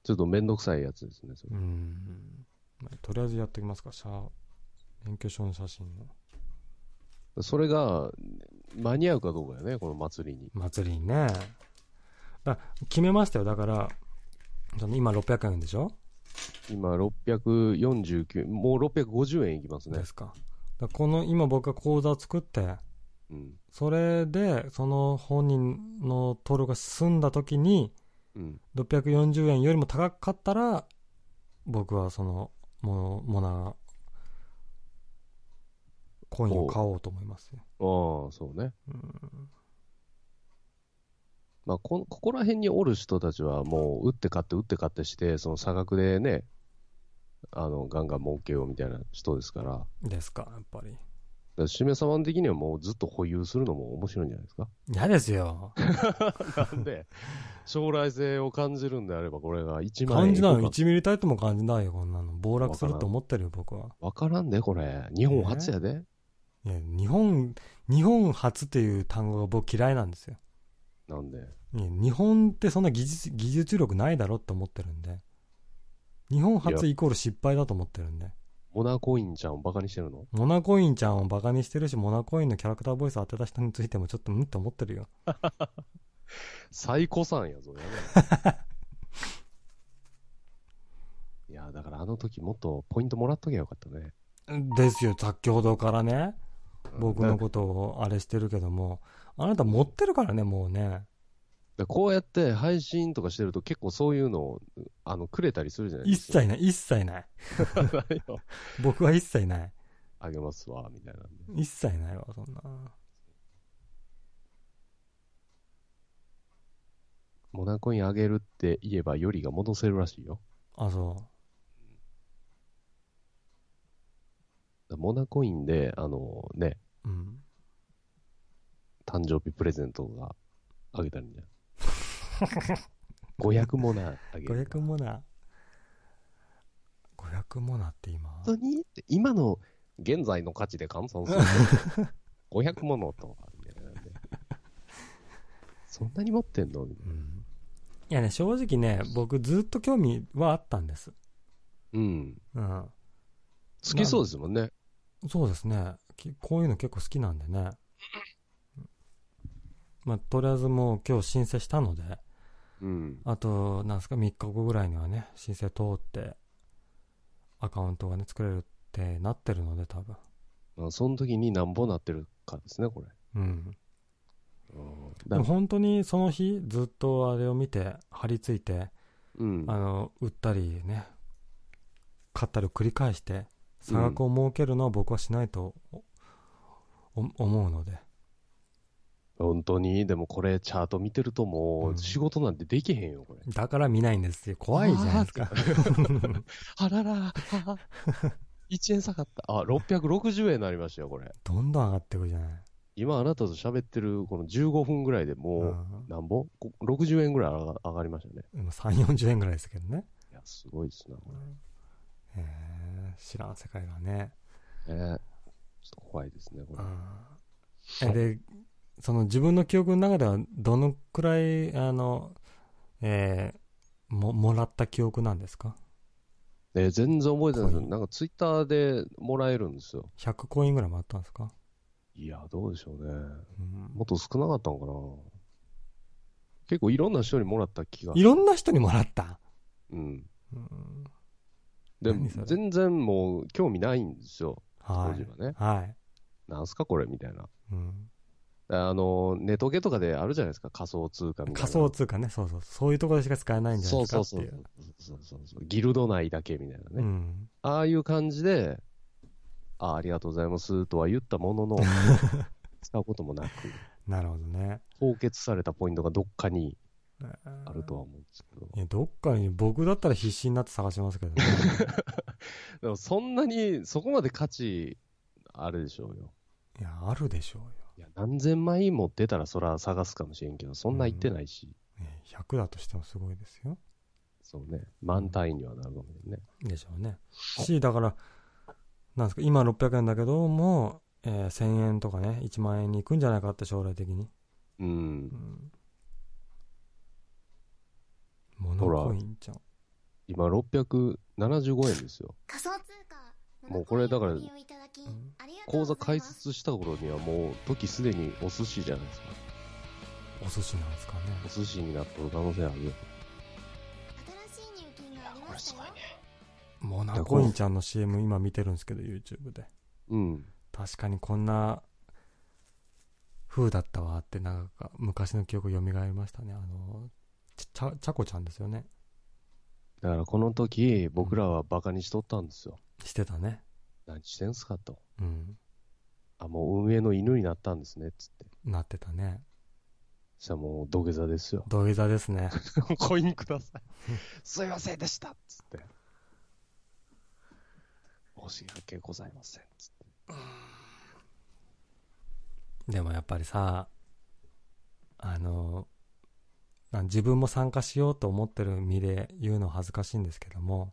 ちょっとめんどくさいやつですね、それ。うん。まあとりあえずやっておきますか、写、免許証の写真の。それが、間に合うかどうかよね、この祭りに。祭りにね。だ決めましたよ。だから、その今600円でしょ、今、649、もう650円いきますねで。すか。だからこの、今僕が口座作って、うん。それで、その本人の登録が済んだ時に、うん。 640円よりも高かったら、僕はその、モモナ、コインを買おうと思いますよ。ああ、そうね。うんまあ、こ、ここら辺におる人たちは、もう、打って買って、打って買ってして、その差額でね、あの、ガンガン儲けようみたいな人ですから。ですか、やっぱり。だからしめさま的にはもうずっと保有するのも面白いんじゃないですか嫌ですよ。 なんで、将来性を感じるんであれば、これが1万円感いじくなか。いよ。1ミリたりとも感じないよ、こんなの。暴落すると思ってるよ、僕は。わからんで、これ。日本初やで。いや、日本、日本初っていう単語が僕嫌いなんですよ。なんで。いや日本ってそんな技術、技術力ないだろって思ってるんで。日本初イコール失敗だと思ってるんで。モナコインちゃんをバカにしてるのモナコインちゃんをバカにしてるし、モナコインのキャラクターボイス当てた人についてもちょっとうんって思ってるよ。最古さんやぞ、や めろいや、だからあの時もっとポイントもらっときゃよかったね。ですよ、先ほどからね。僕のだことをあれしてるけども。あなた持ってるからね、もうね。だこうやって配信とかしてると結構そういうのを、あの、くれたりするじゃないで一すか。切ない、一切ない。切ないよ。僕は一切ない。 あげますわ、みたいなんで。一切ないわ、そんな。モナコインあげるって言えばよりが戻せるらしいよ。あ、そモナコインで、あのね、う。うん。誕生日プレゼントがあげたらいいんじゃない ?500 モナあげる。 500モナ。500モナって今。本当にって今の現在の価値で換算すると500モナとかみたいなんで。そんなに持ってんのみたいな。うん。いやね、正直ね、僕ずっと興味はあったんです。うん。うん。好きそうですもんね。そうですね。きこういうの結構好きなんでね。まあ、とりあえずもう今日申請したので、うん。あと、なんですか、3日後ぐらいにはね、申請通って、アカウントがね、作れるってなってるので、多分。まあ、その時になんぼなってるかですね、これ。うん。でだも本当にその日ずっとあれを見て張り付いてうん。あの売ったりね買ったりを繰り返して差額を設けるのは僕はしないとおお思うので本当に、でもこれチャート見てるともうんう仕事なんてできへんよ、これ。だから見ないんですよ怖いじゃないですかあらら、はは1円下がった。あ、660円になりましたよ、これ。どんどん上がっていくじゃない、今あなたと喋ってるこの15分ぐらいでうもんう、、なんぼこ ?60 円ぐらい上が上がりましたね。でも3 4 0円ぐらいですけどね、いや、すごいですな、こえー知らん世界がね、れ。ねちょっと怖いですね、これ。うんえでその自分の記憶の中ではどのくらいあの、えーももらった記憶なんですかえー全然覚えてないですコインなんかツイッターでもらえるんですよ。 100コインぐらいもらったんですか、いや、どうでしょうね。うんもっと少なかったのかな結構いろんな人にもらった気が。いろんな人にもらった、うん。うんで何それ全然もう興味ないんですよ。当は時いはね。はい、なんすかこれみたいな。うん、あの、ネトゲとかであるじゃないですか。仮想通貨みたいな。仮想通貨ねそうそうそういうところでしか使えないんじゃないですかっていうそうそうそうそうそう。ギルド内だけみたいなね。うんああいう感じで、あありがとうございますとは言ったも のの、使うこともなく、なるほどね凍結されたポイントがどっかにあるとは思うんですけどい、やどっかに僕だったら必死になって探しますけどねでもそんなに、そこまで価値、あれでしょうよ。 いやあるでしょうよいや何千枚も出たらそら探すかもしれんけど、そんな言ってないし、ね100だとしてもすごいですよそうね、満単位にはなるかもしれんね。でしょうねしだからなんですか今600円だけども、えー1000円とかね1万円に行くんじゃないかって将来的に、う。うんん、モノコインじゃん今、675円ですよ。仮想通貨もうこれだからご利用いただきんありがとう口ござ座い開ます設した頃にはもう、時すでにお寿司じゃないですか。お寿司なんですかねお寿司になっとる可能性あるよ。新しい入金がありましたよモナコインちゃんの CM 今見てるんですけど YouTube でうん。確かにこんな風だったわってなんか昔の記憶蘇りましたねあのちちゃちゃこちゃんですよねだからこの時、僕らはバカにしとったんですよ。してたね何してんすかと。うんあ、もう運営の犬になったんですね、つって。なってたね。そしたらもう土下座ですよ土下座ですね コインください。すいませんでした、つって。申し訳ございません、つって。でもやっぱりさあのあ自分も参加しようと思ってる身で言うのは恥ずかしいんですけども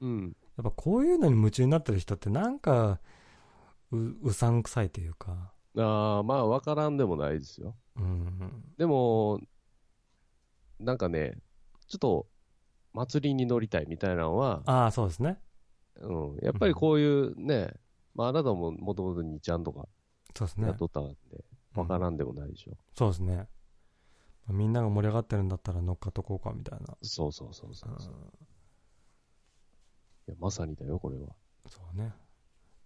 うん。やっぱこういうのに夢中になってる人ってなんかううさんくさいというかあーまあ、わからんでもないですよ。うんでも、なんかね、ちょっと、祭りに乗りたいみたいなのは、ああそうですねうん、やっぱりこういうね、まあ、あなたももともと2ちゃんとかそうですねやっとったんで、わからんでもないでしょ。そうですね。みんなが盛り上がってるんだったら乗っかっとこうかみたいな。そうそうそうそううんそう、いや。まさにだよ、これは。そうね。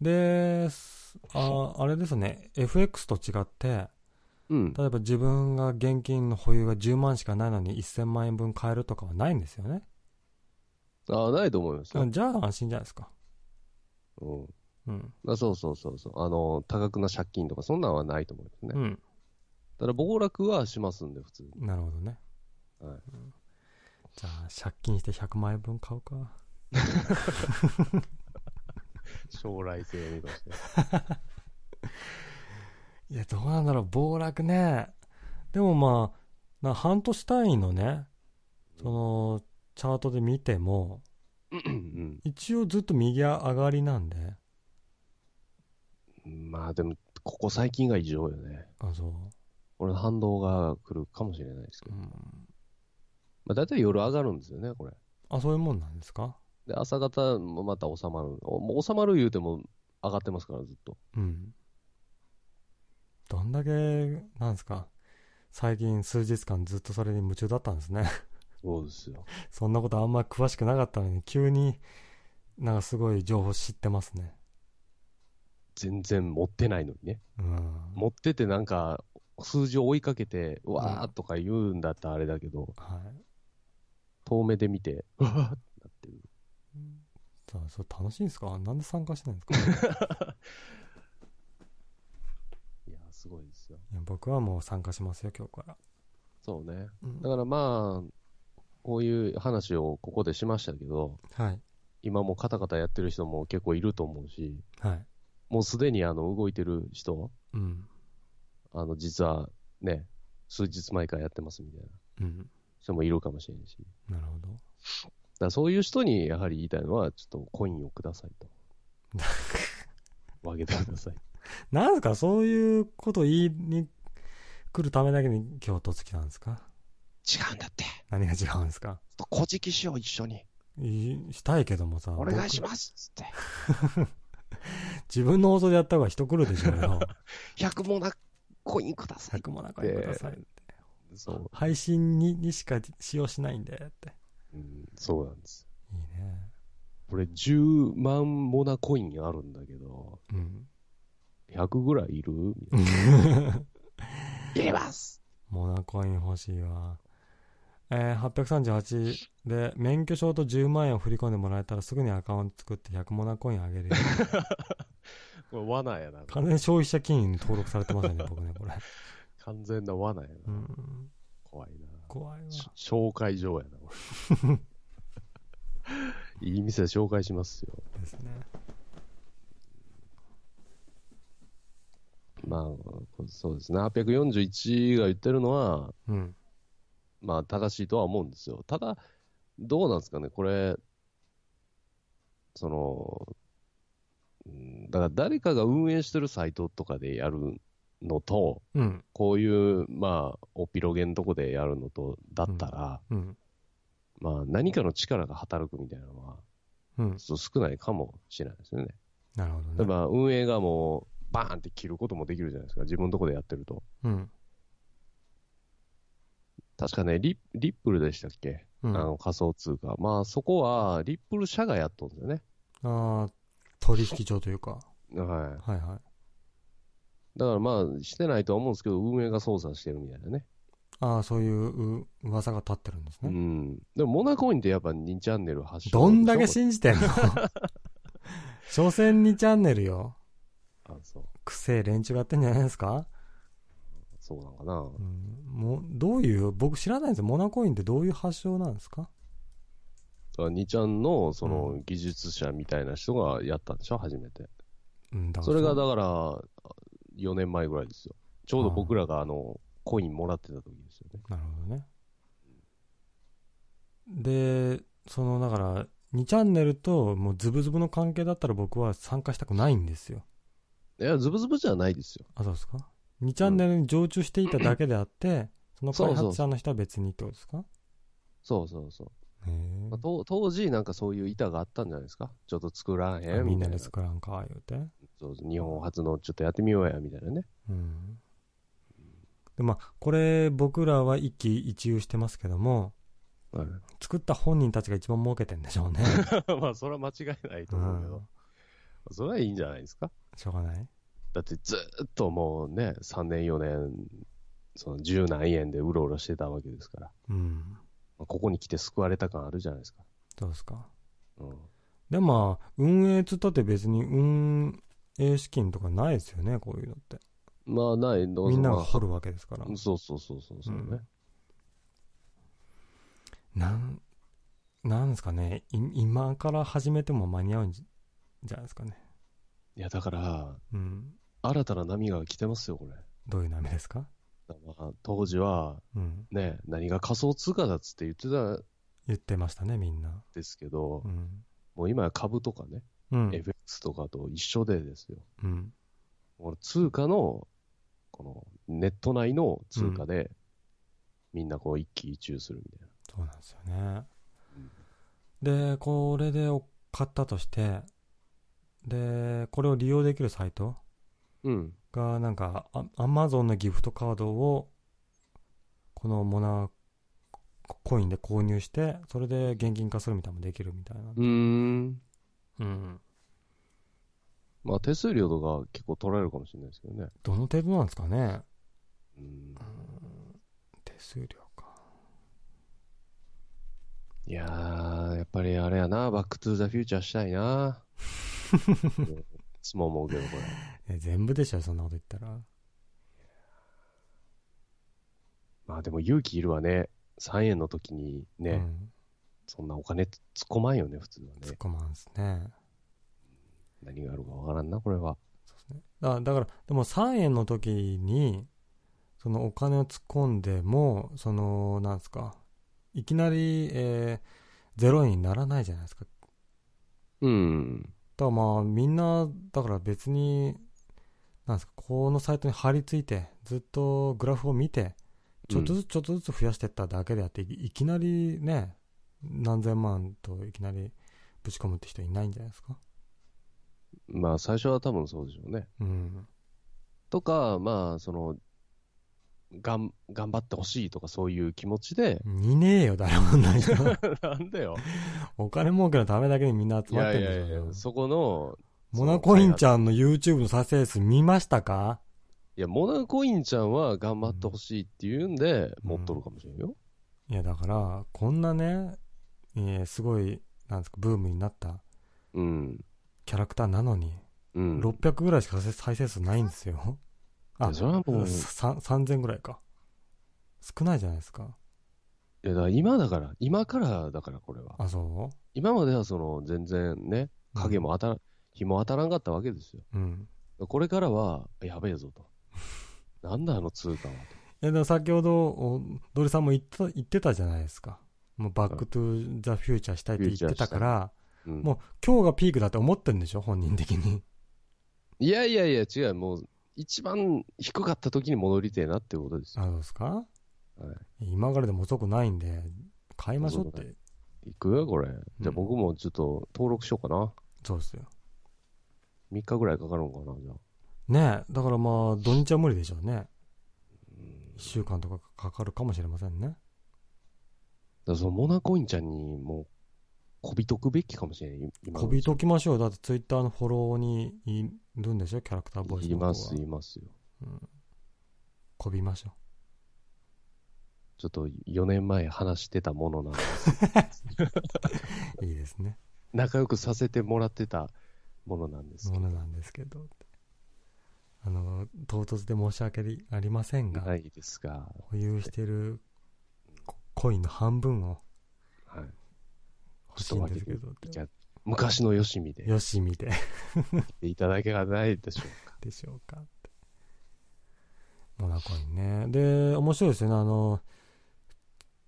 で、すああれですね、FX と違って、うん。例えば自分が現金の保有が10万しかないのに1000万円分買えるとかはないんですよね。あないと思いますよ。じゃあ安心じゃないですか。うんうん。あそうそうそうそう。あの、多額な借金とか、そんなんはないと思いますね。うん。ただ、暴落はしますんで、普通に。なるほどね。はいうんじゃあ借金して100万円分買うか。将来性を見まして。いや、どうなんだろう、暴落ね。でもまあ、な半年単位のね、その、チャートで見ても、うん。一応ずっと右上がりなんで、まあ、でも、ここ最近が異常よね。あ、そ俺の反動が来るかもしれないですけう。うど。ん、まあ、大体夜上がるんですよね、これ。あ、そういうもんなんですかで、朝方もまた収まる。おもう収まる言うても上がってますから、ずっと。うん。どんだけ、なんですか、最近数日間ずっとそれに夢中だったんですね。 そうですよ。そんなことあんま詳しくなかったのに、急になんかすごい情報知ってますね。全然持ってないのにね。うん。持っててなんか、数字を追いかけて、うわーとか言うんだったらあれだけど、はい遠目で見て、うわーってなってる。さあそれ楽しいんですかなんで参加してないんですか いやー、すごいですよ。いや僕はもう参加しますよ今日から、そうね。うんだからまあ、こういう話をここでしましたけど、はい今もカタカタやってる人も結構いると思うし、はいもうすでにあの動いてる人、うんあの実はね、数日前からやってますみたいなうん人もいるかもしれんし、だなるほどからそういう人にやはり言いたいのは、ちょっとコインをくださいと。分けてください。なんすかそういうこと言いに来るためだけに京都好きなんですか違うんだって。何が違うんですか小じきしよう、一緒に。いしたいけどもさすますつって。自分の放送でやった方が人来るでしょう よ100もな、コインくださ。 100も中にくださいってそう。配信ににしか使用しないんでってうん、そうなんです。いいねこれ10万モナコインあるんだけど、うん100ぐらいいる みたいな。いりますモナコイン欲しいわえー、838で免許証と10万円を振り込んでもらえたらすぐにアカウント作って100モナコインあげるよ これ罠やな。完全に消費者金融に登録されてますよね僕ねこれ完全な罠やな。うん怖いな。怖いわし紹介状やな、こ れいい店紹介しますよ。ですねまあ、そうですね。841が言ってるのは、うんまあ、正しいとは思うんですよ。ただ、どうなんですかね、これ、その、うんだから誰かが運営してるサイトとかでやるのと、うんこういう、まあ、おピロゲのとこでやるのと、だったら、うんまあ、何かの力が働くみたいなのは、うんちょっと少ないかもしれないですよね。なるほ例どえねば、運営がもう、バーンって切ることもできるじゃないですか、自分のとこでやってると。うん確かね、リリップルでしたっけうんあの仮想通貨。まあそこは、リップル社がやっとんですよね。ああ、取引所というか。ははいはい。い。だからまあ、してないとは思うんですけど、運営が操作してるみたいなね。ああ、そういうう噂が立ってるんですうね。ん。でも、モナコインってやっぱ2チャンネル発祥どんだけし信じてんの 所詮にチャンネルよ。あ、そう。くせえ連中がやってんじゃないですか、そうなんかな。うん、もうどういう、僕知らないんですよ。モナコインってどういう発祥なんですか2チャンの、そうの、技術者みたいな人がやったんでしょ、初めて。うん、だかそられが、だから、4年前ぐらいですよ。ちょうど僕らが、あの、コインもらってた時ですよね。なるほどね。で、その、だから、2チャンネルともうズブズブの関係だったら僕は参加したくないんですよ。いや、ズブズブじゃないですよ。あ、そうですか ?2 チャンネルに常駐していただけであって、その開発者の人は別にってことですかそうそうそう。へまあ、と当時、なんかそういう板があったんじゃないですか。ちょっと作らんへえんみみんたないでな。作らんか、言うて。そう日本初のちょっとやってみようや、みたいなね。うん。で、まあ、これ、僕らは一喜一憂してますけども、はい、作った本人たちが一番儲けてんでしょうね。 まあ、それは間違いないとう思うけんど、。それはいいんじゃないですか。しょうがない。だってずーっともうね、3年、4年、その十何円でうろうろしてたわけですから、うん。まあここに来て救われた感あるじゃないですか。そうですか。うん、で、まあ、運営つったって別に運営資金とかないですよね、こういうのって。まあ、ない、どうみぞんなまがあ掘るわけですから。そうそうそうそうそうね、うんなん、なんですかね、い今から始めても間に合うんじじゃないですかね。いや、だから、うん。新たな波が来てますよ、これ。どういう波ですかだからまあ当時は、うん。ね、何が仮想通貨だっつって言ってたん言ってましたね、みんな。ですけど、うん。もう今や株とかね、うん。 FX とかと一緒でですよ。うん。もう通貨の、このネット内の通貨で、みんなこう一喜一憂するみたいそうなんですよね。で、これでお買ったとして、で、これを利用できるサイトな。うん。が、なんか、あアマゾンのギフトカードを、このモナコインで購入して、それで現金化するみたいなのもできるみたいな。ん。うん。まあ手数料とか結構取られるかもしれないですけどね。どの程度なんですかね。うんうん手数料か。いやー、やっぱりあれやな、バックトゥーザフューチャーしたい な。いつも思うけど、これ。え全部でしょ、そんなこと言ったら。まあでも勇気いるわね。3円の時にね、うん。そんなお金突っ込まんよね、普通は突っね。込まんすね。何があるかわからんな、これは。そうですね。だだから、でも3円の時に、そのお金を突っ込んでも、その、なんですか、いきなり、えー、0円にならないじゃないですか。うん。だからまあ、みんな、だから別に、なんですか、このサイトに貼り付いて、ずっとグラフを見て、ちょっとずつちょっとずつ増やしていっただけであって、いいきなりね、何千万といきなりぶち込むって人いないんじゃないですか。まあ最初は多分そうでしょうね。うん。、とか、まあ、その、がん、頑張ってほしいとかそういう気持ちでいねえよ、 誰もいない人。 なんだよ。お金儲けのためだけにみんない集まっやているんやでいしょうや、ね。そこの、モナコインちゃんの YouTube の再生数見ましたかいや、モナコインちゃんは頑張ってほしいっていうんで、持っとるかもしれんよ。いや、だから、こんなね、えーすごい、なんですか、ブームになったうん。キャラクターなのに、うん。 600ぐらいしか再生再生数ないんです よ。いあ、やそれはもうさ3000ぐらいか。少ないじゃないですか。いや、だから今だから、今からだから、これは。あ、そ今まではその、全然ね、う影も当たら、日も当たらんかったわけですよ。うん。うん。これからは、やべえぞ と。なんだあの通貨はと。いや、でも先ほど、おドリさんも言ってた言ってたじゃないですか。もうバックトゥザフューチャーしたいって言ってたから、うんもう今日がピークだって思ってんでしょ本人的に。いやいやいや、違う、もう、一番低かった時に戻りてえなってことですよ。あ、そうですか、今からでも遅くないんで、買いましょうっそうて。いくよ、これ。じゃあ僕もちょっと登録しようかな。そうですよ。 3日ぐらいかかるんかな、じゃあ。ねえ、だからまあ、土日は無理でしょうね。1週間とかかかるかもしれませんね。だからそのモナコインちゃんにもう、こびとくべきかもしれない、今のこうちびときましょう。だってツイッターのフォローにいるんでしょキャラクターボイスいの子は。ます、いますよ。こびましょう。ちょっと4年前話してたものなんで、 いいですね。仲良くさせてもらってたものなんですけもど。のなんですけど。あの、唐突で申し訳ありませんが、ないですが、保有してるココインの半分をはい。欲しいんですけど。じゃあ昔のよしみでよし見ていただけがないでしょうか。でしょうかってモナコにねで面白いですよねあの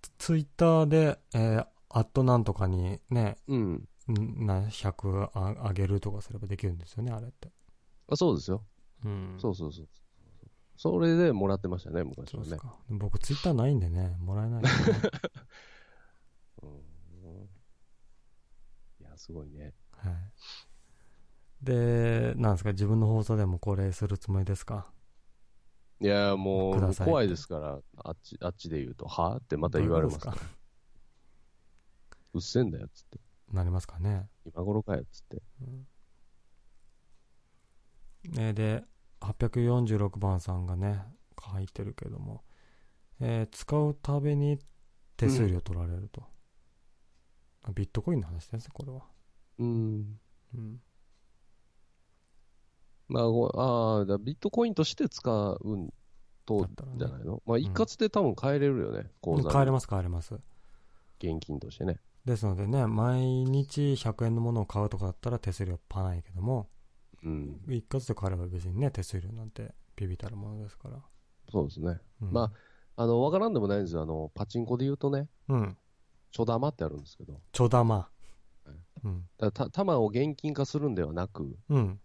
ツツイッターで「えー、アットなんとかにねうん。んな100ああげるとかすればできるんですよねあれってあそうですよ。うんそうそうそう。それでもらってましたね、昔そうはですね。か僕ツイッターないんでねも らえないですね、うんいや、すごいね。はい、でなんですか自分の放送でもこれするつもりですかいや、もくだうさい怖いですから、あっち、あっちで言うと、はってまた言われますどういうことですうっせんだよ、つって。かなりますかね今頃かよ、つって。ね、で846番さんがね書いてるけども、えー使うたびに手数料取られると、あビットコインの話ですねこれは、うん。うん、まあ、ごああ、だからビットコインとして使うんとだったらねじゃないの、まあ、一括で多分買えれるよね、口座に買えれます買えれます現金としてね。ですのでね毎日100円のものを買うとかだったら手数料パないけどもうん、一括で買えれば別にね手数料なんてビビたるものですから、そうですね。うんまあの、わからんでもないんですよ。あの、パチンコで言うとね、うんちょ玉ってあるんですけど、ちょ玉うんだた玉を現金化するんではなく、うん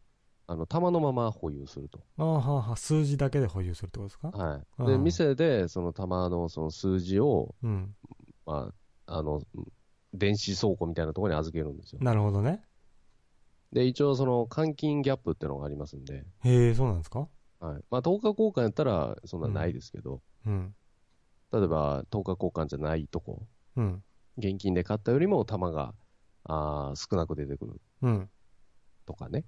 あの、玉のまま保有すると。あーはーはー数字だけで保有するってことですかはい。あで、あ店で、その玉のその数字を、うんまあ、あの、電子倉庫みたいなところに預けるんですよ。なるほどねで、一応その換金ギャップってのがありますんで、へえそうなんですかはい。まあ、10日交換やったら、そんなないですけど、うん例えば、10日交換じゃないとこ、うん現金で買ったよりも玉が、あー少なく出てくるうんとかね。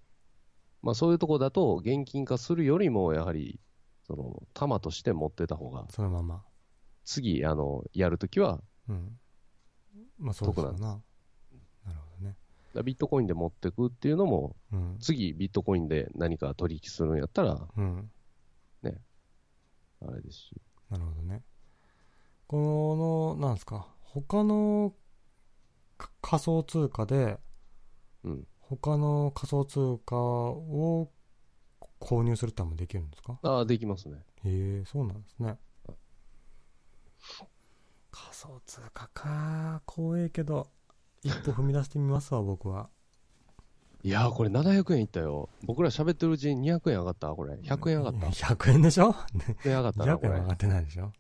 まあ、そういうとこだと、現金化するよりも、やはり、そその、玉として持ってた方が、そのまま。次、あの、やるときは、うん。まあそうですよ得な。なるほどね。ビットコインで持ってくっていうのも、うん。次、ビットコインで何か取引するんやったら、うん。あれですし。なるほどね。この、なんですか、他のか仮想通貨で、うん他の仮想通貨を購入するってのもできるんですかああ、できますね。へえ、そうなんですね。仮想通貨か。怖えけど、一歩踏み出してみます わ、僕は。いやー、これ700円いったよ。僕ら喋ってるうちに200円上がった、これ。100円上がった。 100円でしょ100円上がった ?200 な、こ円れ上。がってないでしょ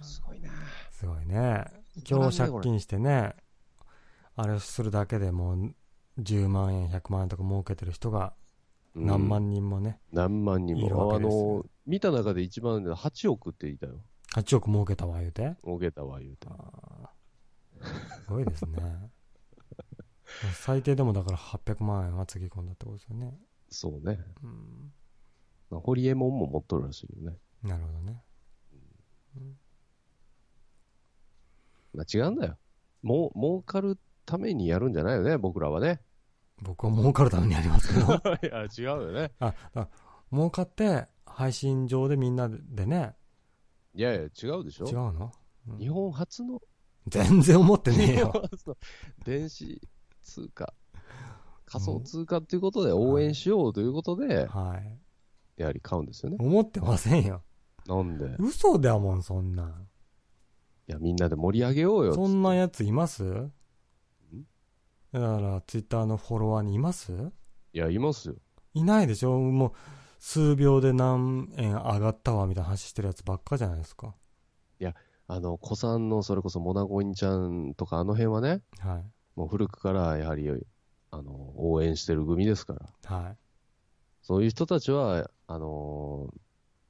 すごいな。すごいね。今日借金してね、あれをするだけでもう10万円、100万円とか儲けてる人がうん何万人もね、何万人いるも。わあけですよの、見た中で一番で8億って言いたよ。 8億儲けたわ言うて。儲けたわ、言うてあ。ーすごいですね。最低でもだから800万円はつぎ込んだってことですよね。そうね。うん、ホリエモンも持っとるらしいよね。なるほどね。まあ、違うんだよ。もう、儲かるためにやるんじゃないよね、僕らはね。僕は儲かるためにやりますけど。 いや、違うよね。あ、あ儲かって配信上でみんなでね、いやいや、違うでしょ違うのうん日本初の、全然思ってねえ日よ。本初の 電子通貨、仮想通貨ということで応援しようということ で、はい。やはり買うんですよね。思ってませんよ。なんで、い嘘だもん、そんなん。や、みんなで盛り上げようよ。そんなやついますだから、ツイッターのフォロワーにいますいや、いますよ。いないでしょもう、数秒で何円上がったわ、みたいな話してるやつばっかじゃないですか。あの、子さんの、それこそモナゴインちゃんとか、あの辺はね、はい。もう古くから、やはり、あの、応援してる組ですから。はい。そういう人たちは、あのー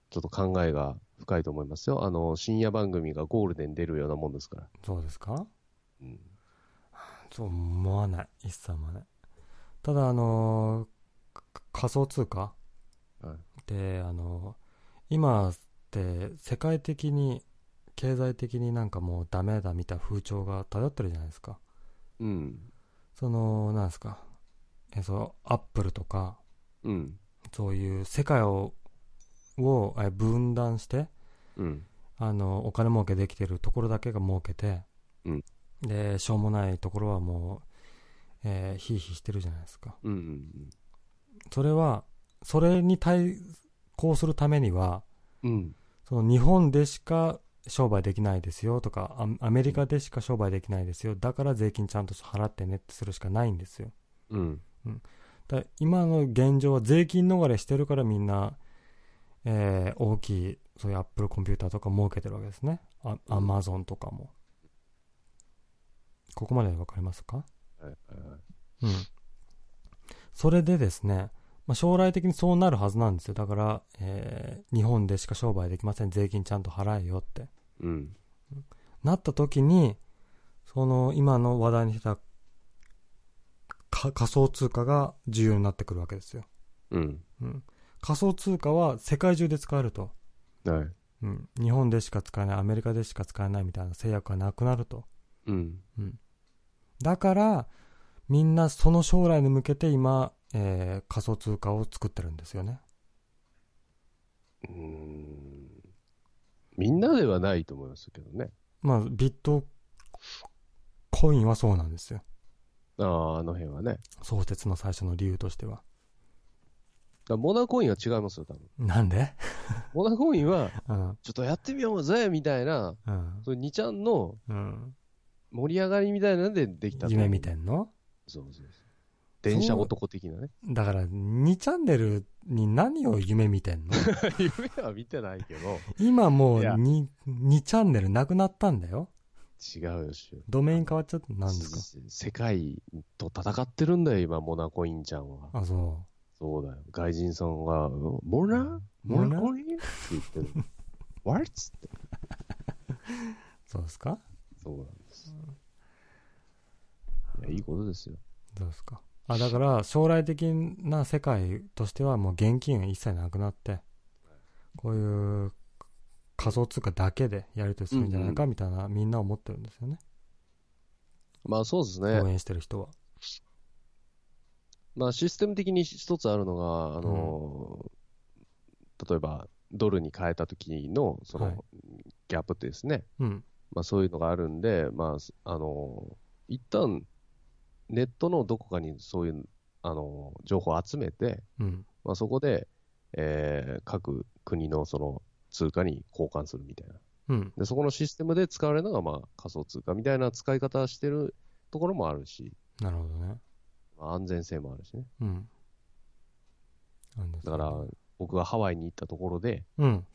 ちょっと考えが深いと思いますよ。あの、深夜番組がゴールデン出るようなもんですから。そうですかうん、そう思わない。一切思わない。ただ、あのーか仮想通貨はいで、あのー今って世界的に、経済的になんかもうダメだみたいな風潮が漂ってるじゃないですか。うん。その、なんですか。え、そう、アップルとか、うん。そういう世界を、をえ分断して、うん。あの、お金儲けできてるところだけが儲けて、うんで、しょうもないところはもう、えー、ひいひいしてるじゃないですか。うん。うんそれは、それに対抗するためには、うん。その日本でしか商売できないですよとか、アアメリカでしか商売できないですよ。だから税金ちゃんと払ってねってするしかないんですよ。うん。だから今の現状は税金逃れしてるからみんな、えー大きいそういうアップルコンピューターとか儲けてるわけですねあアマゾンとかもここまでわかりますかはいはいはいうんそれでですね、まあ、将来的にそうなるはずなんですよだから、えー日本でしか商売できません税金ちゃんと払えよってうん。なった時にその今の話題にしてたか仮想通貨が重要になってくるわけですようん。うん、仮想通貨は世界中で使えると、はい。うん、日本でしか使えないアメリカでしか使えないみたいな制約がなくなるとうん。だからみんなその将来に向けて今、えー仮想通貨を作ってるんですよねうーん。みんなではないと思いますけどね。まあビットコインはそうなんですよああ、あの辺はね。だか創設の最初の理由としてはらモナコインは違いますよ、多分。なんでモナコインは、うんちょっとやってみようぜ、みたいな、うんそういう2ちゃんのうん盛り上がりみたいなのでできたと思う夢見てんのそうそうそう。電車男的なね。だから2チャンネルに何を夢見てんの 夢は見てないけど、今もういや 2, 2チャンネルなくなったんだよ違うよ、しゅドメイン変わっちゃったなんですかせ世界と戦ってるんだよ、今、モナコインちゃんは。あ、そそうだよ。外人さんが、うんモナモナコインって言ってる。ワルツって。う。そうですかそうなんです。いや、いいことですよ。そうですか。あ、だから、将来的な世界としては、もう現金一切なくなって、こういう仮想通貨だけでやり取りするんじゃないかみたいな、みんな思ってるんですよね。まあそうですね。応援してる人は。まあ、システム的に一つあるのが、あの例えばドルに変えた時のそはいのギャップってですね、うん。まあ、そういうのがあるんで、まああの一旦ネットのどこかにそういう、あの情報を集めて、うん。まあ、そこで、えー各国のその通貨に交換するみたいなうん。で、そこのシステムで使われるのがまあ仮想通貨みたいな使い方してるところもあるし、なるほどね。まあ、安全性もあるしね。うん。なんですだねから、僕がハワイに行ったところで、うん。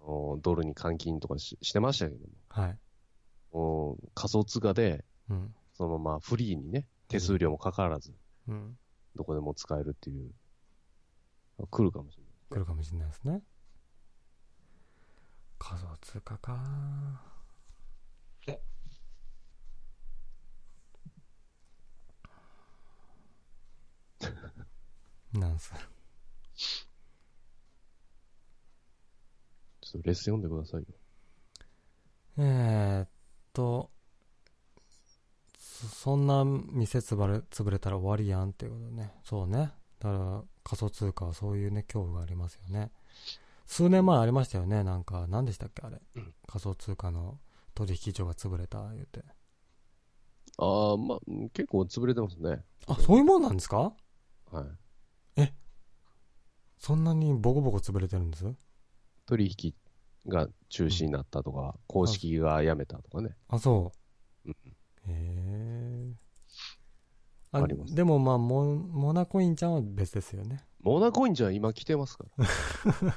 あのドルに換金とかししてましたけどはい。も、もう仮想通貨で、うん。そのままフリーにね、手数料もかからず、うん。どこでも使えるっていう、来るかもしれない。来るかもしれないですね。仮想通貨か。なんす。ちょっとレッスン読んでくださいよ。えー、っと、そそんな店つばれ潰れたら終わりやんっていうことね。そうね。だから仮想通貨はそういうね、恐怖がありますよね。数年前ありましたよね。なんか、何でしたっけあれ。仮想通貨の取引所が潰れた言うて。ああ、まあ、うん結構潰れてますね。あ、そういうもんなんですかはい。そんなにボコボコ潰れてるんです取引が中止になったとか、公式がやめたとかね。あ、そううん。へえ。ありますでもまあモ、モナコインちゃんは別ですよね。モナコインじゃ今来てますから。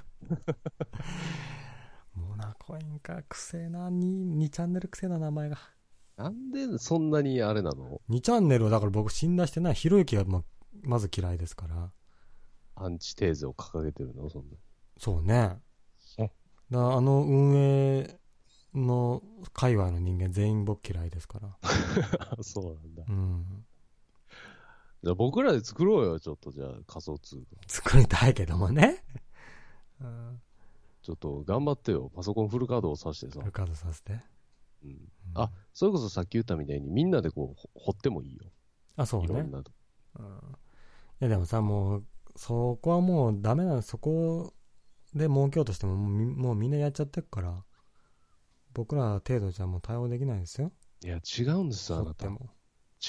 モナコインか、くせえな、2、2チャンネルくせえな、名前が。 なんでそんなにあれなの2チャンネルはだから僕信頼してない。ひろゆきがままず嫌いですから。アンチテーゼを掲げてるのそんな。そうね。えだあの運営の界隈の人間全員僕嫌いですから。 そうなんだ。うん。じゃあ僕らで作ろうよ、ちょっとじゃあ仮想通貨。作りたいけどもね。 うん。ちょっと頑張ってよ。パソコンフルカードを挿してさフ。ルカードさせて。うん、あ、それこそさっき言ったみたいにみんなでこうほ掘ってもいいよ。あ、そういろねん。なと。うんいやでもさ、もう、そこはもうダメなの。そこで儲けようとしても、もうみもうみんなやっちゃってるから、僕ら程度じゃもう対応できないですよ。いや、違うんですよ、あ掘なったて。も。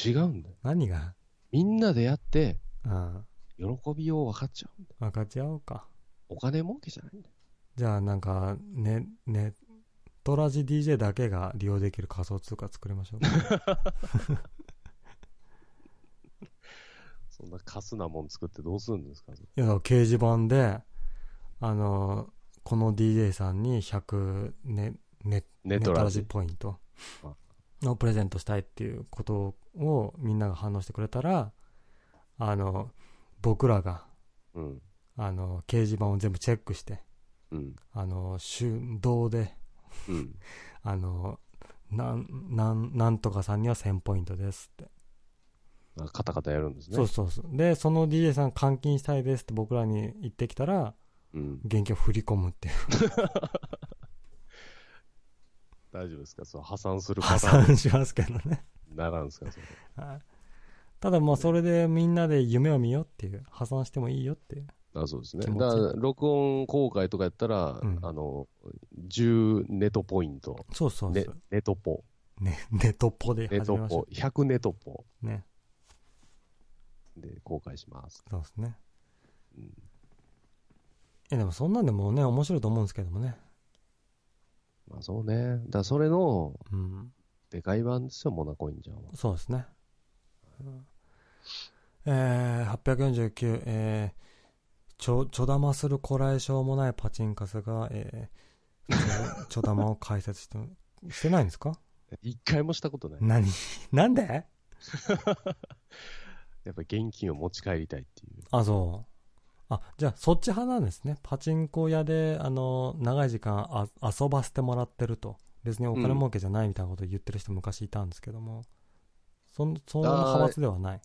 違うんだよ。何がみんなでやって、うん。喜びを分かっちゃうんだよ。分かち合おうか。お金儲けじゃないんだよ。じゃあなんか、ね、ね、トラジ DJ だけが利用できる仮想通貨作りましょう か。そんなカスなもん作ってどうするんですか、いや、だから掲示板で、あの、この DJ さんに100ね、ね、ネネトトララジ。ジポイントあのプレゼントしたいっていうことをみんなが反応してくれたらあの僕らがうん。あの掲示板を全部チェックしてうん。あの手動でうん。あのなんなんなんとかさんには1000ポイントですって、あカタカタやるんですね。そうそうそうでその DJ さん換金したいですって僕らに言ってきたらうん。現金を振り込むっていう大丈夫ですかそう破産するパ破ターン産しますけどねにならんですかそ れはいただまあそれでみんなで夢を見ようっていう破産してもいいよっていうあそうですね。気持ちだから、録音公開とかやったら、うんあの、10ネトポイント。そうそうそねう、ネトポ。ね、ネトポでネ始トめましょポ。100ネトポう。ね。で公開します。そうですね。うんえ、でもそんなんでもうね、面白いと思うんですけどもね。まあそうね。だからそれの、うん。でかい版ですよ、モナコインちゃんは。そうですね。うんえー、849、えー、ちょ、ちょだまするこらえ性もないパチンカスが、えー、ちょだま を解説して、してないんですか一回もしたことない。何 なんでやっぱり現金を持ち帰りたいっていう。あ、そう。あ、じゃあ、そっち派なんですね。パチンコ屋で、あの、長い時間あ遊ばせてもらってると。別にお金儲けじゃないみたいなことを言ってる人昔いたんですけども、そん、その派閥ではない。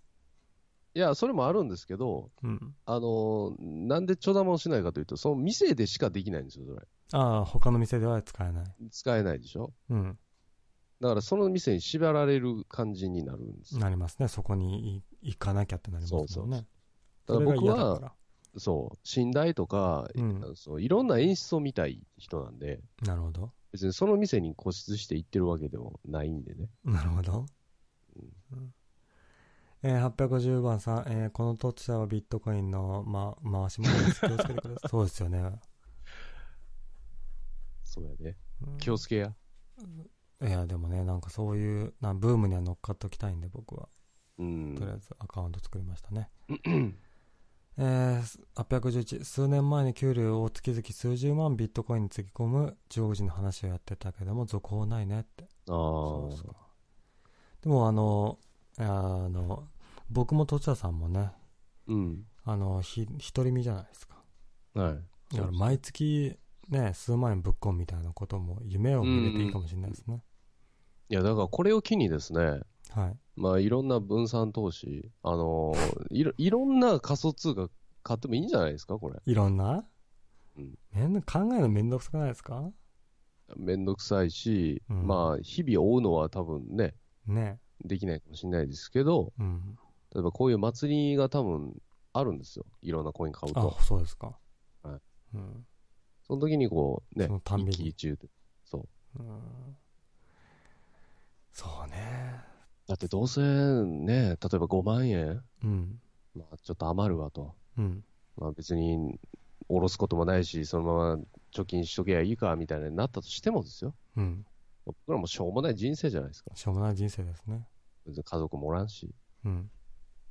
いや、それもあるんですけど、うん。あの、なんでちょだまをしないかというと、その店でしかできないんですよ、それ。ああ、他の店では使えない。使えないでしょ。うん。だからその店に縛られる感じになるんですよ。なりますね。そこにい行かなきゃってなりますもんね。そうそうだそかれらが僕嫌だかは、ら。そう、寝台とか、うんそういろんな演出を見たい人なんで、なるほど。別にその店に固執して行ってるわけでもないんでね。なるほど。うんえー、850番さん、えーこの土地はビットコインの、ま、回し物です。気をつけてください。そうですよね。そうやね。うん気をつけや。いや、でもね、なんかそういう、なんブームには乗っかっときたいんで、僕は。うん。とりあえずアカウント作りましたね。えー、す811、数年前に給料を月々数十万ビットコインにつぎ込む中国人の話をやってたけども、続報ないねって。ああそうですか。でも、あの、あの、僕もとちゃさんもね、うん。あの、ひ、独り身じゃないですか。はい。だから毎月、ね、数万円ぶっ込むみたいなことも、夢を見れていいかもしれないですね。いや、だからこれを機にですね、はい。まあ、いろんな分散投資、あのーいろ、いろんな仮想通貨買ってもいいんじゃないですか、これ。いろんな、うんめんど考えるのめんどくさくないですかめんどくさいし、うんまあ、日々追うのは多分ね、ね。できないかもしれないですけど、うん。例えばこういう祭りが多分あるんですよ。いろんなコイン買うあと。、そうですか。はいうん。その時にこう、ねその、たんびに一喜一憂で。そう。うん。そうね。だってどうせね、例えば5万円、うん。まあ、ちょっと余るわと。うん。まあ、別に、下ろすこともないし、そのまま貯金しとけばいいか、みたいになったとしてもですよ。うん。僕らもしょうもない人生じゃないですか。しょうもない人生ですね。別に家族もおらんし。うん。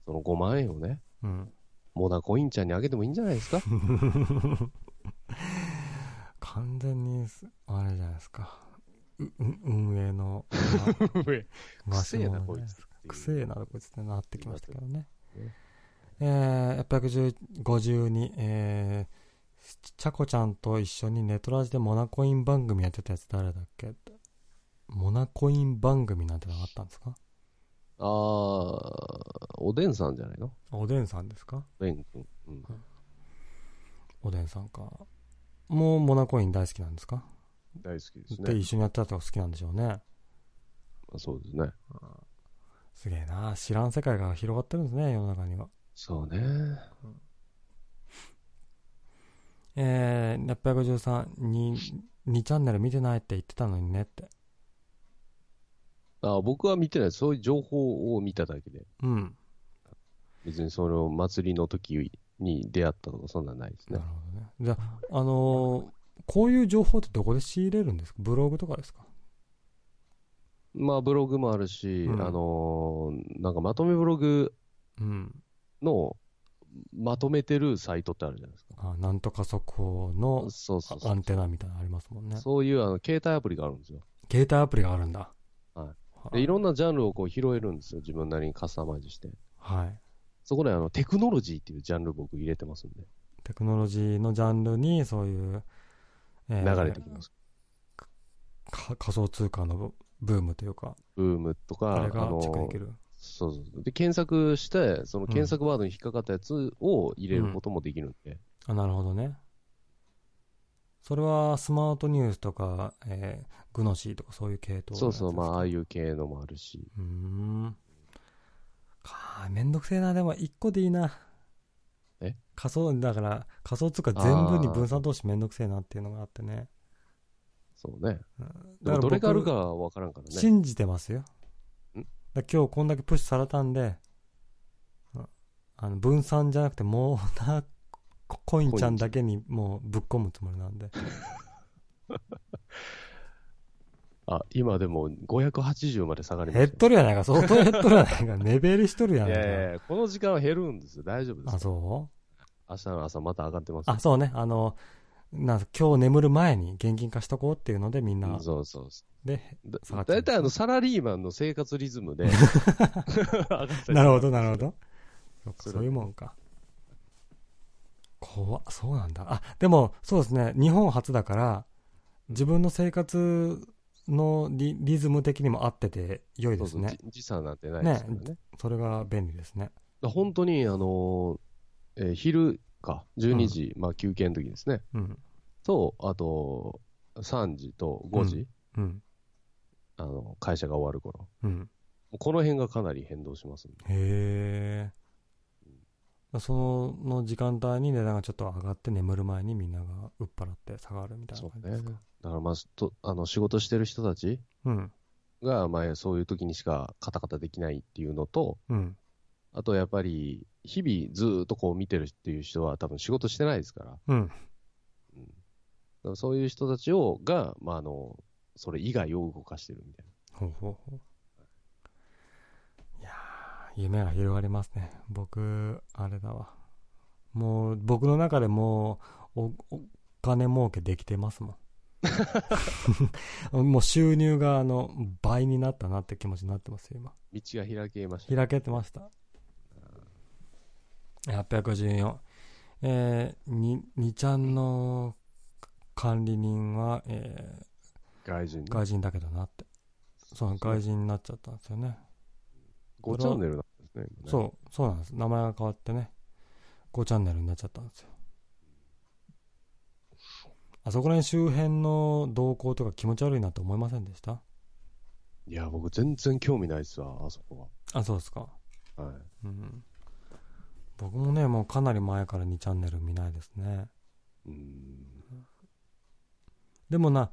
その5万円をね、うん。モナコインちゃんにあげてもいいんじゃないですか完全にす、あれじゃないですか。うう運営 の、 ま癖やな回し物こいじゃないつですかくせえな、こいつってなってきましたけどねね。えー、852、えー、ちゃこちゃんと一緒にネトラジでモナコイン番組やってたやつ誰だっけモナコイン番組なんてなかったんですかあー、おでんさんじゃないのおでんさんですかおでんくん。うん。おでんさんか。もうモナコイン大好きなんですか大好きですで、ね。一緒にやってたとか好きなんでしょうね。そうですね。すげえな知らん世界が広がってるんですね、世の中には。そうね。えー、653、に、2チャンネル見てないって言ってたのにねって。あ僕は見てない。そういう情報を見ただけで。うん。別にその祭りの時に出会ったとかそんなんないですなねる。ほどね。じゃあ、あのーこういう情報ってどこで仕入れるんですかブログとかですかまあブログもあるし、うんあのーなんかまとめブログうん。のまとめてるサイトってあるじゃないですか。あなんとか速報のそうそあうアそうン。テナみたいなのありますもんね。そういうあの携帯アプリがあるんですよ。携帯アプリがあるんだ。ははで、いろんなジャンルをこう拾えるんですよ。自分なりにカスタマイズして。はい。そこであのテクノロジーっていうジャンル僕入れてますんで。テクノロジーのジャンルにそういう、えー流れてきます。か仮想通貨のブブームというか、ブームとあか、れがのチェックでーきる。そうそうそう。で、検索して、その検索ワードに引っかかったやつを入れることもできるんで。あ、なるほどね。それはスマートニュースとか、えーグノシーとかそういう系統そうそう、まあ、ああういう系のもあるし。うーん。かあ、めんどくせえな。でも、一個でいいな。え仮想、だから、仮想通貨全部に分散投資めんどくせえなっていうのがあってね。そうね。でだもからどれ僕があるかは分からんからね。信じてますよ。んだから今日こんだけプッシュされたんで、ああの、分散じゃなくて、もうな、ココインちゃんだけにもうぶっ込むつもりなんで。あ、今でも580まで下がりま減っした。とるやないか、相 当減っとるやないか、目減りしとるやいないか。やいや、この時間は減るんですよ。大丈夫であ、す。そう明日の朝また上がってますよ。あ、そうね。あの、なんす今日眠る前に現金化しとこうっていうのでみんう、なんそうそうそで、う。だ下がっちゃうだいたいあの、サラリーマンの生活リズムで、 なるほど、なるほど。そっかそれそういうもんか。怖っそうなんだ。あ、でも、そうですね。日本初だから、自分の生活のリリズム的にも合ってて良いでそうすそうね。じ時差なんてないですからね。それが便利ですね。だ本当に、あのーえー昼か、12時、まあ休憩の時ですね。うん。と、あと、3時と5時、うん。あの会社が終わる頃。もうん。うこの辺がかなり変動しますんで。へえ。その時間帯に値段がちょっと上がって眠る前にみんなが売っ払って下がるみたいなそ感うじでねすか。。だからまあ、とあの仕事してる人たちうん。が、まあ、そういう時にしかカタカタできないっていうのと、うん。あとやっぱり、日々ずーっとこう見てるっていう人は多分仕事してないですから、だうん。からそういう人たちを、が、まあ、あの、それ以外を動かしてるみたいな。ほうほうほう。いやー、夢が広がりますね。僕、あれだわ。もう、僕の中でもう、お、お金儲けできてますもん。 もう収入が、あの、倍になったなって気持ちになってますよ、今。道が開けましたね。開けてました。854。えー、に、にちゃんの管理人は、えー、外人ね。外人だけどなって。そう、外人になっちゃったんですよね。 5チャンネルなんですね。今ねそう、そうなんです。名前が変わってね、5チャンネルになっちゃったんですよ。あそこら辺周辺の動向とか気持ち悪いなって思いませんでしたいや、僕全然興味ないっすわ、あそこあ、そうですか。は。はい。うん。僕もね、もうかなり前から2チャンネル見ないですね。うーん。でもな、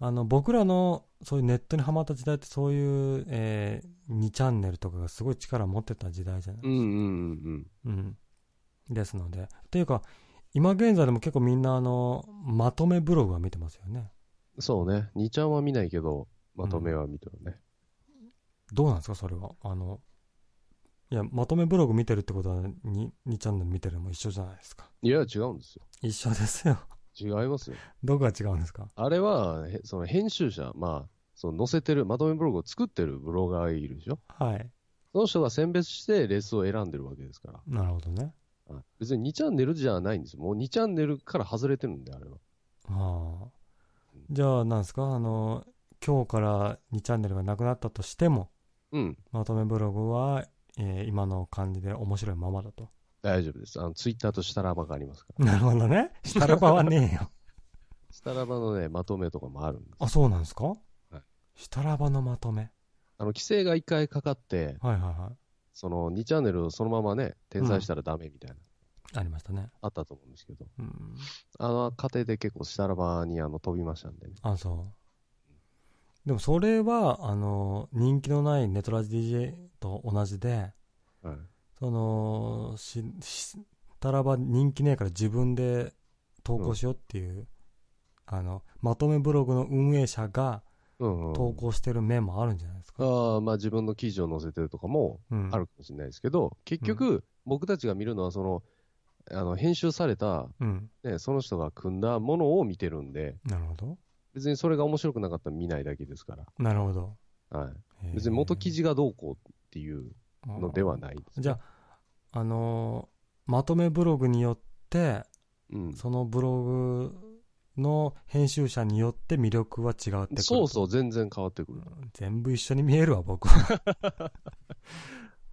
あの、僕らのそういうネットにハマった時代ってそういう、え2チャンネルとかがすごい力持ってた時代じゃないうんうんうんうん。うん。ですので。というか、今現在でも結構みんなあの、まとめブログは見てますよね。そうね。2ちゃんは見ないけど、まとめは見てるね。どうなんですか、それは。あの、いや、まとめブログ見てるってことは、に、2チャンネル見てるのも一緒じゃないですか。いや、違うんです一緒ですよ。よ。違いますよ。 どこが違うんですかあれは、へその編集者、まあ、その載せてる、まとめブログを作ってるブロガーがいるでしょ。はい。その人が選別してレースを選んでるわけですから。なるほどね。はい別に2チャンネルじゃないんですよ。もう2チャンネルから外れてるんで、あれは。はあ。じゃあ、なんですかあの、今日から2チャンネルがなくなったとしても、うん。まとめブログは、えー今の感じで面白いままだと。大丈夫です。あの、ツイッターとスタラバがありますから。なるほどね。したらばはねえよ。スタラバのね、まとめとかもあるんです。 あ、そうなんですかはいシタラバのまとめ。あの、規制が一回かかって、はいはいはその2チャンネルをそのままね、転載したらダメみたいな、い。ありましたね。あったと思うんですけど、うん。あの、家庭で結構したらばにあの飛びましたんでね。あ、そう。でもそれは、あの、人気のないネトラジ DJ と同じで、はい。その、し、しタラバ人気ねえから自分で投稿しようっていう、あの、まとめブログの運営者がうん、うん。投稿してる面もあるんじゃないですか。ああ、まあ自分の記事を載せてるとかもうん。あるかもしれないですけど、結局、僕たちが見るのは、その、あの、編集された、うん。ね、その人が組んだものを見てるんで、なるほど。別にそれが面白くなかったら見ないだけですかなるほど。ら。はい。へえ別に元記事がどうこうっていうのではないです、じゃあ、あのーまとめブログによって、うん。そのブログの編集者によって魅力は違うってことそうそう、全然変わってくる。全部一緒に見えるわ、僕は。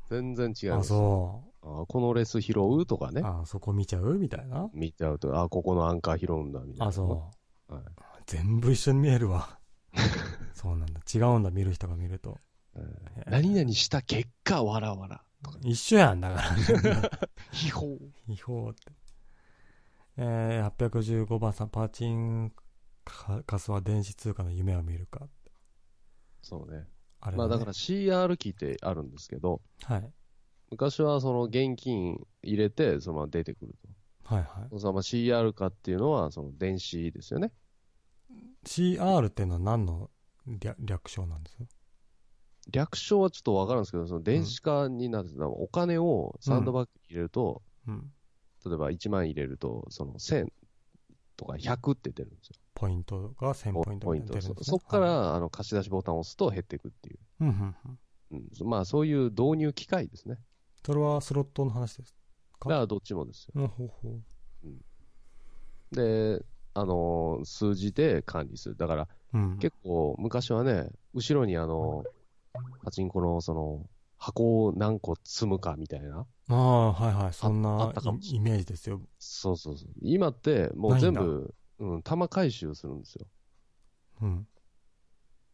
全然違いあ、ます。そあこのレス拾うとかう。ね。あ、そこ見ちゃうみたいな。見ちゃうと、あ、ここのアンカー拾うんだ、みたいな。。あ、そうはい。う。全部一緒に見える わ。そうなんだ。違うんだ、見る人が見ると。えーへえ何々した結果、わらわら。一緒やん、だから。 秘宝。違法って。えー、815番さん、パチンカカスは電子通貨の夢を見るか。そうね。あれ、ね、まあだから CR キーってあるんですけど、はい。昔はその現金入れて、そのまま出てくるはいはい。と。そのまま CR 化っていうのは、その電子ですよね。 CR っていうのは何の略略称なんです略称はちょっとわからんですけど、その電子化になるんです、お金をサンドバッグに入れると、うん。例えば1万入れると、その1000とか100って出るんですよ。ポイントが1000ポイントポみインたいト。な出るんそですねそこかはいら、あの、貸し出しボタンを押すと減っていくっていう。うんうんうん。うん、まあそういう導入機会ですね。それはスロットの話です。かだからどっちもですよ。うん、ほうほう。で、あのー数字で管理する。だからうん。結構昔はね、後ろにあのーパチンコのその、箱を何個積むかみたいな。ああ、はいはい。そんあなったかもしれイイメージですよ。そうそうそう。今って、もう全ない部、うん、玉回収するんですよ。うん。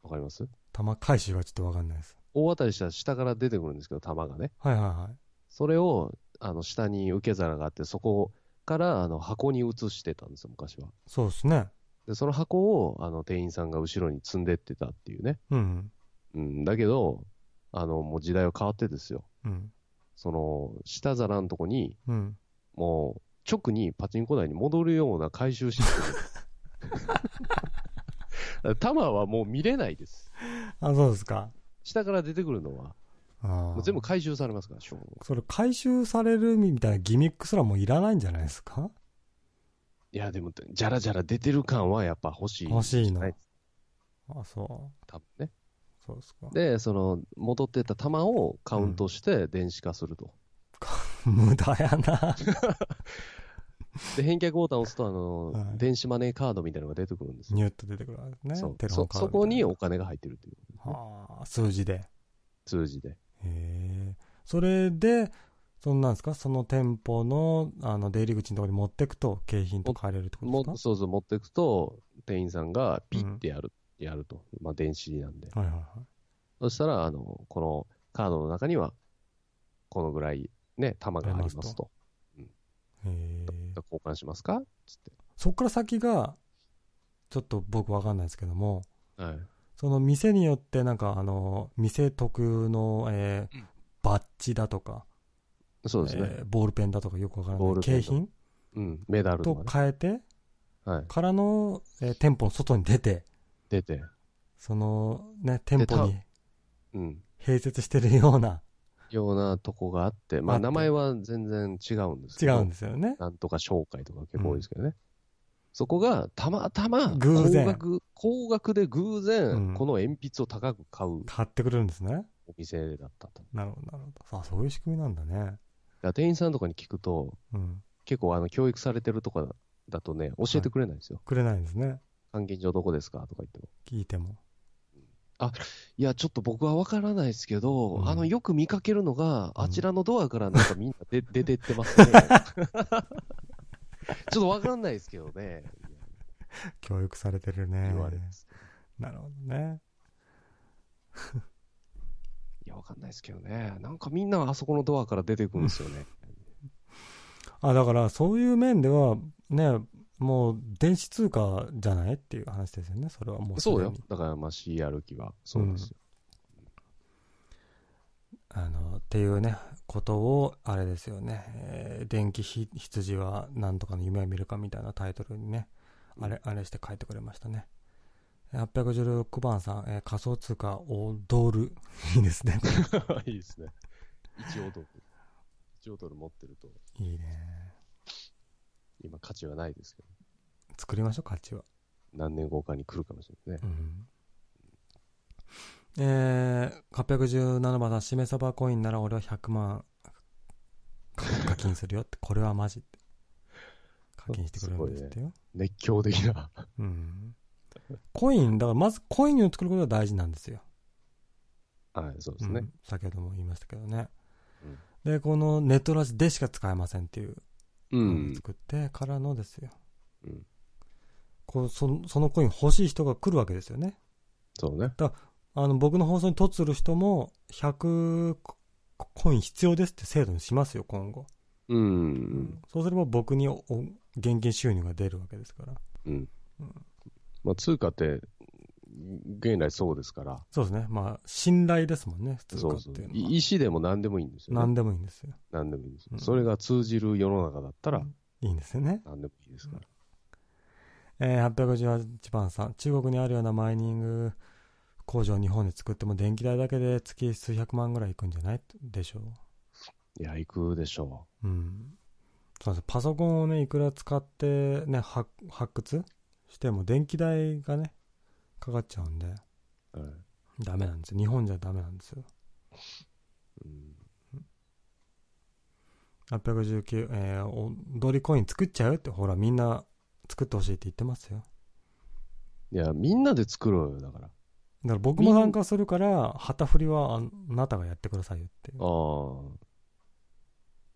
わかります玉回収がちょっとわかんないです。大当たりしたら下から出てくるんですけど、玉がね。はいはいはい。それを、あの、下に受け皿があって、そこから、あの、箱に移してたんですよ、昔は。そうですね。で、その箱を、あの、店員さんが後ろに積んでってたっていうね。うん。うん、だけど、あの、もう時代は変わってですよ。うん。その、下皿のとこに、うん。もう、直にパチンコ台に戻るような回収システム。だ から玉はもう見れないです。あ、そうですか。下から出てくるのは、あもあう。全部回収されますから、しょうそれ回収されるみたいなギミックすらもういらないんじゃないですかいや、でも、じゃらじゃら出てる感はやっぱ欲しい。欲しいのはいあ、そう。多分ね。そうですか。で、その、戻ってた玉をカウントして電子化すると。 無駄やな。で、返却ボタンを押すと、あの、はい電子マネーカードみたいなのが出てくるんですよ。ニュッと出てくるわけですそねう。テレホンそカードみたそいなこにお金が入ってるっていう、はあ、数字で。へ数字で。え。それで、そんなんですかその店舗の、あの、出入り口のところに持ってくと景品と変えれるってこともですそうそう、持っていくと、店員さんがピッてやる、やると。まあ、電子なんで。かはいはいはい。そしたら、あの、このカードの中には、このぐらい、ね、玉がありますありますと。へえ。交換しますかつって。そっから先が、ちょっと僕わかんないですけども、はい。その店によってなんかあの、店特有の、えーバッジだとか、そうですね。えーボールペンだとかよくわからなボーいル景ペンとか品うん。メダルととかね。変えてはい。からの、えー店舗の外に出て、出て。そのね、店舗にうん。併設してるような、ようなとこがあって、まああって名前は全然違うんです違けど。うんですよね。なんとか紹介とか結構多いですけどね。そこがたまたま偶然高額、高額で偶うん然、この鉛筆を高く買う買ってくれるんですね。お店だったと。なるほど、なるほど。あ、そういう仕組みなんだね。だから店員さんとかに聞くと、うん。結構あの教育されてるとかだとね、教えてくれないんですよ。くれないんですね。監禁所どこですかとか言っても。聞いても。いや、ちょっと僕はわからないですけど、うんあの、よく見かけるのが、うんあちらのドアからなんかみんなで 出てってますね。ちょっとわかんないですけどね。教育されてるね言。われます。なるほどね。いや、わかんないですけどね。なんかみんなあそこのドアから出てくるんですよね。あ、だから、そういう面では、ね、もう、電子通貨じゃないっていう話ですよね。それはもうすでに。そうよ。だから、まあ、CR 機は。そうですよ。あの、っていうね、ことを、あれですよね、えー電気ひ羊はなんとかの夢を見るかみたいなタイトルにね、あれ、あれして書いてくれましたね。856番さん、えー仮想通貨踊る。いい ですね。 いいですね。一応ドル。一応ドル持ってると、いいね。今価値はないですけど、作りましょう、価値は。何年後かに来るかもしれないねう。ん。えー、817番さん、しめ鯖コインなら俺は100万 課金するよって、これはマジって。課金してくれるんですってよ。熱狂的な。うんコイン、だからまずコインを作ることが大事なんですよ。 はい、そうですね。うん先ほども言いましたけどね。うんで、このネットラジでしか使えませんっていううのをん。作ってからのですよ。うんこうそのそのコイン欲しい人が来るわけですよね。そうね。あの僕の放送に凸する人も100ココイン必要ですって制度にしますよ、今後。うん。そうすれば僕におお現金収入が出るわけですから。うんうん。まあ、通貨って、現来そうですから、そうですね。まあ、信頼ですもんね、通貨そうっそうていう。のは。い石でも何でもいいんですよ、何ね。でもいいんですよ。何でもいいんですようんそれが通じる世の中だったうら、んいいんですよね。何でもいいですから。えー、858番さん、中国にあるようなマイニング工場を日本で作っても電気代だけで月数百万ぐらいいくんじゃないでしょいや、行くでしょう。うん。そうなんですよパソコンをね、いくら使ってね、発発掘しても電気代がね、かかっちゃうんで、う。はいダメなんですよ。日本じゃダメなんですよ。うん819、えー、踊りコイン作っちゃうって、ほら、みんな作ってほしいって言ってますよ。いや、みんなで作ろうよ、だかだら。から僕も参加するから、旗振りはああなたがやってくださいよっていう。ああ。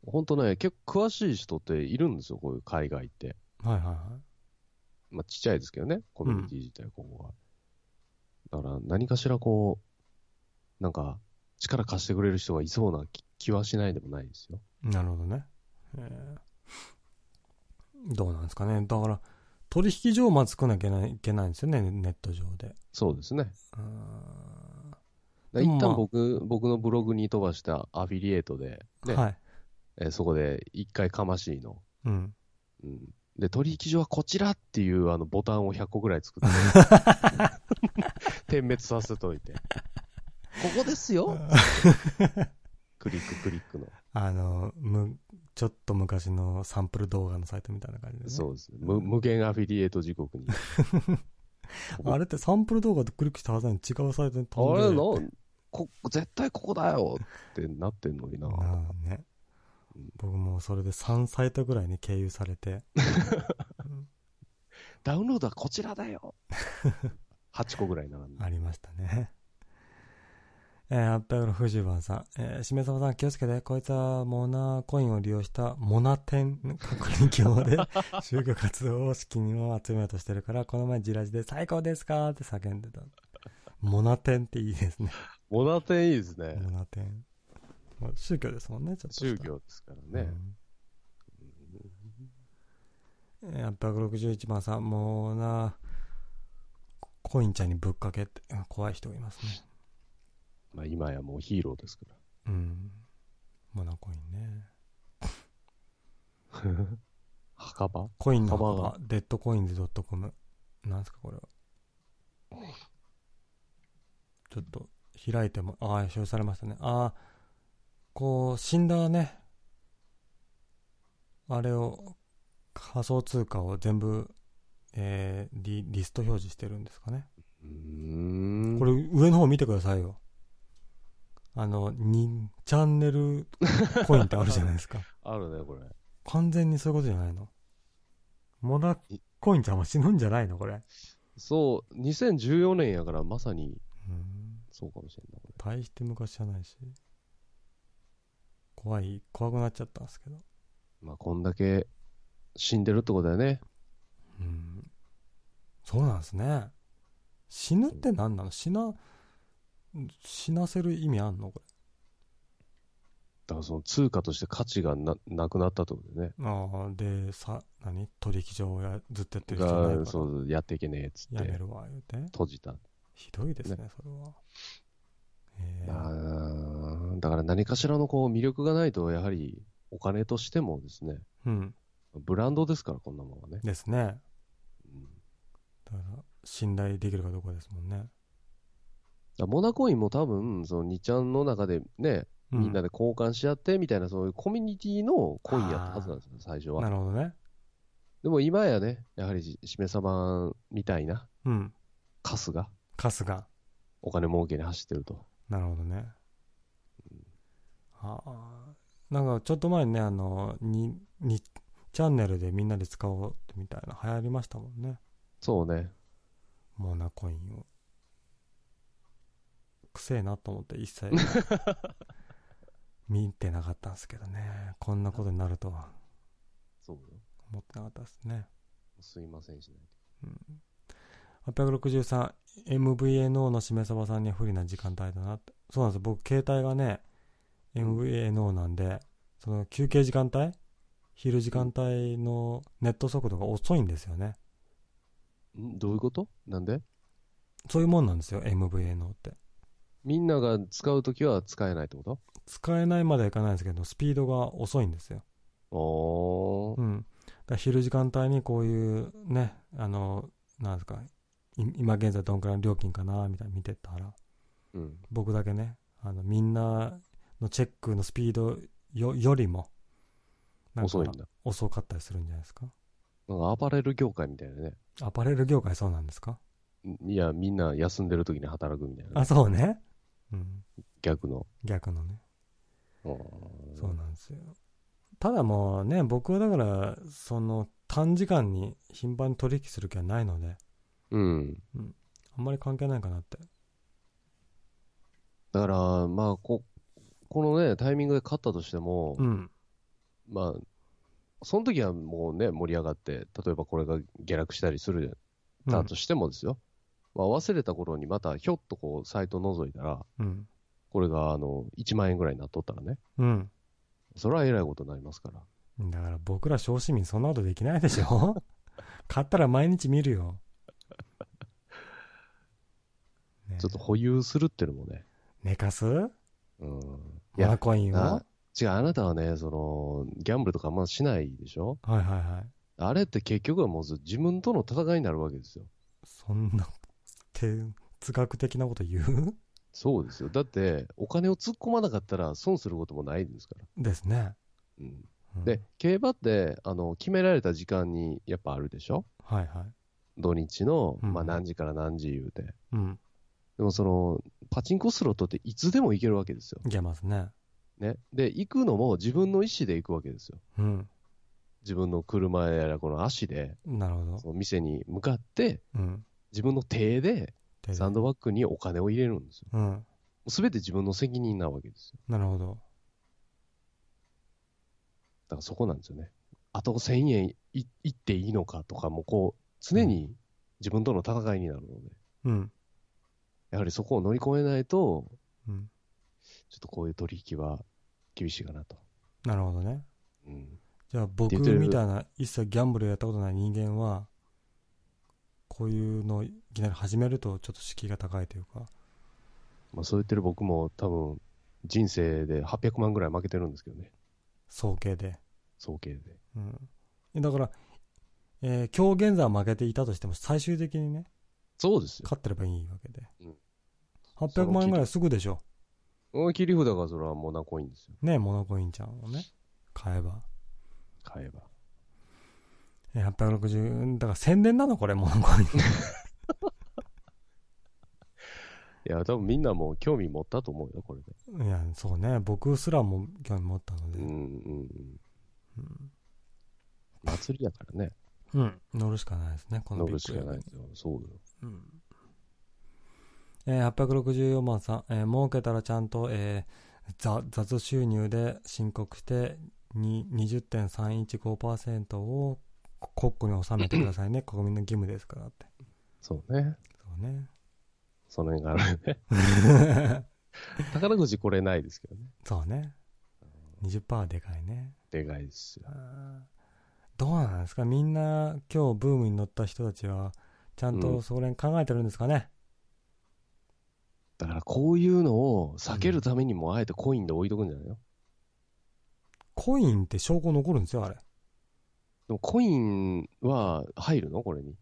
ほんとね、結構詳しい人っているんですよ、こういう海外って。はいはいはまあ、ちっちゃいですけどね、コミュニティ自体、今後は。だから、何かしらこう、なんか、力貸してくれる人がいそうな気気はしないでもないですよ。い。なるほどね。えーどうなんですかね。だから、取引所をまず作んなきゃいけないいけないんですよね、ネット上で。そうですね。うーんだからでも一まあ旦僕、僕のブログに飛ばしたアフィリエイトで、ねはい。えーそこで一回かましいの。うん。うん。で、取引所はこちらっていうあのボタンを100個ぐらい作って、点滅させ といて。ここですよクリッククリックの。あの、む、ちょっと昔のサンプル動画のサイトみたいな感じで、ね。そうですね。無無限アフィリエイト時刻に。あれってサンプル動画でクリックしたはずなのに違うサイトに飛んあでるれよのこ、絶対ここだよってなってんのにな。なあね。僕もそれで3サイトぐらいに経由されて。ダウンロードはこちらだよ !8 個ぐらい並んで。ありましたね。 えー、800の藤番さん。えー、しめさまさん気をつけて。こいつはモナコインを利用したモナ店、確認業 で宗教活動を資金を集めようとしてるから、この前ジラジで最高ですかって叫んでた。モナ店っていいですね。モナテンいいですね。モナ店。まあ宗教ですもんね、ちょっとした。宗教ですからね。うん。やっぱ61番さん、もうな、ココインちゃんにぶっかけって、あ怖い人がいますね。まあ今やもうヒーローですから。うん。モナコインね。墓場コインの玉幅、デッドコインズ .com。なんすか、これは。ちょっと、開いても、ああ、使用されましたね。ああ、こう、死んだね、あれを、仮想通貨を全部、えーリ、リスト表示してるんですかね。うーん。これ、上の方見てくださいよ。あの、に、チャンネルコインってあるじゃないですか。あるね、これ。完全にそういうことじゃないのモナコインちゃんは死ぬんじゃないのこれ。そう、2014年やからまさにうん。そうかもしれんな、これ。大して昔じゃないし。怖い、怖くなっちゃったんですけど。まあこんだけ死んでるってことだよね。うん。そうなんですね。死ぬって何なの死な、死なせる意味あんのこだからその通貨として価値がななくなったってことだよね。れ。ああ、で、さ、何取引所をやずっとやってる人ないかが、ら。そう、やっていけねえっつっやめて、るわ、言うて。閉じた。ひどいですね、それは。えあーだから何かしらのこう魅力がないと、やはりお金としてもですね、えうん。ブランドですから、こんなもんはね。ですね。うんだかだから、信頼できるかどうかですもんね。らモナコインも多分、その2ちゃんの中でね、うみんなで交換し合ってみたいな、そういうコミュニティのコインやったはずなんですよ、最初なは。るほどね。でも今やね、やはりししめさまみたいなうん。カスが春日。お金儲けに走ってると。なるほどね。ああ。なんか、ちょっと前にね、あの、に、に、チャンネルでみんなで使おうってみたいな流行りましたもんね。そうね。モナコインを。くせえなと思って一切見てなかったんですけどね。こんなことになるとはそうよ。思ってなかったですね。すいませんしない863 MVNO のしめさばさんには不利な時間帯だなってそうなんですよ僕携帯がね MVNO なんでその休憩時間帯昼時間帯のネット速度が遅いんですよねと。んどういうことなんでそういうもんなんですよ MVNO ってみんなが使うときは使えないってこ使えないまではいかないんですけどスピードが遅いんですよとおーう。ん、だから昼時間帯にこういうね、あの、なんですか、い今現在どんくらいの料金かな、みたいな見てたら、うん僕だけね、あの、みんなのチェックのスピードよよりも、なか遅いんだ。遅かったりするんじゃないですか。なんかアパレル業界みたいなね。アパレル業界そうなんですかんいや、みんな休んでる時に働くみたいなね、あ、そうね。うん。逆の。逆のね。うんそうなんですよ。ただもうね、僕はだから、その、短時間に頻繁に取引する気はないので、うん。あんまり関係ないかなってだから、まあこ、このね、タイミングで勝ったとしても、うん。まあ、その時はもうね、盛り上がって、例えばこれが下落したりするうだんとしてもですよ、まあ、忘れた頃にまたひょっとこう、サイト覗いたら、うん。これがあの1万円ぐらいになっとったらね、うん。それはえらいことになりますから。だから僕ら小市民そんなことできないで しょ買ったら毎日見るよ。ねちょっと保有するっていうのもね。寝かすうん。いマナや、コインをはな違う、あなたはね、その、ギャンブルとかあんましないでしょいはいはい。あれって結局はもうず自分との戦いになるわけですよ。そんな、哲学的なこと言うそうですよ。だって、お金を突っ込まなかったら損することもないんですから。ですね。うん。うんで、、競馬って、あの、決められた時間にやっぱあるでしょはいはい。土日の、うんまあ何時から何時言うて。うん。でもその、パチンコスロットっていつでも行けるわけですよ。いけますね。ね。で、行くのも自分の意思で行くわけですよ。うん。自分の車やらこの足で、なるほどそ。の店に向かって、うん。自分の手ででサンドバッグにお金を入れるんですよ。うん。すべて自分の責任なわけですよ。なるほど。だからそこなんですよね。あと1000円いいっていいのかとかもこう、常に自分との戦いになるので、うん。やはりそこを乗り越えないと、うん。ちょっとこういう取引は厳しいかなと。なるほどね。うん。じゃあ僕出てるみたいな一切ギャンブルやったことない人間は、こういうのをいきなり始めるとちょっと敷居が高いというか。まあそう言ってる僕も多分、人生で800万ぐらい負けてるんですけどね。総計で。総計で。うん。えだから、えー今日現在は負けていたとしても、最終的にね、そうですよ。勝ってればいいわけで。うん800万円ぐらいすぐでしょ。うん切り札がそれはモナコインですよ。ね、モノコインちゃんをね、買えば。買えば。えー860、だから宣伝なのこれ、モノコイン。いや、多分みんなもう興味持ったと思うよ、これで。いや、そうね。僕すらも興味持ったので。ううん。んうんうん。祭りだからね。うん乗るしかないですね。この乗ビるッしグウェかーブないにですよ。そうよ。うん。えー、864万さん、えー儲けたらちゃんと、えーざ雑収入で申告して、に20.315%を国庫に収めてください ね。国民の義務ですからって。そうね。そうね。その辺があるね。 宝くじこれないですけどね。そうね。20%はでかいね。でかいですよ。あーどうなんですかみんな今日ブームに乗った人たちは、ちゃんうとんそこら辺考えてるんですかね、だからこういうのを避けるためにもあえてコインで置いとくんじゃないの、コインって証拠残るんですよ、あれ。でもコインは入るのこれに。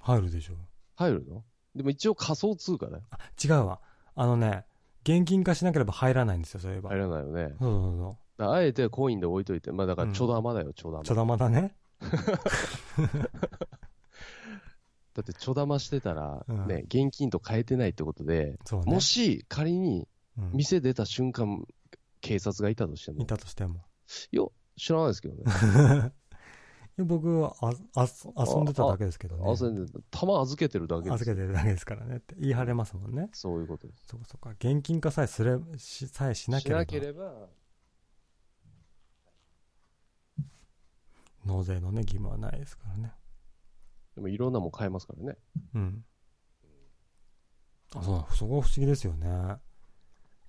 入るでしょ。入るのでも一応仮想通貨だよ。あ、違うわ。あのね、現金化しなければ入らないんですよ、そういえば。入らないよね。そうそうそだからあえてコインで置いといて。まあだからちょだまだよ、ちょだま。う。ちょだまだね。だってちょだましてたら、うんね、現金と変えてないってことで、そうね。もし仮にうん、店出た瞬間、警察がいたとしてもい、たとしても。よ知らないですけ どね。いや僕はああ遊んでただけですけどね。あそうね玉預けてるだけです預けてるだけですからねって言い張れますもんね。そういうことです。そうかそうか。現金化さえすれ、しさえしなければ。ば。納税のね、義務はないですからね。でもいろんなもん買えますからね。うん。あ、そうだ。そこは不思議ですよね。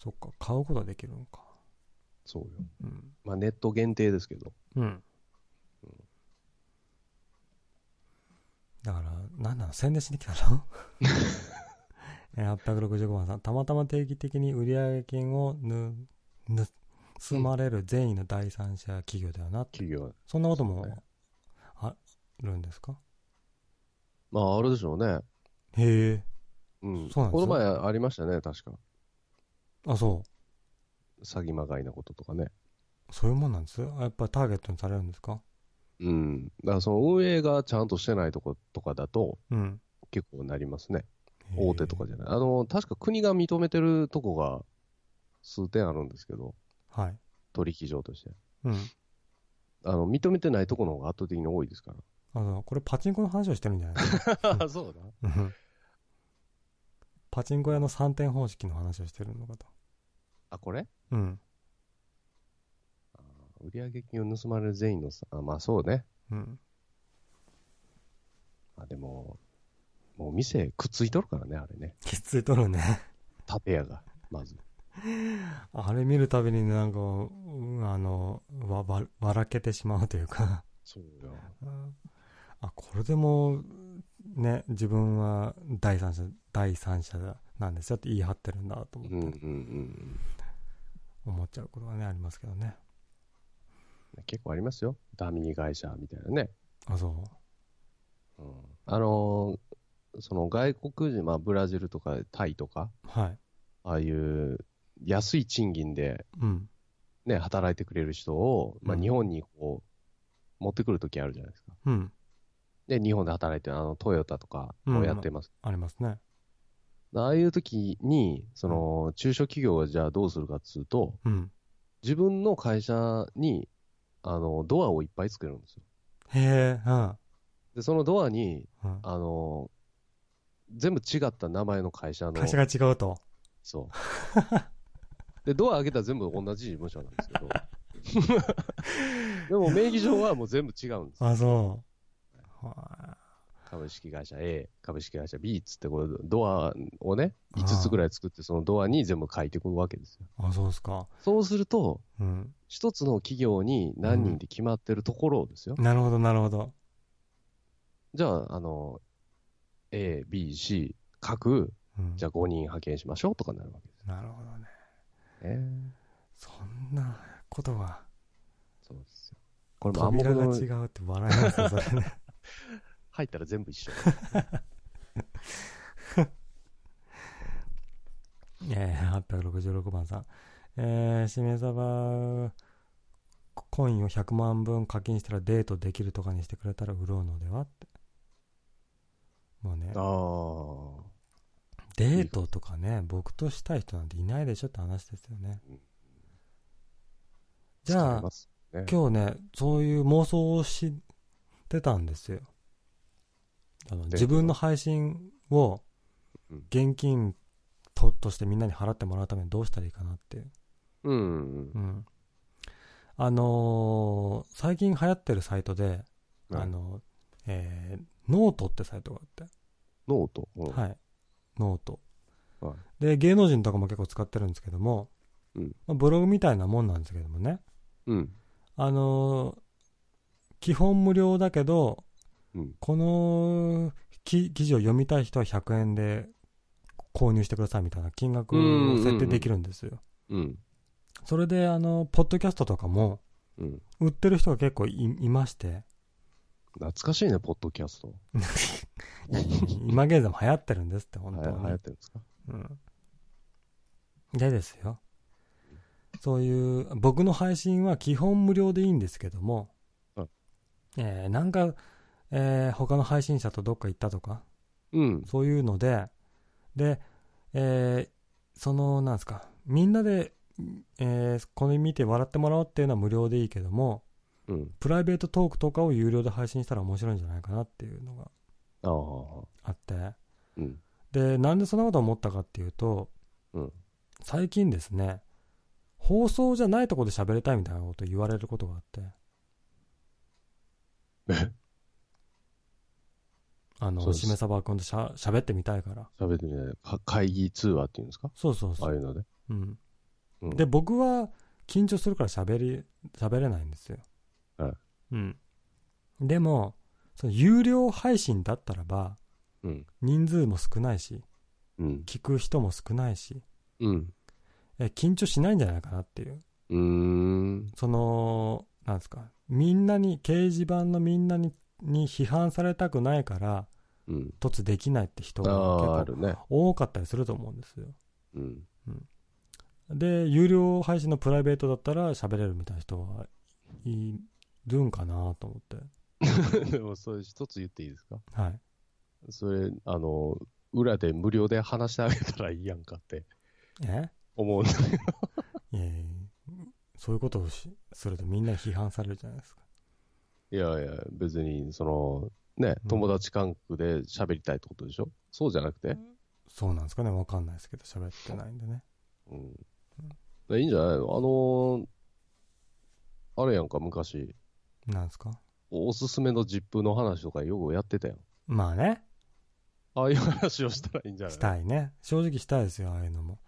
そっか。買うことはできるのか。そうよ。うん。まあネット限定ですけど。うん。だから、なんなの宣伝しに来たの えー ?865 番さん、たまたま定期的に売上金をぬ、ぬ、盗まれる善意の第三者企業だよなって。企業は。そんなこともそうね、あるんですかまああれでしょうね。へえ。うん。そうなんですこよの前ありましたね、確か。あ、そ詐欺まがいなこととかね。う。そういうもんなんですあやっぱりターゲットにされるんですかうん。だからその運営がちゃんとしてないとことかだと、うん。結構なりますね。へー大手とか。じゃない。あの、確か国が認めてるとこが数点あるんですけど、はい。取引所として。うん。あの、認めてないとこの方が圧倒的に多いですかあの、これパチンコの話をしてるんじゃないですから。そうだ。うん パチンコ屋の3点方式の話をしてるのかと。あ、これうん。あー売上金を盗まれる善意のさ、あまあそうね。うん。あ、でも、もう店くっついとるからね、あれね。きついとるね。建屋が、まず。あれ見るたびになんか、うん、あの、わ、わ、笑けてしまうというか。そうよ。うんあ、これでも、ね、自分は第三者、第三者なんですよって言い張ってるんだとう思んっうんうて、ん。思っちゃうことはね、ありますけどね。結構ありますよ。ダミー会社みたいなね。あ、そうん、あのーその外国人、まあブラジルとかタイとか、う。はい。ああいう安い賃金でうん。ね、働いてくれる人を、まあうん日本にこう、持ってくるときあるじゃないですか。うん。で、日本で働いてるあの、トヨタとかうんをやってます。ありますね。ああいう時に、その、中小企業はじゃあどうするかっつうと、うん。自分の会社に、あの、ドアをいっぱい作るんですよ。へえ、うん。で、そのドアに、うんあの、全部違った名前の会社の、会社が違うと。 そう。で、ドア開けたら全部同じ事務所なんですけど。でも名義上はもう全部違うんですよ。あ、そう。は株式会社 A、株式会社 B っつって、これドアをね、ああ5つぐらい作って、そのドアに全部書いてくるわけですよ。いあ、そうですか。そうすると、うん。一つの企業に何人で決まってるところですよ。なるほど、なるほど。じゃあ、あの、A、B、C、各、うん。じゃあ5人派遣しましょうとかになるわけでなるほどね。すね。そんなことが、そうですよ。これも暗扉黙がの違うって笑いますよ、それね。入ったら全部一緒。えー、866番さん。えー、しめさば、コインを100万分課金したらデートできるとかにしてくれたら売ろうのではって。もうね、ああ。デートとかね、僕としたい人なんていないでしょって話ですよねうん。じゃ疲れあま、すね、今日ね、そういう妄想をしてたんですよ。あのト自分の配信をうん現金ととしてみんなに払ってもらうためにどうしたらいいかなっていう。うんうんう。ん。あのー最近流行ってるサイトで、はいあの、えーノートってサイトがあっノート。て、ははい。ノート。はいで、芸能人とかも結構使ってるんですけども、うんまあブログみたいなもんなんですけどもね、い。うん。あのー基本無料だけど、うんこのき記事を読みたい人は100円で購入してくださいみたいな金額を設定できるんですよ。うん。それで、あの、ポッドキャストとかも、うん。売ってる人が結構いいまして、懐かしいね、ポッドキャスト。今現在も流行ってるんですって、は本い、当流は行ねっ。てるんですかうんでですよ。そういう、僕の配信は基本無料でいいんですけども、うんえーなんか、えー他の配信者とどっか行ったとか、うん。そういうので、で、えーその、なんですか、みんなで、えーこれ見て笑ってもらおうっていうのは無料でいいけども、うん。プライベートトークとかを有料で配信したら面白いんじゃないかなっていうのがあああ。って、うん。で、なんでそんなこと思ったかっていうと、うん。最近ですね、放送じゃないとこで喋りたいみたいなこと言われることがあって。あそうの、ですしめさばくんとしゃ喋ってみたいから。喋ってみない。か会議通話っていうんですかそうそうあそあう。いうので。うん。うんで、僕は緊張するから喋り、喋れないんですよ。はいうん。でも、その有料配信だったらば、うん。人数も少ないし、うん。聞く人も少ないし、うん。え緊張しないんじゃないかなっていう。うーん。その、なんですか、みんなに、掲示板のみんなにに批判されたくないから、うん。凸できないって人あがあ、あ結構るね。多かったりすると思うんですよ。うん。で、有料配信のプライベートだったら喋れるみたいな人はいるんかなと思って。 でも、それ一つ言っていいですかはい。それ、あの、裏で無料で話してあげたらいいやんかって え思うんだけいど。やいやいやそういうことをしするとみんなに批判されるじゃないですか。いやいや、別に、その、ねう、ん友達感覚で喋りたいってことでしょ、そうじゃなくて、そうなんですかねわかんないですけど喋ってないんでねうん。いいんじゃないのあのーあれやんか、昔。なんですかおすすめのジップの話とかよくやってたよ。まあねああいう話をしたらいいんじゃないしたいね正直したいですよああいうのも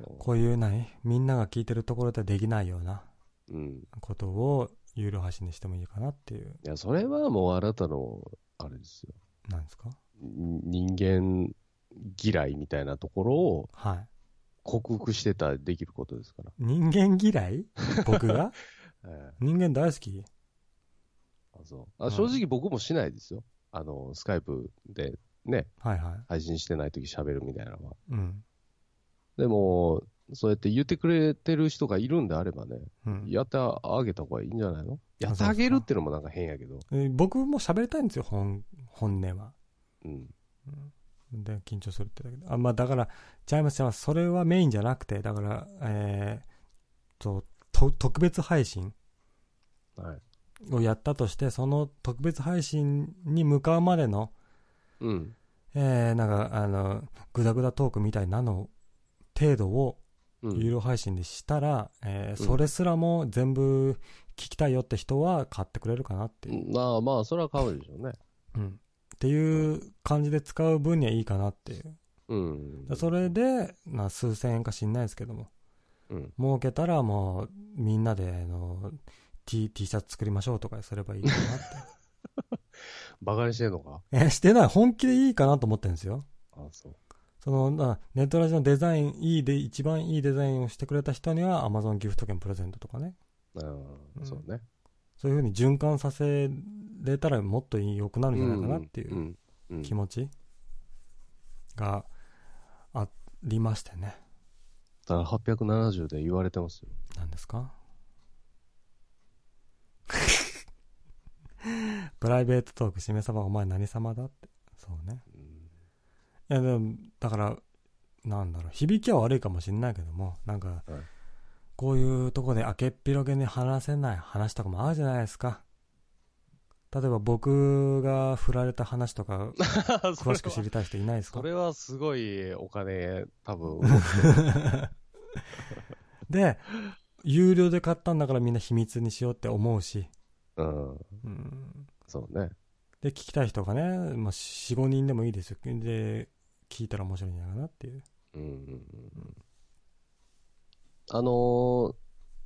うんこういうないみんなが聞いてるところでできないようなうん。ことをゆるはしにしてもいいかなっていういや、それはもうあなたの、あれですよ。なんですか人間嫌いみたいなところをはい克服してたらできることですから。人間嫌い僕がええ人間大好きあそうあ正直僕もしないですよ。あの、スカイプでね、はいは配信してないとき喋るみたいなのは。いうんでも、そうやって言ってくれてる人がいるんであればね、うんやってあげた方がいいんじゃないのあやってあげるってのもなんか変やけど。えー僕も喋りたいんですよ本本音はうん。で緊張するってだけであまあだからちゃいますちゃいますそれはメインじゃなくてだからえー、とと特別配信はい。をやったとしてその特別配信に向かうまでのうん。えー、なんかあのグダグダトークみたいなの程度をうん。有料配信でしたら、えーうんそれすらも全部聞きたいよって人は買ってくれるかなっていう、まあまあ、それは買うでしょうね。うんっていう感じで使う分にはいいかなっていううん。それで、まあ、数千円か知んないですけどもうん。儲けたらもうみんなであの T, T シャツ作りましょうとかすればいいかなって バカにしてんのかえしてない本気でいいかなと思ってるんですよあそう。そのまあネットラジのデザインいいで一番いいデザインをしてくれた人には Amazon ギフト券プレゼントとかねうん、そうね。そういうふうに循環させれたらもっと良くなるんじゃないかなっていうんうん気持ちがありましてね。ただ870で言われてますよ。何ですか プライベートトーク、しめ様、お前何様だって。そうね。うんいや、でも、だから、なんだろう、響きは悪いかもしんないけども、なんか、はいこういうとこで明けっぴろげに話せない話とかもあるじゃないですか。例えば僕が振られた話とか、 詳しく知りたい人いないですかそれはすごいお金、多分。 で、有料で買ったんだからみんな秘密にしようって思うし、うん。うんそうね。で、聞きたい人がね、まあ、4、5人でもいいですよ。で、聞いたら面白いんじゃないかなっていう。うんうんうん。あのー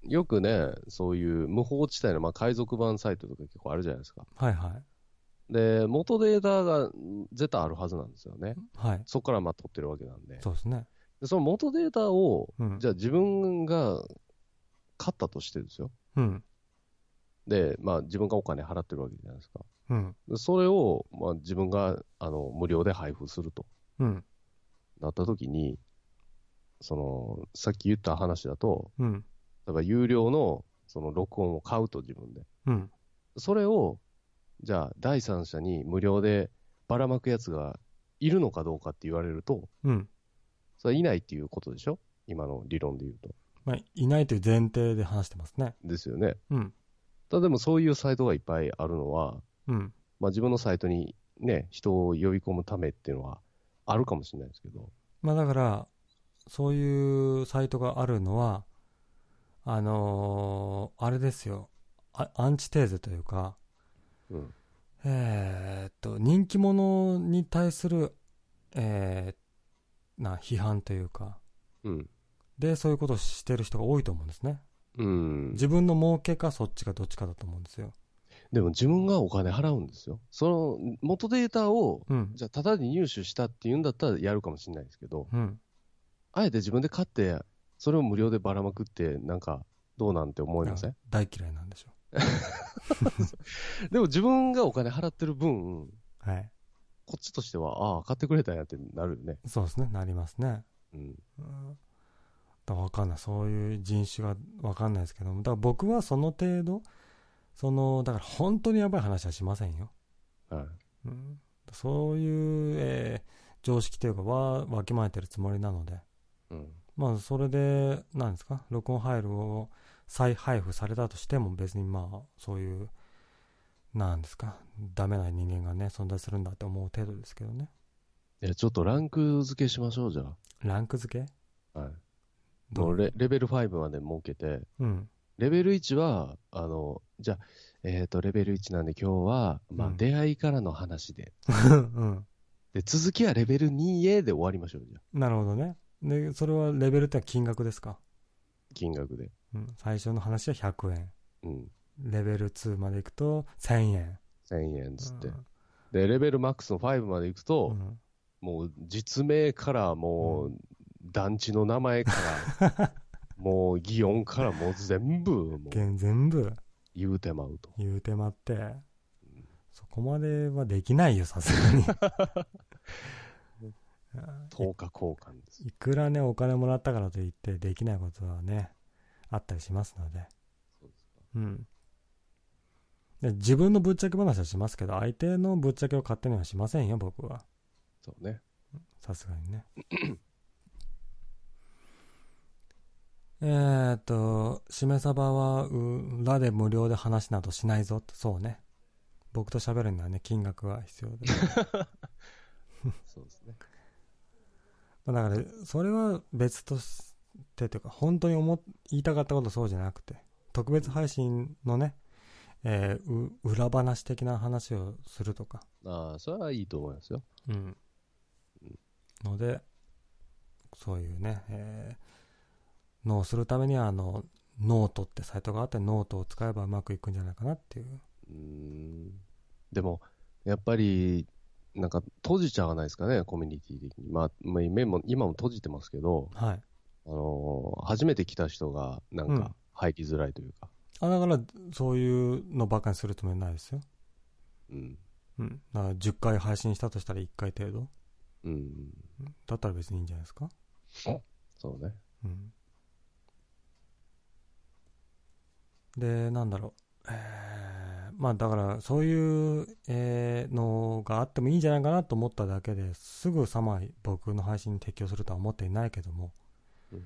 よくね、そういう無法地帯の、まあ、海賊版サイトとか結構あるじゃないですか。はいはい。で、元データが絶対あるはずなんですよね。はい。そこからまあ取ってるわけなんで。そうですね。でその元データを、うん。じゃあ自分が買ったとしてですよ。うん。で、まあ自分がお金払ってるわけじゃないですか。うん。でそれを、まあ、自分があの無料で配布するとうん。なった時に、その、さっき言った話だと、うん。例えば有料のその録音を買うと自分で。うん。それを、じゃあ第三者に無料でばらまくやつがいるのかどうかって言われると、うん。それはいないっていうことでしょ今の理論で言うと。まあ、いないという前提で話してますね。ですよね。うん。ただでもそういうサイトがいっぱいあるのは、うん。まあ自分のサイトにね、人を呼び込むためっていうのはあるかもしれないですけど。まあ、だ から、そういうサイトがあるのは、あのーあれですよ。あアンチテーゼというか、うん。えーっと、人気者に対する、えーな、批判というか、うん。で、そういうことをしてる人が多いと思うんですね。うん。自分の儲けか、そっちか、どっちかだと思うんですよ。でも自分がお金払うんですよ。その元データを、うん。じゃあただに入手したっていうんだったらやるかもしれないですけど、うん。あえて自分で買って、それを無料でばらまくって、なんか、どうなんて思いません大嫌いなんでしょでも自分がお金払ってる分、う。はい。こっちとしては、ああ、買ってくれたんやってなるよね。そうですね、なりますね。うん。うんだからわかんないそういう人種がわかんないですけどもだから僕はその程度そのだから本当にやばい話はしませんよ、はい。うんそういう、えー常識というかはわきまえてるつもりなのでうん。まあそれで何ですか録音ファイルを再配布されたとしても別にまあそういうなんですかダメな人間がね存在するんだって思う程度ですけどねえいや、ちょっとランク付けしましょう、じゃランク付けあ。はい。どもううレレベル5まで設けて、うん。レベル1は、あの、じゃあ、えっ、と、レベル1なんで今日は、まあ、うん出会いからの話で。うん。で、続きはレベル 2A で終わりましょう、じゃあ。なるほどね。で、それはレベルってのは金額ですか。金額で。うん。最初の話は100円。うん。レベル2までいくと1000円。 1000円つって。うんで、レベルマックスの5まで行くと、うんもう実名からもう団地の名前から、 もう祇園からもう全部もう全全部言うてまうと。言うてまって、そこまではできないよ、さす がに。 10日交換です。いくらね、お金もらったからといって、できないことはね、あったりしますので。うん。で自分のぶっちゃけ話はしますけど、相手のぶっちゃけを勝手にはしませんよ、僕は。そうね。さすがに ね。えーっと、しめさばは、う裏で無料で話などしないぞって、そうね。僕と喋るにはね、金額が必要で。そうですね。まあだから、それは別としてというか、本当に思っ言いたかったことそうじゃなくて、特別配信のね、えーう裏話的な話をするとか、ああ、それはいいと思いますよ。うん。ので、そういうね、えー、脳をするためには、あの、ノートってサイトがあって、ノートを使えばうまくいくんじゃないかなっていう。うーん。でも、やっぱり、なんか閉じちゃわないですかね、コミュニティ的に。まあ、まあ今も今も閉じてますけど、はい。あのー初めて来た人が、なんうんか、入りづらいというか、あ、だから、そういうのばかにするつもりないですよ。うん。うん。だから10回配信したとしたら1回程度。うん。だったら別にいいんじゃないですか。そうね。うん。で、なんだろう。えーまあだから、そういう、えーのがあってもいいんじゃないかなと思っただけですぐさま僕の配信に適用するとは思っていないけども、うん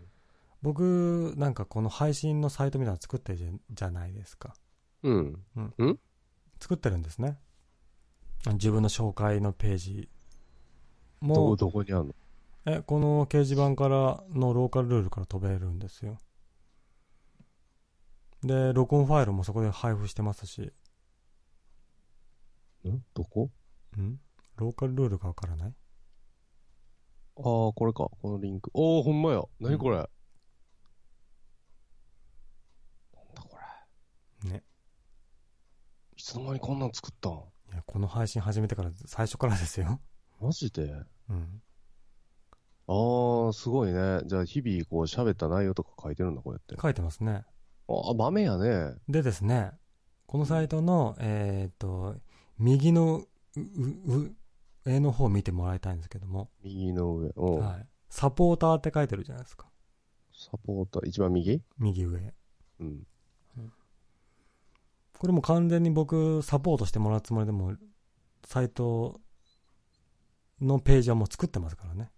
僕、なんかこの配信のサイトみたいなの作ってるじゃじゃないですか。うん。作ってるんですね。自分の紹介のページも。どこ、どこにあるのえ、この掲示板からのローカルルールから飛べるんですよ。で、録音ファイルもそこで配布してますし、んどこんローカルルールがわからないああ、これか。このリンク。おお、ほんまや。なにこれ。なんだこれ。ね。いつの間にこんなん作ったんいや、この配信始めてから最初からですよ。マジでうん。ああ、すごいね。じゃあ、日々、こう、喋った内容とか書いてるんだ、こうやって。書いてますね。ああ、豆やね。でですね、このサイトの、えーっと、右のう、う、う上の方を見てもらいたいんですけども、右の上。うん。はい。サポーターって書いてるじゃないですか。サポーター、一番右右上。うん。これも完全に僕サポートしてもらうつもりでもサイトのページはもう作ってますからね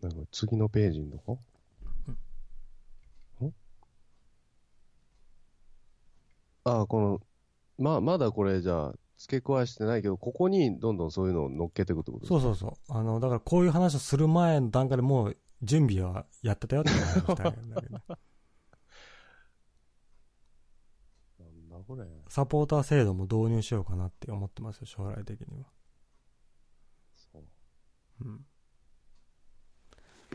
なんか、次のページのとこんああ、この、ま、まだこれ、じゃあ、付け加えしてないけど、ここにどんどんそういうのを乗っけていくってことそうそうそうあのだからこういう話をする前の段階でもう準備はやってたよって話をしたいんだけどなんだこれ。サポーター制度も導入しようかなって思ってますよ将来的にはそう。うん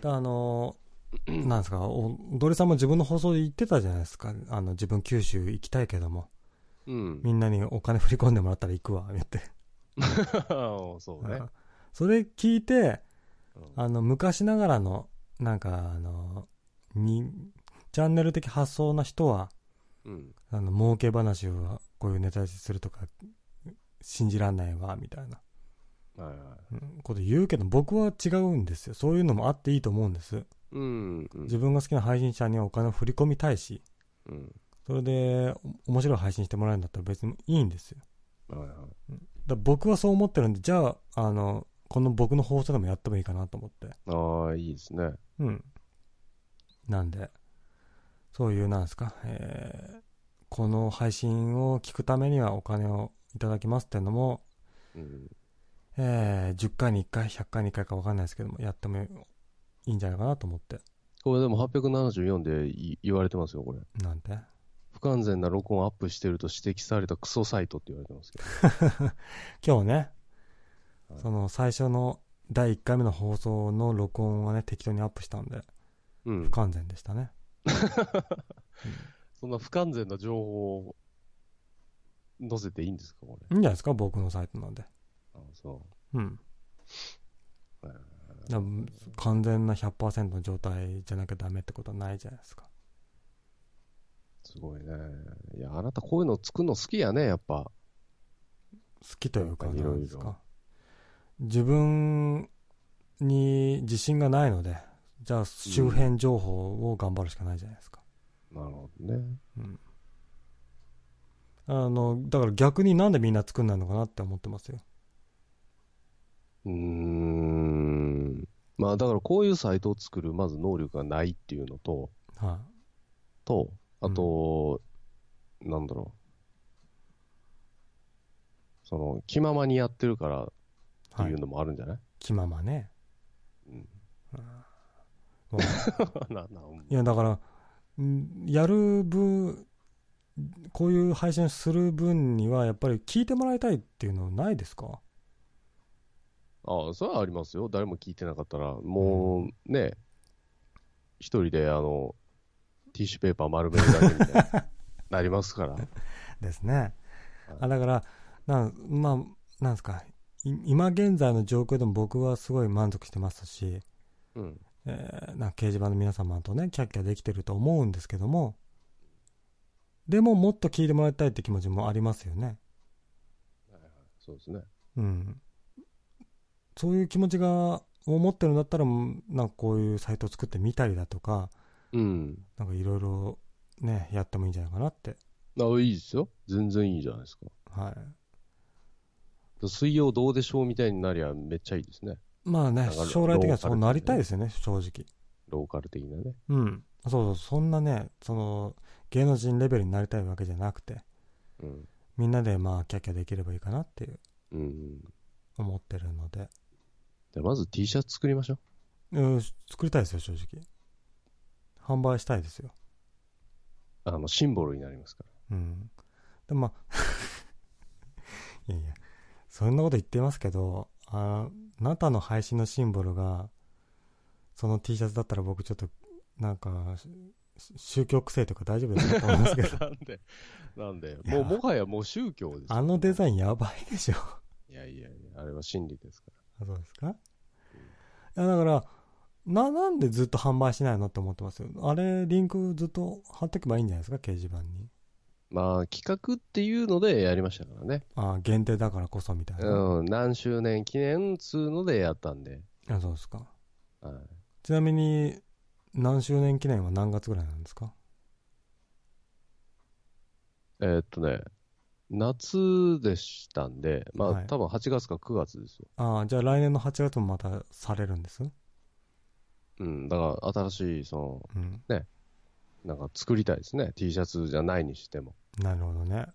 であのなんですかお踊りさんも自分の放送で言ってたじゃないですかあの自分九州行きたいけどもうん。みんなにお金振り込んでもらったら行くわ言って そうねう。んそれ聞いてうんあの昔ながらのなんかあのにチャンネル的発想な人はうん。あの儲け話をこういうネタにするとか信じらんないわみたいな、はいはい。うんこと言うけど僕は違うんですよそういうのもあっていいと思うんですうん。うん自分が好きな配信者にはお金を振り込みたいしうん。それでお面白い配信してもらえるんだったら別にいいんですよはいはい。だから僕はそう思ってるんでじゃああのこの僕の放送でもやってもいいかなと思ってああ、いいですね。うん。なんで、そういう、なんですか、えーこの配信を聞くためにはお金をいただきますっていうのも、うん。えー10回に1回、100回に1回か分かんないですけども、やってもいいんじゃないかなと思って。これでも874でい言われてますよ、これ。なんて。不完全な録音アップしてると指摘されたクソサイトって言われてますけど。今日ねは、いその最初の第1回目の放送の録音はね、適当にアップしたんで、うん不。完全でしたね。そんな不完全な情報を載せていいんですか、これ。いいんじゃないですか、僕のサイトなんで。あそうん。う。えだーから完全な100%の状態じゃなきゃダメってことはないじゃないですか。すごいね。いや、あなたこういうの作るの好きやね、やっぱ。好きというか、なんかいろいろなんですか。自分に自信がないので、じゃあ周辺情報を頑張るしかないじゃないですか。なるほどね。うん。あの、だから逆になんでみんな作んないのかなって思ってますよ。うーん。まあ、だからこういうサイトを作る、まず能力がないっていうのと、はと、あと、なんだろう。その、気ままにやってるからっい。てはいいうのもあるんじゃない、気ままね。うんあー。もう ななうんいや、だから、んやる分、こういう配信する分には、やっぱり聞いてもらいたいっていうのないですかああ、それはありますよ。誰も聞いてなかったら、もうね、一人で、あの、ティッシュペーパー丸めるだけみたい な、なりますから。ですね。あだから、なんまあ、なんですか、い今現在の状況でも僕はすごい満足してますし、うん。えーなんか掲示板の皆様とね、キャッキャできてると思うんですけども、でももっと聞いてもらいたいって気持ちもありますよね。そうですね。うん。そういう気持ちが、を持ってるんだったら、うんなんかこういうサイトを作ってみたりだとか、うん。なんかいろいろね、やってもいいんじゃないかなって。あいいですよ。全然いいじゃないですか。はい。水曜どうでしょうみたいになりゃめっちゃいいですね。まあねだから、将来的にはそうなりたいですよね、正直。ローカル的なね。うん。そうそう、そんなね、その、芸能人レベルになりたいわけじゃなくて、うん。みんなでまあ、キャッキャできればいいかなっていう、うん。思ってるので。じゃあまず T シャツ作りましょう。うん、作りたいですよ、正直。販売したいですよ。あの、シンボルになりますから。、うん。でもまあ、 いやいや、そんなこと言ってますけど、ああなたの配信のシンボルが、その T シャツだったら僕ちょっと、なんか、し宗教癖というか大丈夫ですかと思いますけど なんで、なんで、いやもうもはやもう宗教ですよ、あのデザインやばいでしょ。いやいやいや、あれは真理ですから。あそうですかいや、だから、な、なんでずっと販売しないのって思ってますよ。あれ、リンクずっと貼っておけばいいんじゃないですか、掲示板に。まあ、企画っていうのでやりましたからね。あ限定だからこそみたいな。うん、何周年記念っつうのでやったんで。あそうですか。はい、ちなみに、何周年記念は何月ぐらいなんですかえーっとね、夏でしたんで、まあ、はい多分8月か9月ですよ。ああ、じゃあ来年の8月もまたされるんですうん、だから新しい、そうん。の、なんか作りたいですね。T シャツじゃないにしても。なるほどね。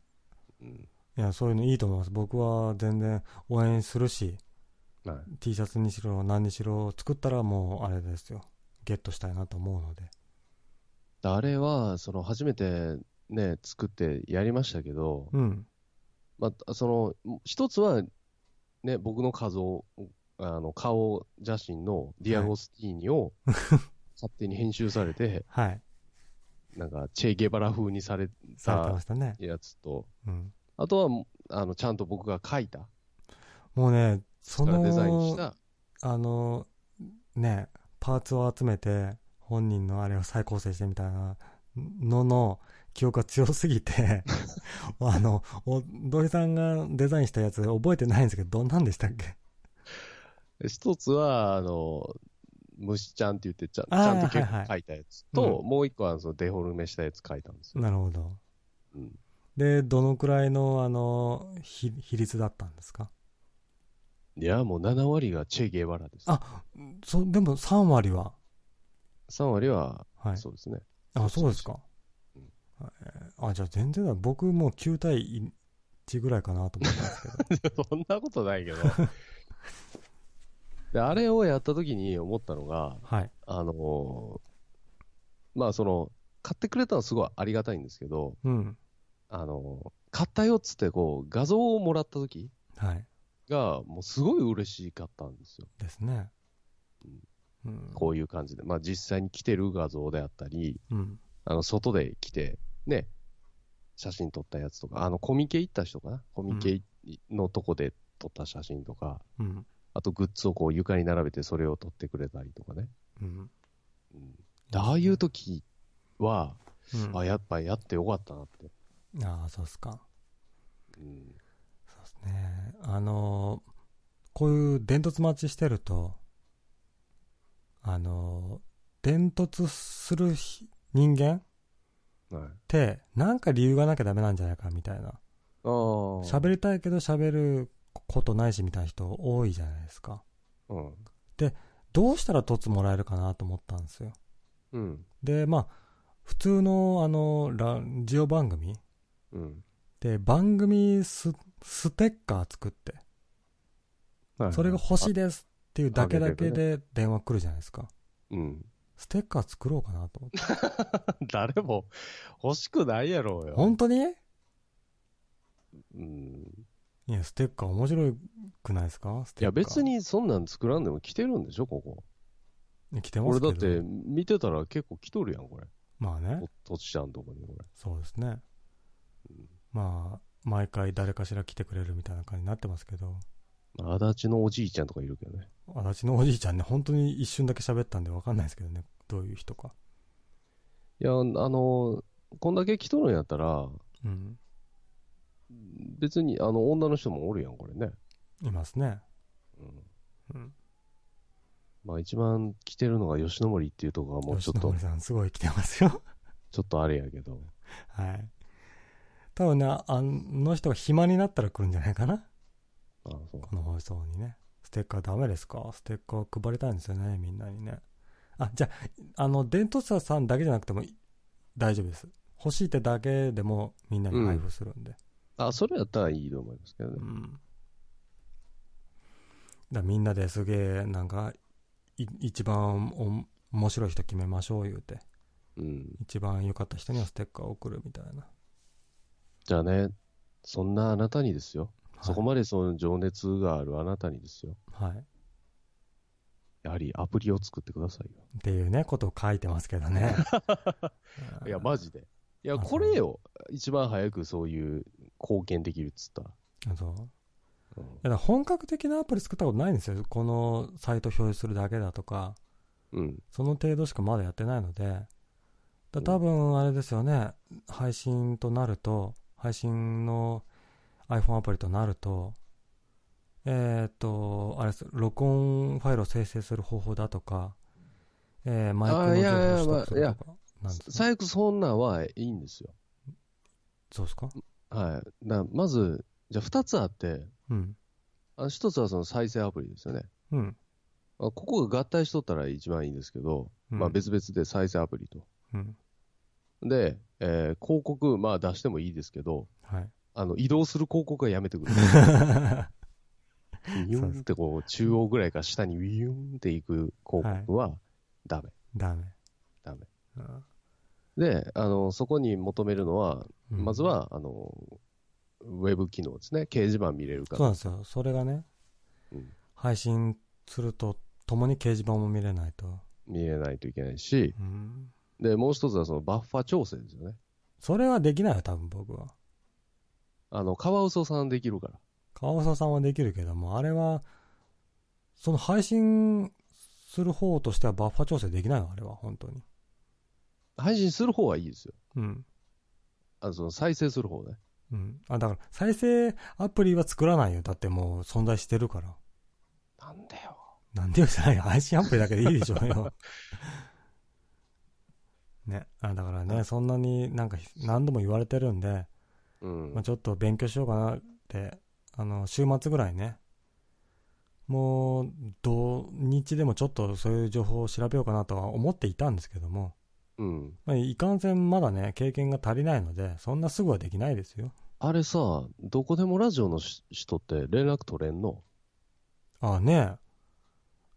うん。いや、そういうのいいと思います。僕は全然応援するし、はい。 T シャツにしろ何にしろ作ったらもうあれですよ。ゲットしたいなと思うので。あれは、その、初めてね、作ってやりましたけど、うん。まあ、その、一つは、ね、僕の画像、あの、顔写真のディアゴスティーニを勝手に編集されて、 はい。なんか、チェ・ゲバラ風にされされてたましたね。やつと、うん。あとは、あの、ちゃんと僕が書いた、もうね、その、デザインした、あの、ね、パーツを集めて、本人のあれを再構成してみたいなのの記憶が強すぎ て、あの、お土井さんがデザインしたやつ覚えてないんですけど、どんなんでしたっけ一つは、あの、虫ちゃんって言ってちゃ、ちあーゃんと結はいは構い書いたやつうと、もう一個はそのデフォルメしたやつ書いたんですよ。なるほど。うんで、どのくらいの、あの、ひ比率だったんですかいや、もう7割がチェ・ゲバラです。あそでも3割は。 3割は、はい。そうですね。あ、そうですかそうで。あ、じゃあ全然だ。僕もう9対1ぐらいかなと思ったんですけど。 そんなことないけど、で、あれをやった時に思ったのが、 はい。あのーまあその、買ってくれたのはすごいありがたいんですけど、うん。あのー買ったよっつってこう、画像をもらった時はい。が、もうすごい嬉しかったんですよ。ですね。うん。こういう感じで。まあ実際に来てる画像であったり、うん。あの、外で来て、ね、写真撮ったやつとか、あの、コミケ行った人かなコミケのとこで撮った写真とか、うん。あとグッズをこう床に並べてそれを撮ってくれたりとかね。うん。うん、でああいう時は、うん、あ、やっぱやってよかったなって。ああ、そうっすか。うん。そうですね。あのーこういう伝突待ちしてると、あのー伝突するひ人間っはい。て、なんか理由がなきゃダメなんじゃないかみたいな。ああ。喋りたいけど喋ることないしみたいな人多いじゃないですか。うん。どうしたら凸もらえるかなと思ったんですよ。うん。で、まあ、普通の、あの、ラジオ番組うん。で、番組スステッカー作って、はいそれが欲しいですっていうだけだけああげで電話来るじゃないですか。うん。 ステッカー作ろうかなと思って。誰も欲しくないやろうよ。本当にうん。いや、ステッカー面白くないですかステッいカー。や、別。にそんなん作らんでも来てるんでしょ、ここ。来てます俺けだど。って見てたら結構来とるやん、これ。まあねと、とちちゃんとこに、これ。そうですねうん。まあ、毎回誰かしら来てくれるみたいな感じになってますけど、足立のおじいちゃんとかいるけどね。私のおじいちゃんね、本当に一瞬だけ喋ったんで分かんないですけどね、どういう人か。いや、あの、こんだけ来とるんやったら、うん。別に、あの、女の人もおるやん、これね。いますね。うん。うん。まあ、一番来てるのが吉野森っていうとこがもうちょ吉っ野と森、さん、すごい来てますよ。 ちょっとあれやけど。はい。多分ね、ああの人が暇になったら来るんじゃないかな。あそう。この放送にね。ステッカーダメですかステッカー配りたいんですよね、みんなにね。あ、じゃあ、あの、伝統者さんだけじゃなくてもい大丈夫です。欲しいってだけでもみんなに配布するんで。あ、それやったらいいと思いますけどねう。ん。だからみんなですげえ、なんか、い一番お面白い人決めましょう言うて。うん。一番良かった人にはステッカーを送るみたいな。じゃあね、そんなあなたにですよ。そこでまでその情熱があるあなたにですよ。はい。やはりアプリを作ってくださいよ。っていうね、ことを書いてますけどね。いや、マジで。いや、あそうこれよ。一番早くそういう貢献できるっつったら。あそう。いやうんだから本格的なアプリ作ったことないんですよ。このサイト表示するだけだとか、うん。その程度しかまだやってないので、だ多分あれですよね、配信となると、配信の iPhone アプリとなると、えっ、と、あれです、録音ファイルを生成する方法だとか、えーマイクあのーい情やいや報を取得するとか、なんですか最悪そんなんはいいんですよ。そうですかはい。だまず、じゃあ二つあって、うん。あ一つはその再生アプリですよね。うん。あここが合体しとったら一番いいんですけど、うんまあ別々で再生アプリと。うん。で、えー広告、まあ出してもいいですけど、はい。あの、移動する広告はやめて くれ。ニューンってこう、中央ぐらいから下にウィユーンっていく広告はダメ。ダメ。ダメうん。で、あの、そこに求めるのは、うんまず、は、あの、ウェブ機能ですね。掲示板見れる かそうら。なんですよ。それがね、うん配信すると、ともに掲示板も見れないと。見れないといけないし、うん。で、もう一つはそのバッファ調整ですよね。それはできないよ、多分僕は。あの、カワウソさんできるから。川尾さんはできるけども、あれは、その配信する方としてはバッファ調整できないよ、あれは、本当に。配信する方はいいですよ。うん。あの、その再生する方ね。うん。あ、だから、再生アプリは作らないよ。だってもう存在してるから。なんだよ。なんでよじゃないよ。配信アプリだけでいいでしょう よ。ね。あ、だからね、そんなになんか何度も言われてるんで、うん。まあ、ちょっと勉強しようかなって、あの、週末ぐらいね、もう、土日でもちょっとそういう情報を調べようかなとは思っていたんですけども、うん。まあ、いかんせんまだね、経験が足りないので、そんなすぐはできないですよ。あれさ、どこでもラジオのし人って連絡取れんのあねえ。あれっ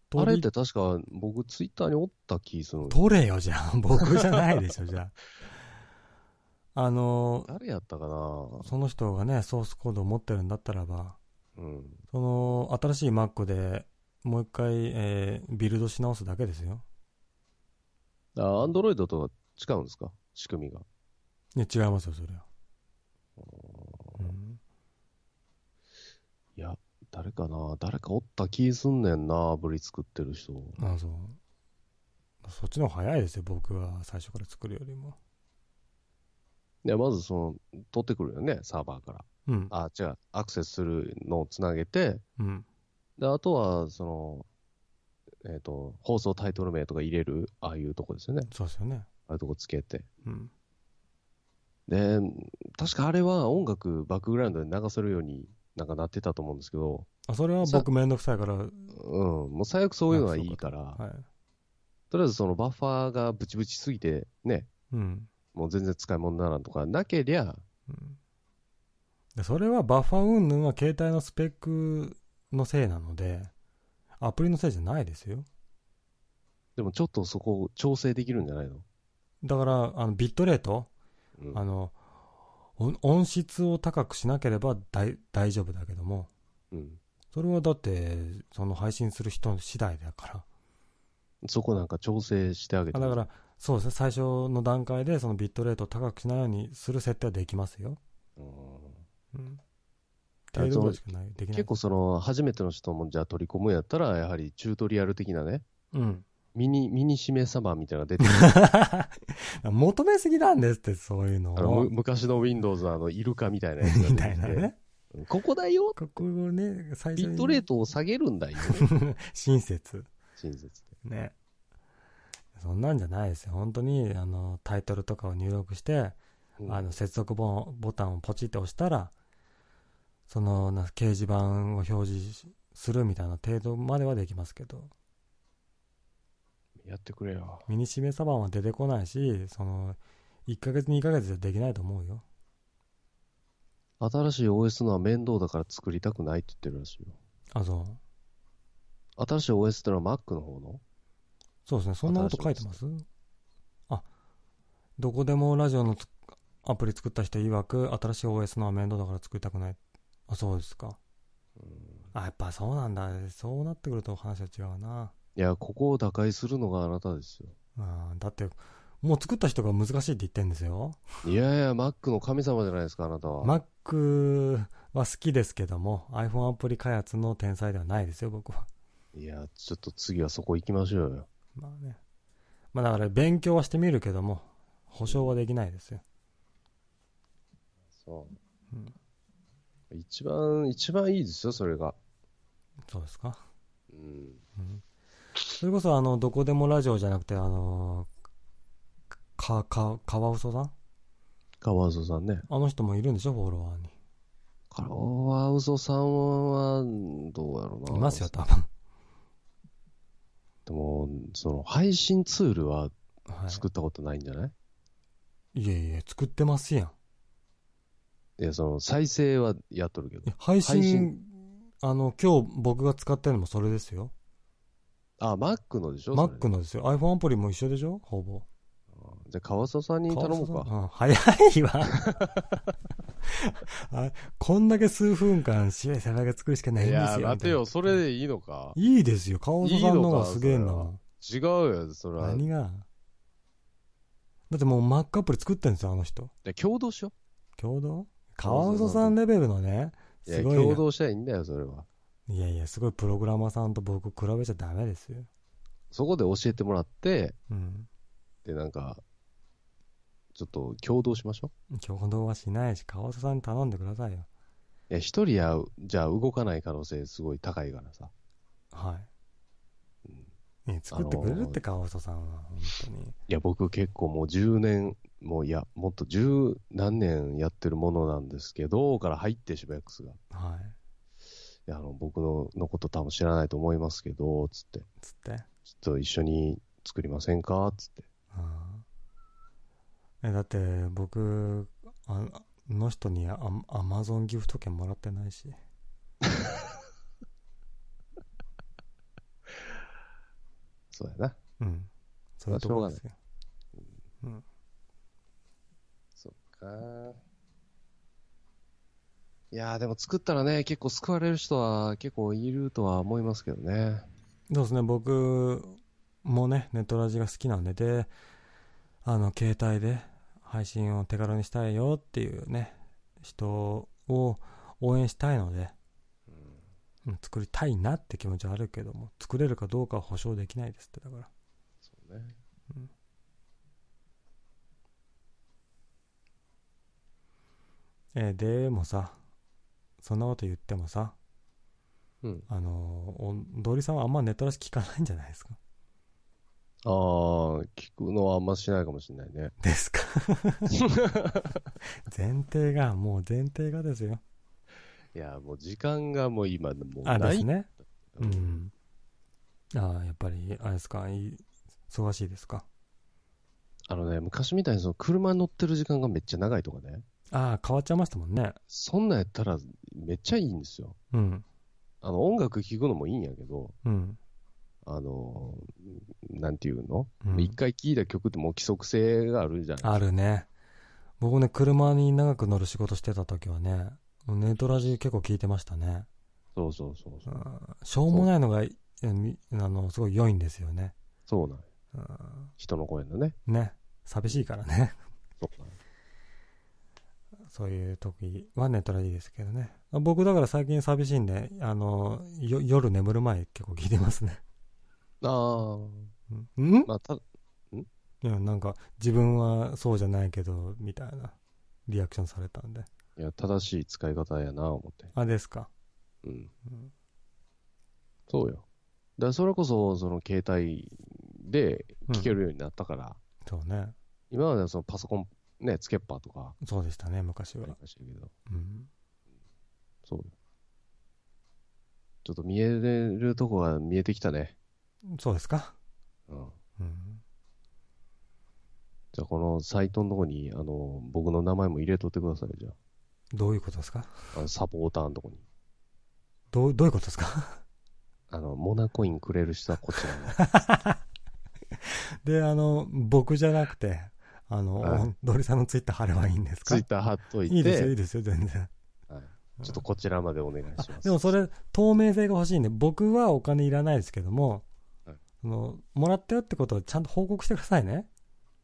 取てり確か僕ツイッターにおった気するんですよ取れよ、じゃあ。 僕じゃないでしょ、じゃ あ。あの、誰やったかなその人がね、ソースコードを持ってるんだったらば、うん。その、新しい Mac でもう一回、えービルドし直すだけですよ。あ、アンドロイドとは違うんですか仕組みが。いや、違いますよ、それは。うんいや、誰かな誰かおった気すんねんな、アプリ作ってる人。あそうそっちの方が早いですよ僕は最初から作るよりもで、まずその、取ってくるよね、サーバーから。うんあ、違う、アクセスするのをつなげて、うんで、あとは、その、えっ、と、放送タイトル名とか入れる、ああいうとこですよね。そうですよねああいうとこつけて。うんで、確かあれは音楽バックグラウンドで流せるようになんかなってたと思うんですけど、あそれはそう僕めんどくさいからはうん、もう最悪そういうのはいいから、いとりあえずそのバッファーがブチブチすぎて、ね、うん、もう全然使い物にならんとかなけりゃ、うん、でそれはバッファ云々は携帯のスペックのせいなのでアプリのせいじゃないですよでもちょっとそこを調整できるんじゃないの、だからあのビットレートうんあの音音質を高くしなければ大大丈夫だけどもうん、それはだってその配信する人次第だからそこなんか調整してあげて。あだから、そうですね、最初の段階でそのビットレートを高くしないようにする設定はできますよ。うんうん、あ程度ぐらいしかないできない結構その初めての人もじゃあ取り込むんやったらやはりチュートリアル的なねうん、ミニミニしめ様みたいなのが出てく る求めすぎなんですって、そういうのあのをむ。昔の Windows のあのイルカみたいなやつが出みてたきいてなね。ここだよここをね、最初ビに。ットレートを下げるんだよ 親切。親切でね。そんなんじゃないですよ。本当に、あの、タイトルとかを入力して、うんあの、接続ボボタンをポチって押したら、その、な掲示板を表示しするみたいな程度まではできますけど。やってくれよミニシメサバンは出てこないし、その、1ヶ月2ヶ月じゃできないと思うよ。新しい OS のは面倒だから作りたくないって言ってるらしいよあ、そう。新しい OS ってのは Mac の方のそうですね。そんなこと書いてますあ、どこでもラジオのつアプリ作った人曰く、新しい OS のは面倒だから作りたくない。あ、そうですか。あ、やっぱそうなんだ。そうなってくると話は違うな。いやここを打開するのがあなたですよあだって、もう作った人が難しいって言ってんですよ。いやいや Mac の神様じゃないですかあなたは Mac は好きですけども、iPhone アプリ開発の天才ではないですよ、僕は。いやちょっと次はそこ行きましょうよまあね。まあだから勉強はしてみるけども、保証はできないですよ。そう、うん一番、一番いいですよ、それが。そうですか。うん。うん。それこそあの、どこでもラジオじゃなくて、あのか、か、カワウソさん川ウソさんね。あの人もいるんでしょ、フォロワーに。川ウソさんは、どうやろうな。いますよ、多分。でも、その、配信ツールはは作ったことないんじゃない、い、い。いえいえ、作ってますやん。や、その、再生はやっとるけどい。や配信、配信あの、今日僕が使ってるのもそれですよ。あ、Mac のでしょ Mac の。のですよ。iPhone アプリも一緒でしょほぼ。じゃあ、川ウソさんに頼もう川か。添さんうん、早いわ あこんだけ数分間白い背中作るしかないんですよみたいなそれでいいのか。いいですよ川添さんの方がすげえんだもいいん違うよ、それは。何がだってもう Mac アプリ作ってんですよあの人で共同しよ共同川川添添ささんんレベルのねう。いや、すごいな共同したらいいんだよ、それは。いやいやすごいプログラマーさんと僕比べちゃダメですよそこで教えてもらって、うんで、なんか、ちょっと共同しましょ共同はしないし川添さんに頼んでくださいよう。いや、一人や、じゃあ動かない可能性すごい高いからさ。はい、ね作ってくれるって川添さんは本当にいや、僕結構もう10年、もういや、もっと十何年やってるものなんですけど、から入ってしばやくすが。いはいや、あの、僕ののこと多分知らないと思いますけど、つって、つってちょっと一緒に作りませんかつって。うんえだって僕ああの人にアアマゾンギフト券もらってないしそうやな。うん。そういうとこですよ。そっか。いやーでも作ったらね、結構救われる人は結構いるとは思いますけどね。そうですね、僕もね、ネットラジが好きなんで、で、あの、携帯で配信を手軽にしたいよっていうね、人を応援したいので、うん、作りたいなって気持ちはあるけども、作れるかどうかは保証できないですって、だから。そうね。えーでもさ、そんなこと言ってもさ、うん。あのー、お通りさんはあんまネットラジ聞かないんじゃないですか。あー、聞くのはあんましないかもしれないね。ですか 前提が、もう前提がですよ。いやーもう時間がもう今、もうあ、なでいす。ね。ううんん。ああ、やっぱり、あれですか、い忙しいですか。あのね、昔みたいにその車に乗ってる時間がめっちゃ長いとかね。ああ、変わっちゃいましたもんね。そんなんやったらめっちゃいいんですよ。うん。あの、音楽聴くのもいいんやけど、うん。あのー、なんていうのうん一、回聴いた曲ってもう規則性があるじゃないですか。あるね。僕ね、車に長く乗る仕事してた時はね、ネットラジ結構聞いてましたね。そうそうそうそうう。んしょうもないのが、えみあの、すごい良いんですよね。そうなんやうん人の声のね。ね。寂しいからね。 そうなんやそういう時はネットラジですけどね。あ僕だから最近寂しいんで、あの、よ夜眠る前結構聞いてますね。あうんんあ、まあ、た、いや、なんか、自分はそうじゃないけど、みたいな、リアクションされたんで。いや、正しい使い方やな、思って。あ、ですか。うん。うんそうよ。だからそれこそ、その携帯で聴けるようになったから、そうね。今まではそのパソコン、ね、つけっぱとか、そうでしたね、昔ありは。ましたけど、うん。そうよ。ちょっと見えるとこが見えてきたね。そうですか。うん。うん。じゃあ、このサイトのとこに、あの、僕の名前も入れとってください、じゃどういうことですかあ。あのサポーターのとこに。どう、どういうことですか あの、モナコインくれる人はこちらに。で、あの、僕じゃなくて、あはの、ドリさんのツイッター貼ればいいんですかツイッいター貼っといて、いですよ、いいですよ、全然。ちょっとこちらまでお願いします。でもそれ、透明性が欲しいんで、僕はお金いらないですけども、はいあのもらったよってことをちゃんと報告してくださいね。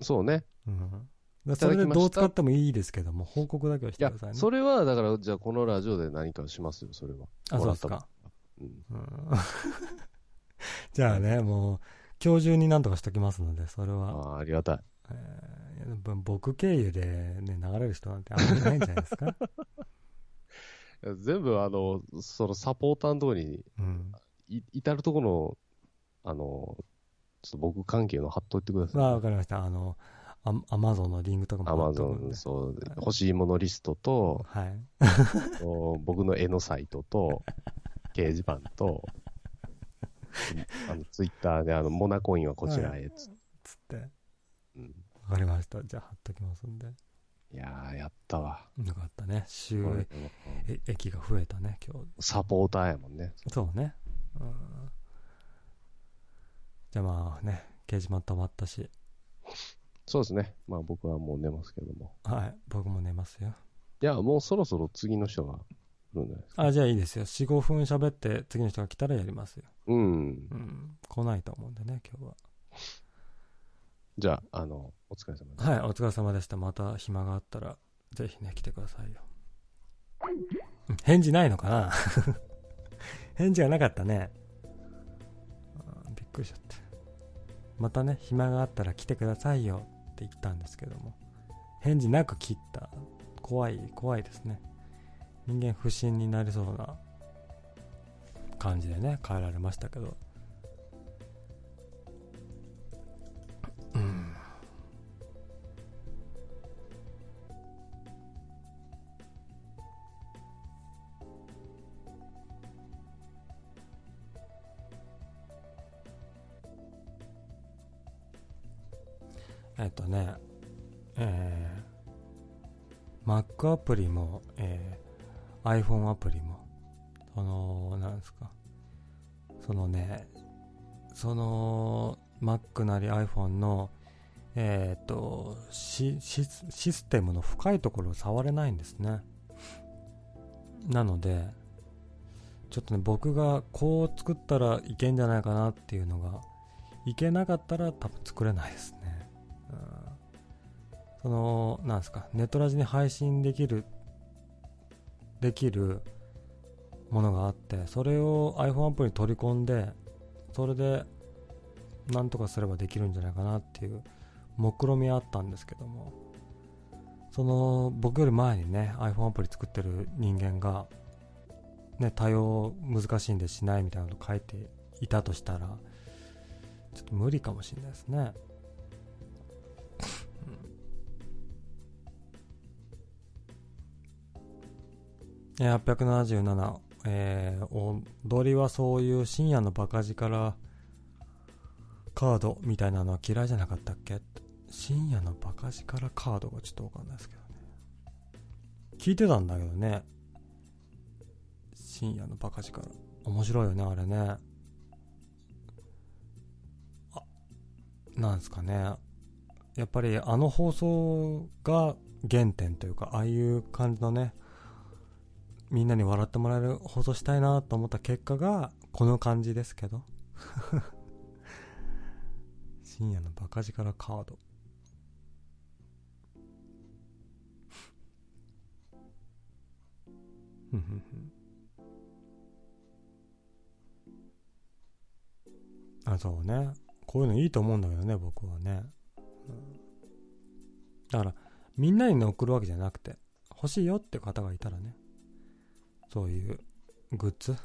そうね。うん。だたからそだきましたれでどう使ってもいいですけども、報告だけはしいてやください、ね。それは、だから、じゃあこのラジオで何かをしますよ、それは。あ、そうですか。うん。うん じゃあね、もう、今日中になんとかしときますので、それあは、あー、ありがたい。えーいや僕経由で、ね、流れる人なんてあんまりいないんじゃないです か。いや全部、あの、そのサポーターのとこに、うん。い至るところの、あの、ちょっと僕関係の貼っといてください。まあ、わかりました。あの、アアマゾンのリンクとかもア貼マっとゾくんン、で。そう、欲しいものリストと、はい。お僕の絵のサイト と、掲示板と、あのツイッターで、あの、モナコインはこちらへ、つつって。うんわかりました。じゃあ貼っときますんで。いやー、やったわ。よかったね。収これ益え益が増えたね、今サポーターやもんね。日。そうね。うん。じゃあまあね、掲示板溜まったし、そうですね。まあ僕はもう寝ますけども。はい、僕も寝ますよ。いや、もうそろそろ次の人が来るんじゃないですか。あ、じゃあいいですよ。4、5分喋って、次の人が来たらやりますよ。うんう。ん。来ないと思うんでね、今日は。じゃあ、あの、お疲れ様です。はい、お疲れ様でした。また暇があったら、ぜひね、来てくださいよ。うん返事ないのかな 返事がなかったね。あーびっくりしちゃって。またね、暇があったら来てくださいよって言ったんですけども。返事なく切った。怖い、怖いですね。人間不信になりそうな感じでね、変えられましたけど。うん。えっとね、えー、Mac アプリも、えー iPhone アプリも、その、なんですか、そのね、その、 Mac なり iPhone の、えーっとシシスシステムの深いところを触れないんですねなのでちょっとね僕がこう作ったらいけんじゃないかなっていうのがいけなかったら多分作れないですね、うん、そのなんですかネットラジに配信できるできるものがあってそれを iPhone アプリに取り込んでそれでなんとかすればできるんじゃないかなっていう目論見はあったんですけどもその僕より前にね iPhone アプリ作ってる人間が、ね、対応難しいんでしないみたいなこと書いていたとしたらちょっと無理かもしれないですねえー877、えー、踊りはそういう深夜のバカ力カードみたいなのは嫌いじゃなかったっけ深夜のバカ力カードがちょっとわかんないですけどね。聞いてたんだけどね。深夜のバカ力。面白いよね、あれね。あ、なんですかね。やっぱりあの放送が原点というか、ああいう感じのね、みんなに笑ってもらえる放送したいなと思った結果が、この感じですけど。深夜のバカ力カードふんふんふんあそうねこういうのいいと思うんだけどね僕はね、うんだからみんなにね送るわけじゃなくて欲しいよって方がいたらねそういうグッズ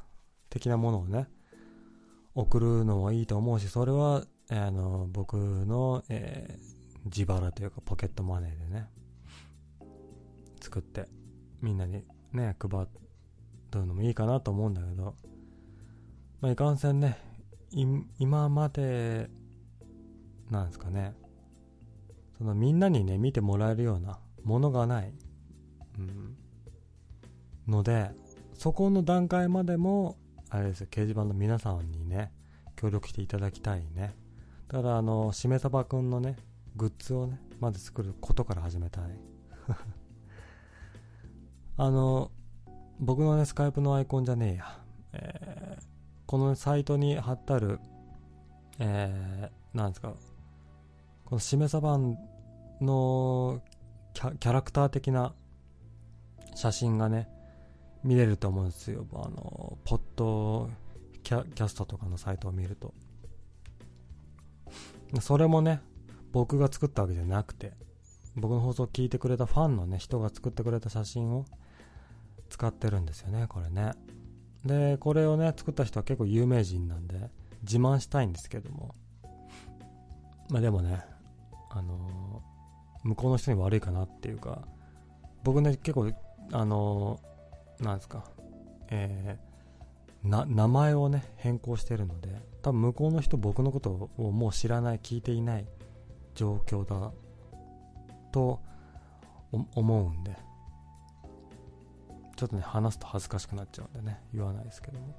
的なものをね送るのはいいと思うしそれはあの僕の、えー自腹というかポケットマネーでね作ってみんなにね配るのもいいかなと思うんだけどまあいかんせんねい今までなんですかねそのみんなにね見てもらえるようなものがない、うん、のでそこの段階までもあれですよ掲示板の皆さんにね協力していただきたいねただあのしめさばくんのねグッズをねまず作ることから始めたい あの僕のねスカイプのアイコンじゃねえや、えーこのサイトに貼ってあるえー、なんですかこのしめさばんのキャキャラクター的な写真がね見れると思うんですよあのポットキャキャストとかのサイトを見るとそれもね僕が作ったわけじゃなくて僕の放送を聞いてくれたファンのね人が作ってくれた写真を使ってるんですよねこれねでこれをね作った人は結構有名人なんで自慢したいんですけどもまあでもねあのー向こうの人に悪いかなっていうか僕ね結構あのーなんですかえーな名前をね変更してるので多分向こうの人僕のことをもう知らない聞いていない状況だとお思うんでちょっとね話すと恥ずかしくなっちゃうんでね言わないですけども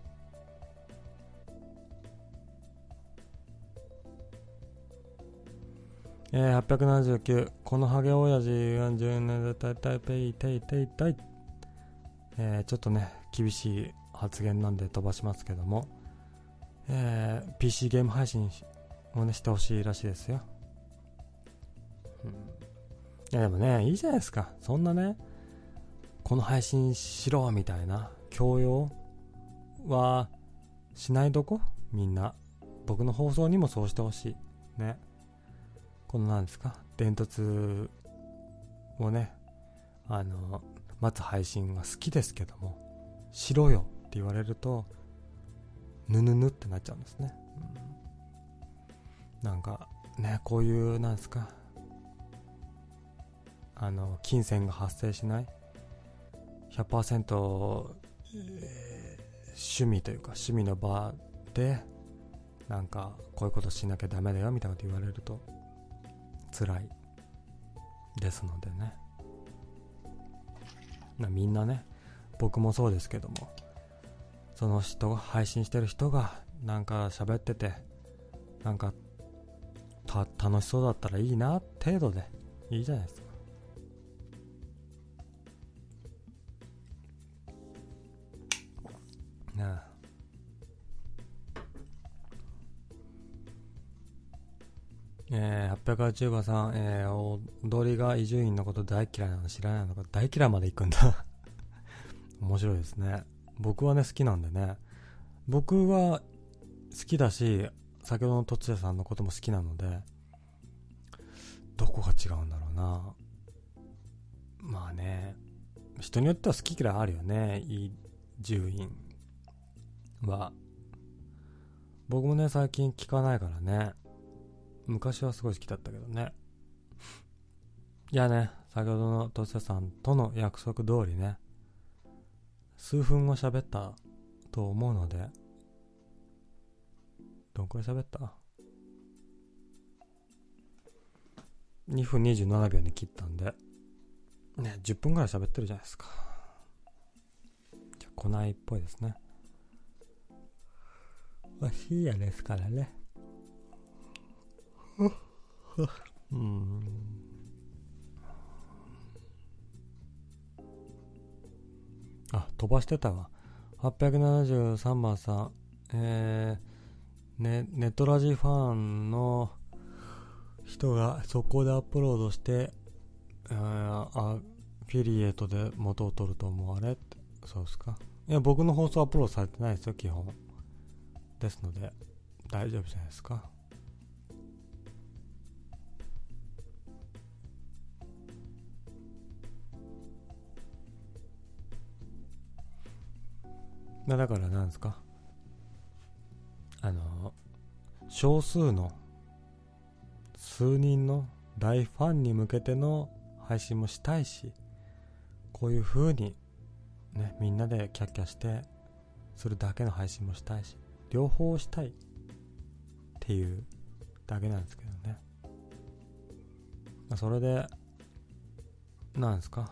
えー、879このハゲ親父40年でたいたいペイテイテイテイえーちょっとね厳しい発言なんで飛ばしますけども、えー PC ゲーム配信をねしてほしいらしいですよ、うん、いやでもねいいじゃないですかそんなねこの配信しろみたいな強要はしないどこみんな僕の放送にもそうしてほしいねこのなんですか伝突をねあの待つ配信が好きですけどもしろよって言われるとぬぬぬってなっちゃうんですね、うんなんかねこういうなんですかあの金銭が発生しない100%、えー趣味というか趣味の場でなんかこういうことしなきゃダメだよみたいなこと言われると辛いですのでねなみんなね僕もそうですけどもその人配信してる人がなんか喋っててなんか楽しそうだったらいいな程度でいいじゃないですかなあえー、880番さん、えー、踊りが伊集院のこと大嫌いなの知らないのか大嫌いまで行くんだ 面白いですね僕はね好きなんでね僕は好きだし先ほどのとつやさんのことも好きなのでどこが違うんだろうなまあね人によっては好き嫌いあるよね伊集院は僕もね最近聞かないからね昔はすごい好きだったけどねいやね先ほどのとつやさんとの約束通りね数分後喋ったと思うのでどんくらい喋った ?2 分27秒に切ったんで、ね、10分ぐらい喋ってるじゃないですか。じゃ、来ないっぽいですね。わしやですからね。うーん。あ、飛ばしてたわ。873番さん、えー、ね、ネットラジファンの人がそこでアップロードして、あーアフィリエイトで元を取ると思われって、そうですか。いや、僕の放送アップロードされてないですよ、基本。ですので、大丈夫じゃないですか。まあだからなんですかあの、少数の、数人の大ファンに向けての配信もしたいし、こういう風に、ね、みんなでキャッキャして、するだけの配信もしたいし、両方したいっていうだけなんですけどね。まあそれで、なんですか。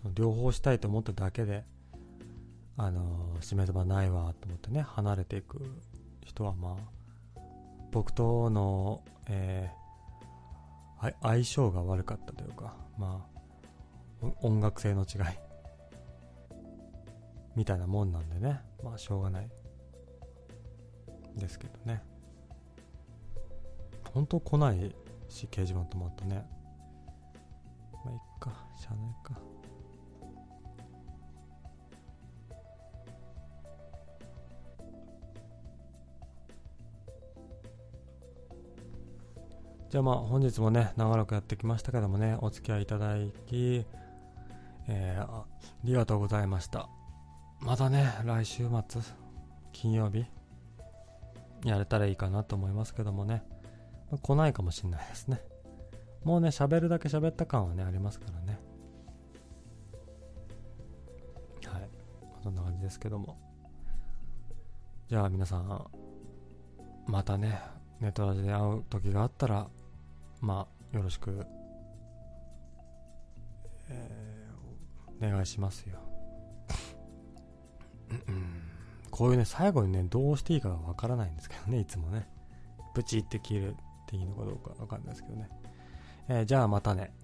その両方したいと思っただけで、あの締めればないわと思ってね離れていく人はまあ僕との、えーあい相性が悪かったというかまあお音楽性の違いみたいなもんなんでねまあしょうがないですけどね本当来ないし掲示板止まったねまあいっかしゃあないかじゃあまあ本日もね、長らくやってきましたけどもね、お付き合いいただき、えーあありがとうございました。またね、来週末、金曜日、やれたらいいかなと思いますけどもね、まあ来ないかもしれないですね。もうね、喋るだけ喋った感はね、ありますからね。はい。まあそんな感じですけども。じゃあ皆さん、またね、ネトラジで会う時があったら、まあ、よろしく、えーお願いしますよ。うんうんこういうね、最後にね、どうしていいかがわからないんですけどね、いつもね。ブチって切るっていいのかどうかわかんないですけどね。えーじゃあまたね。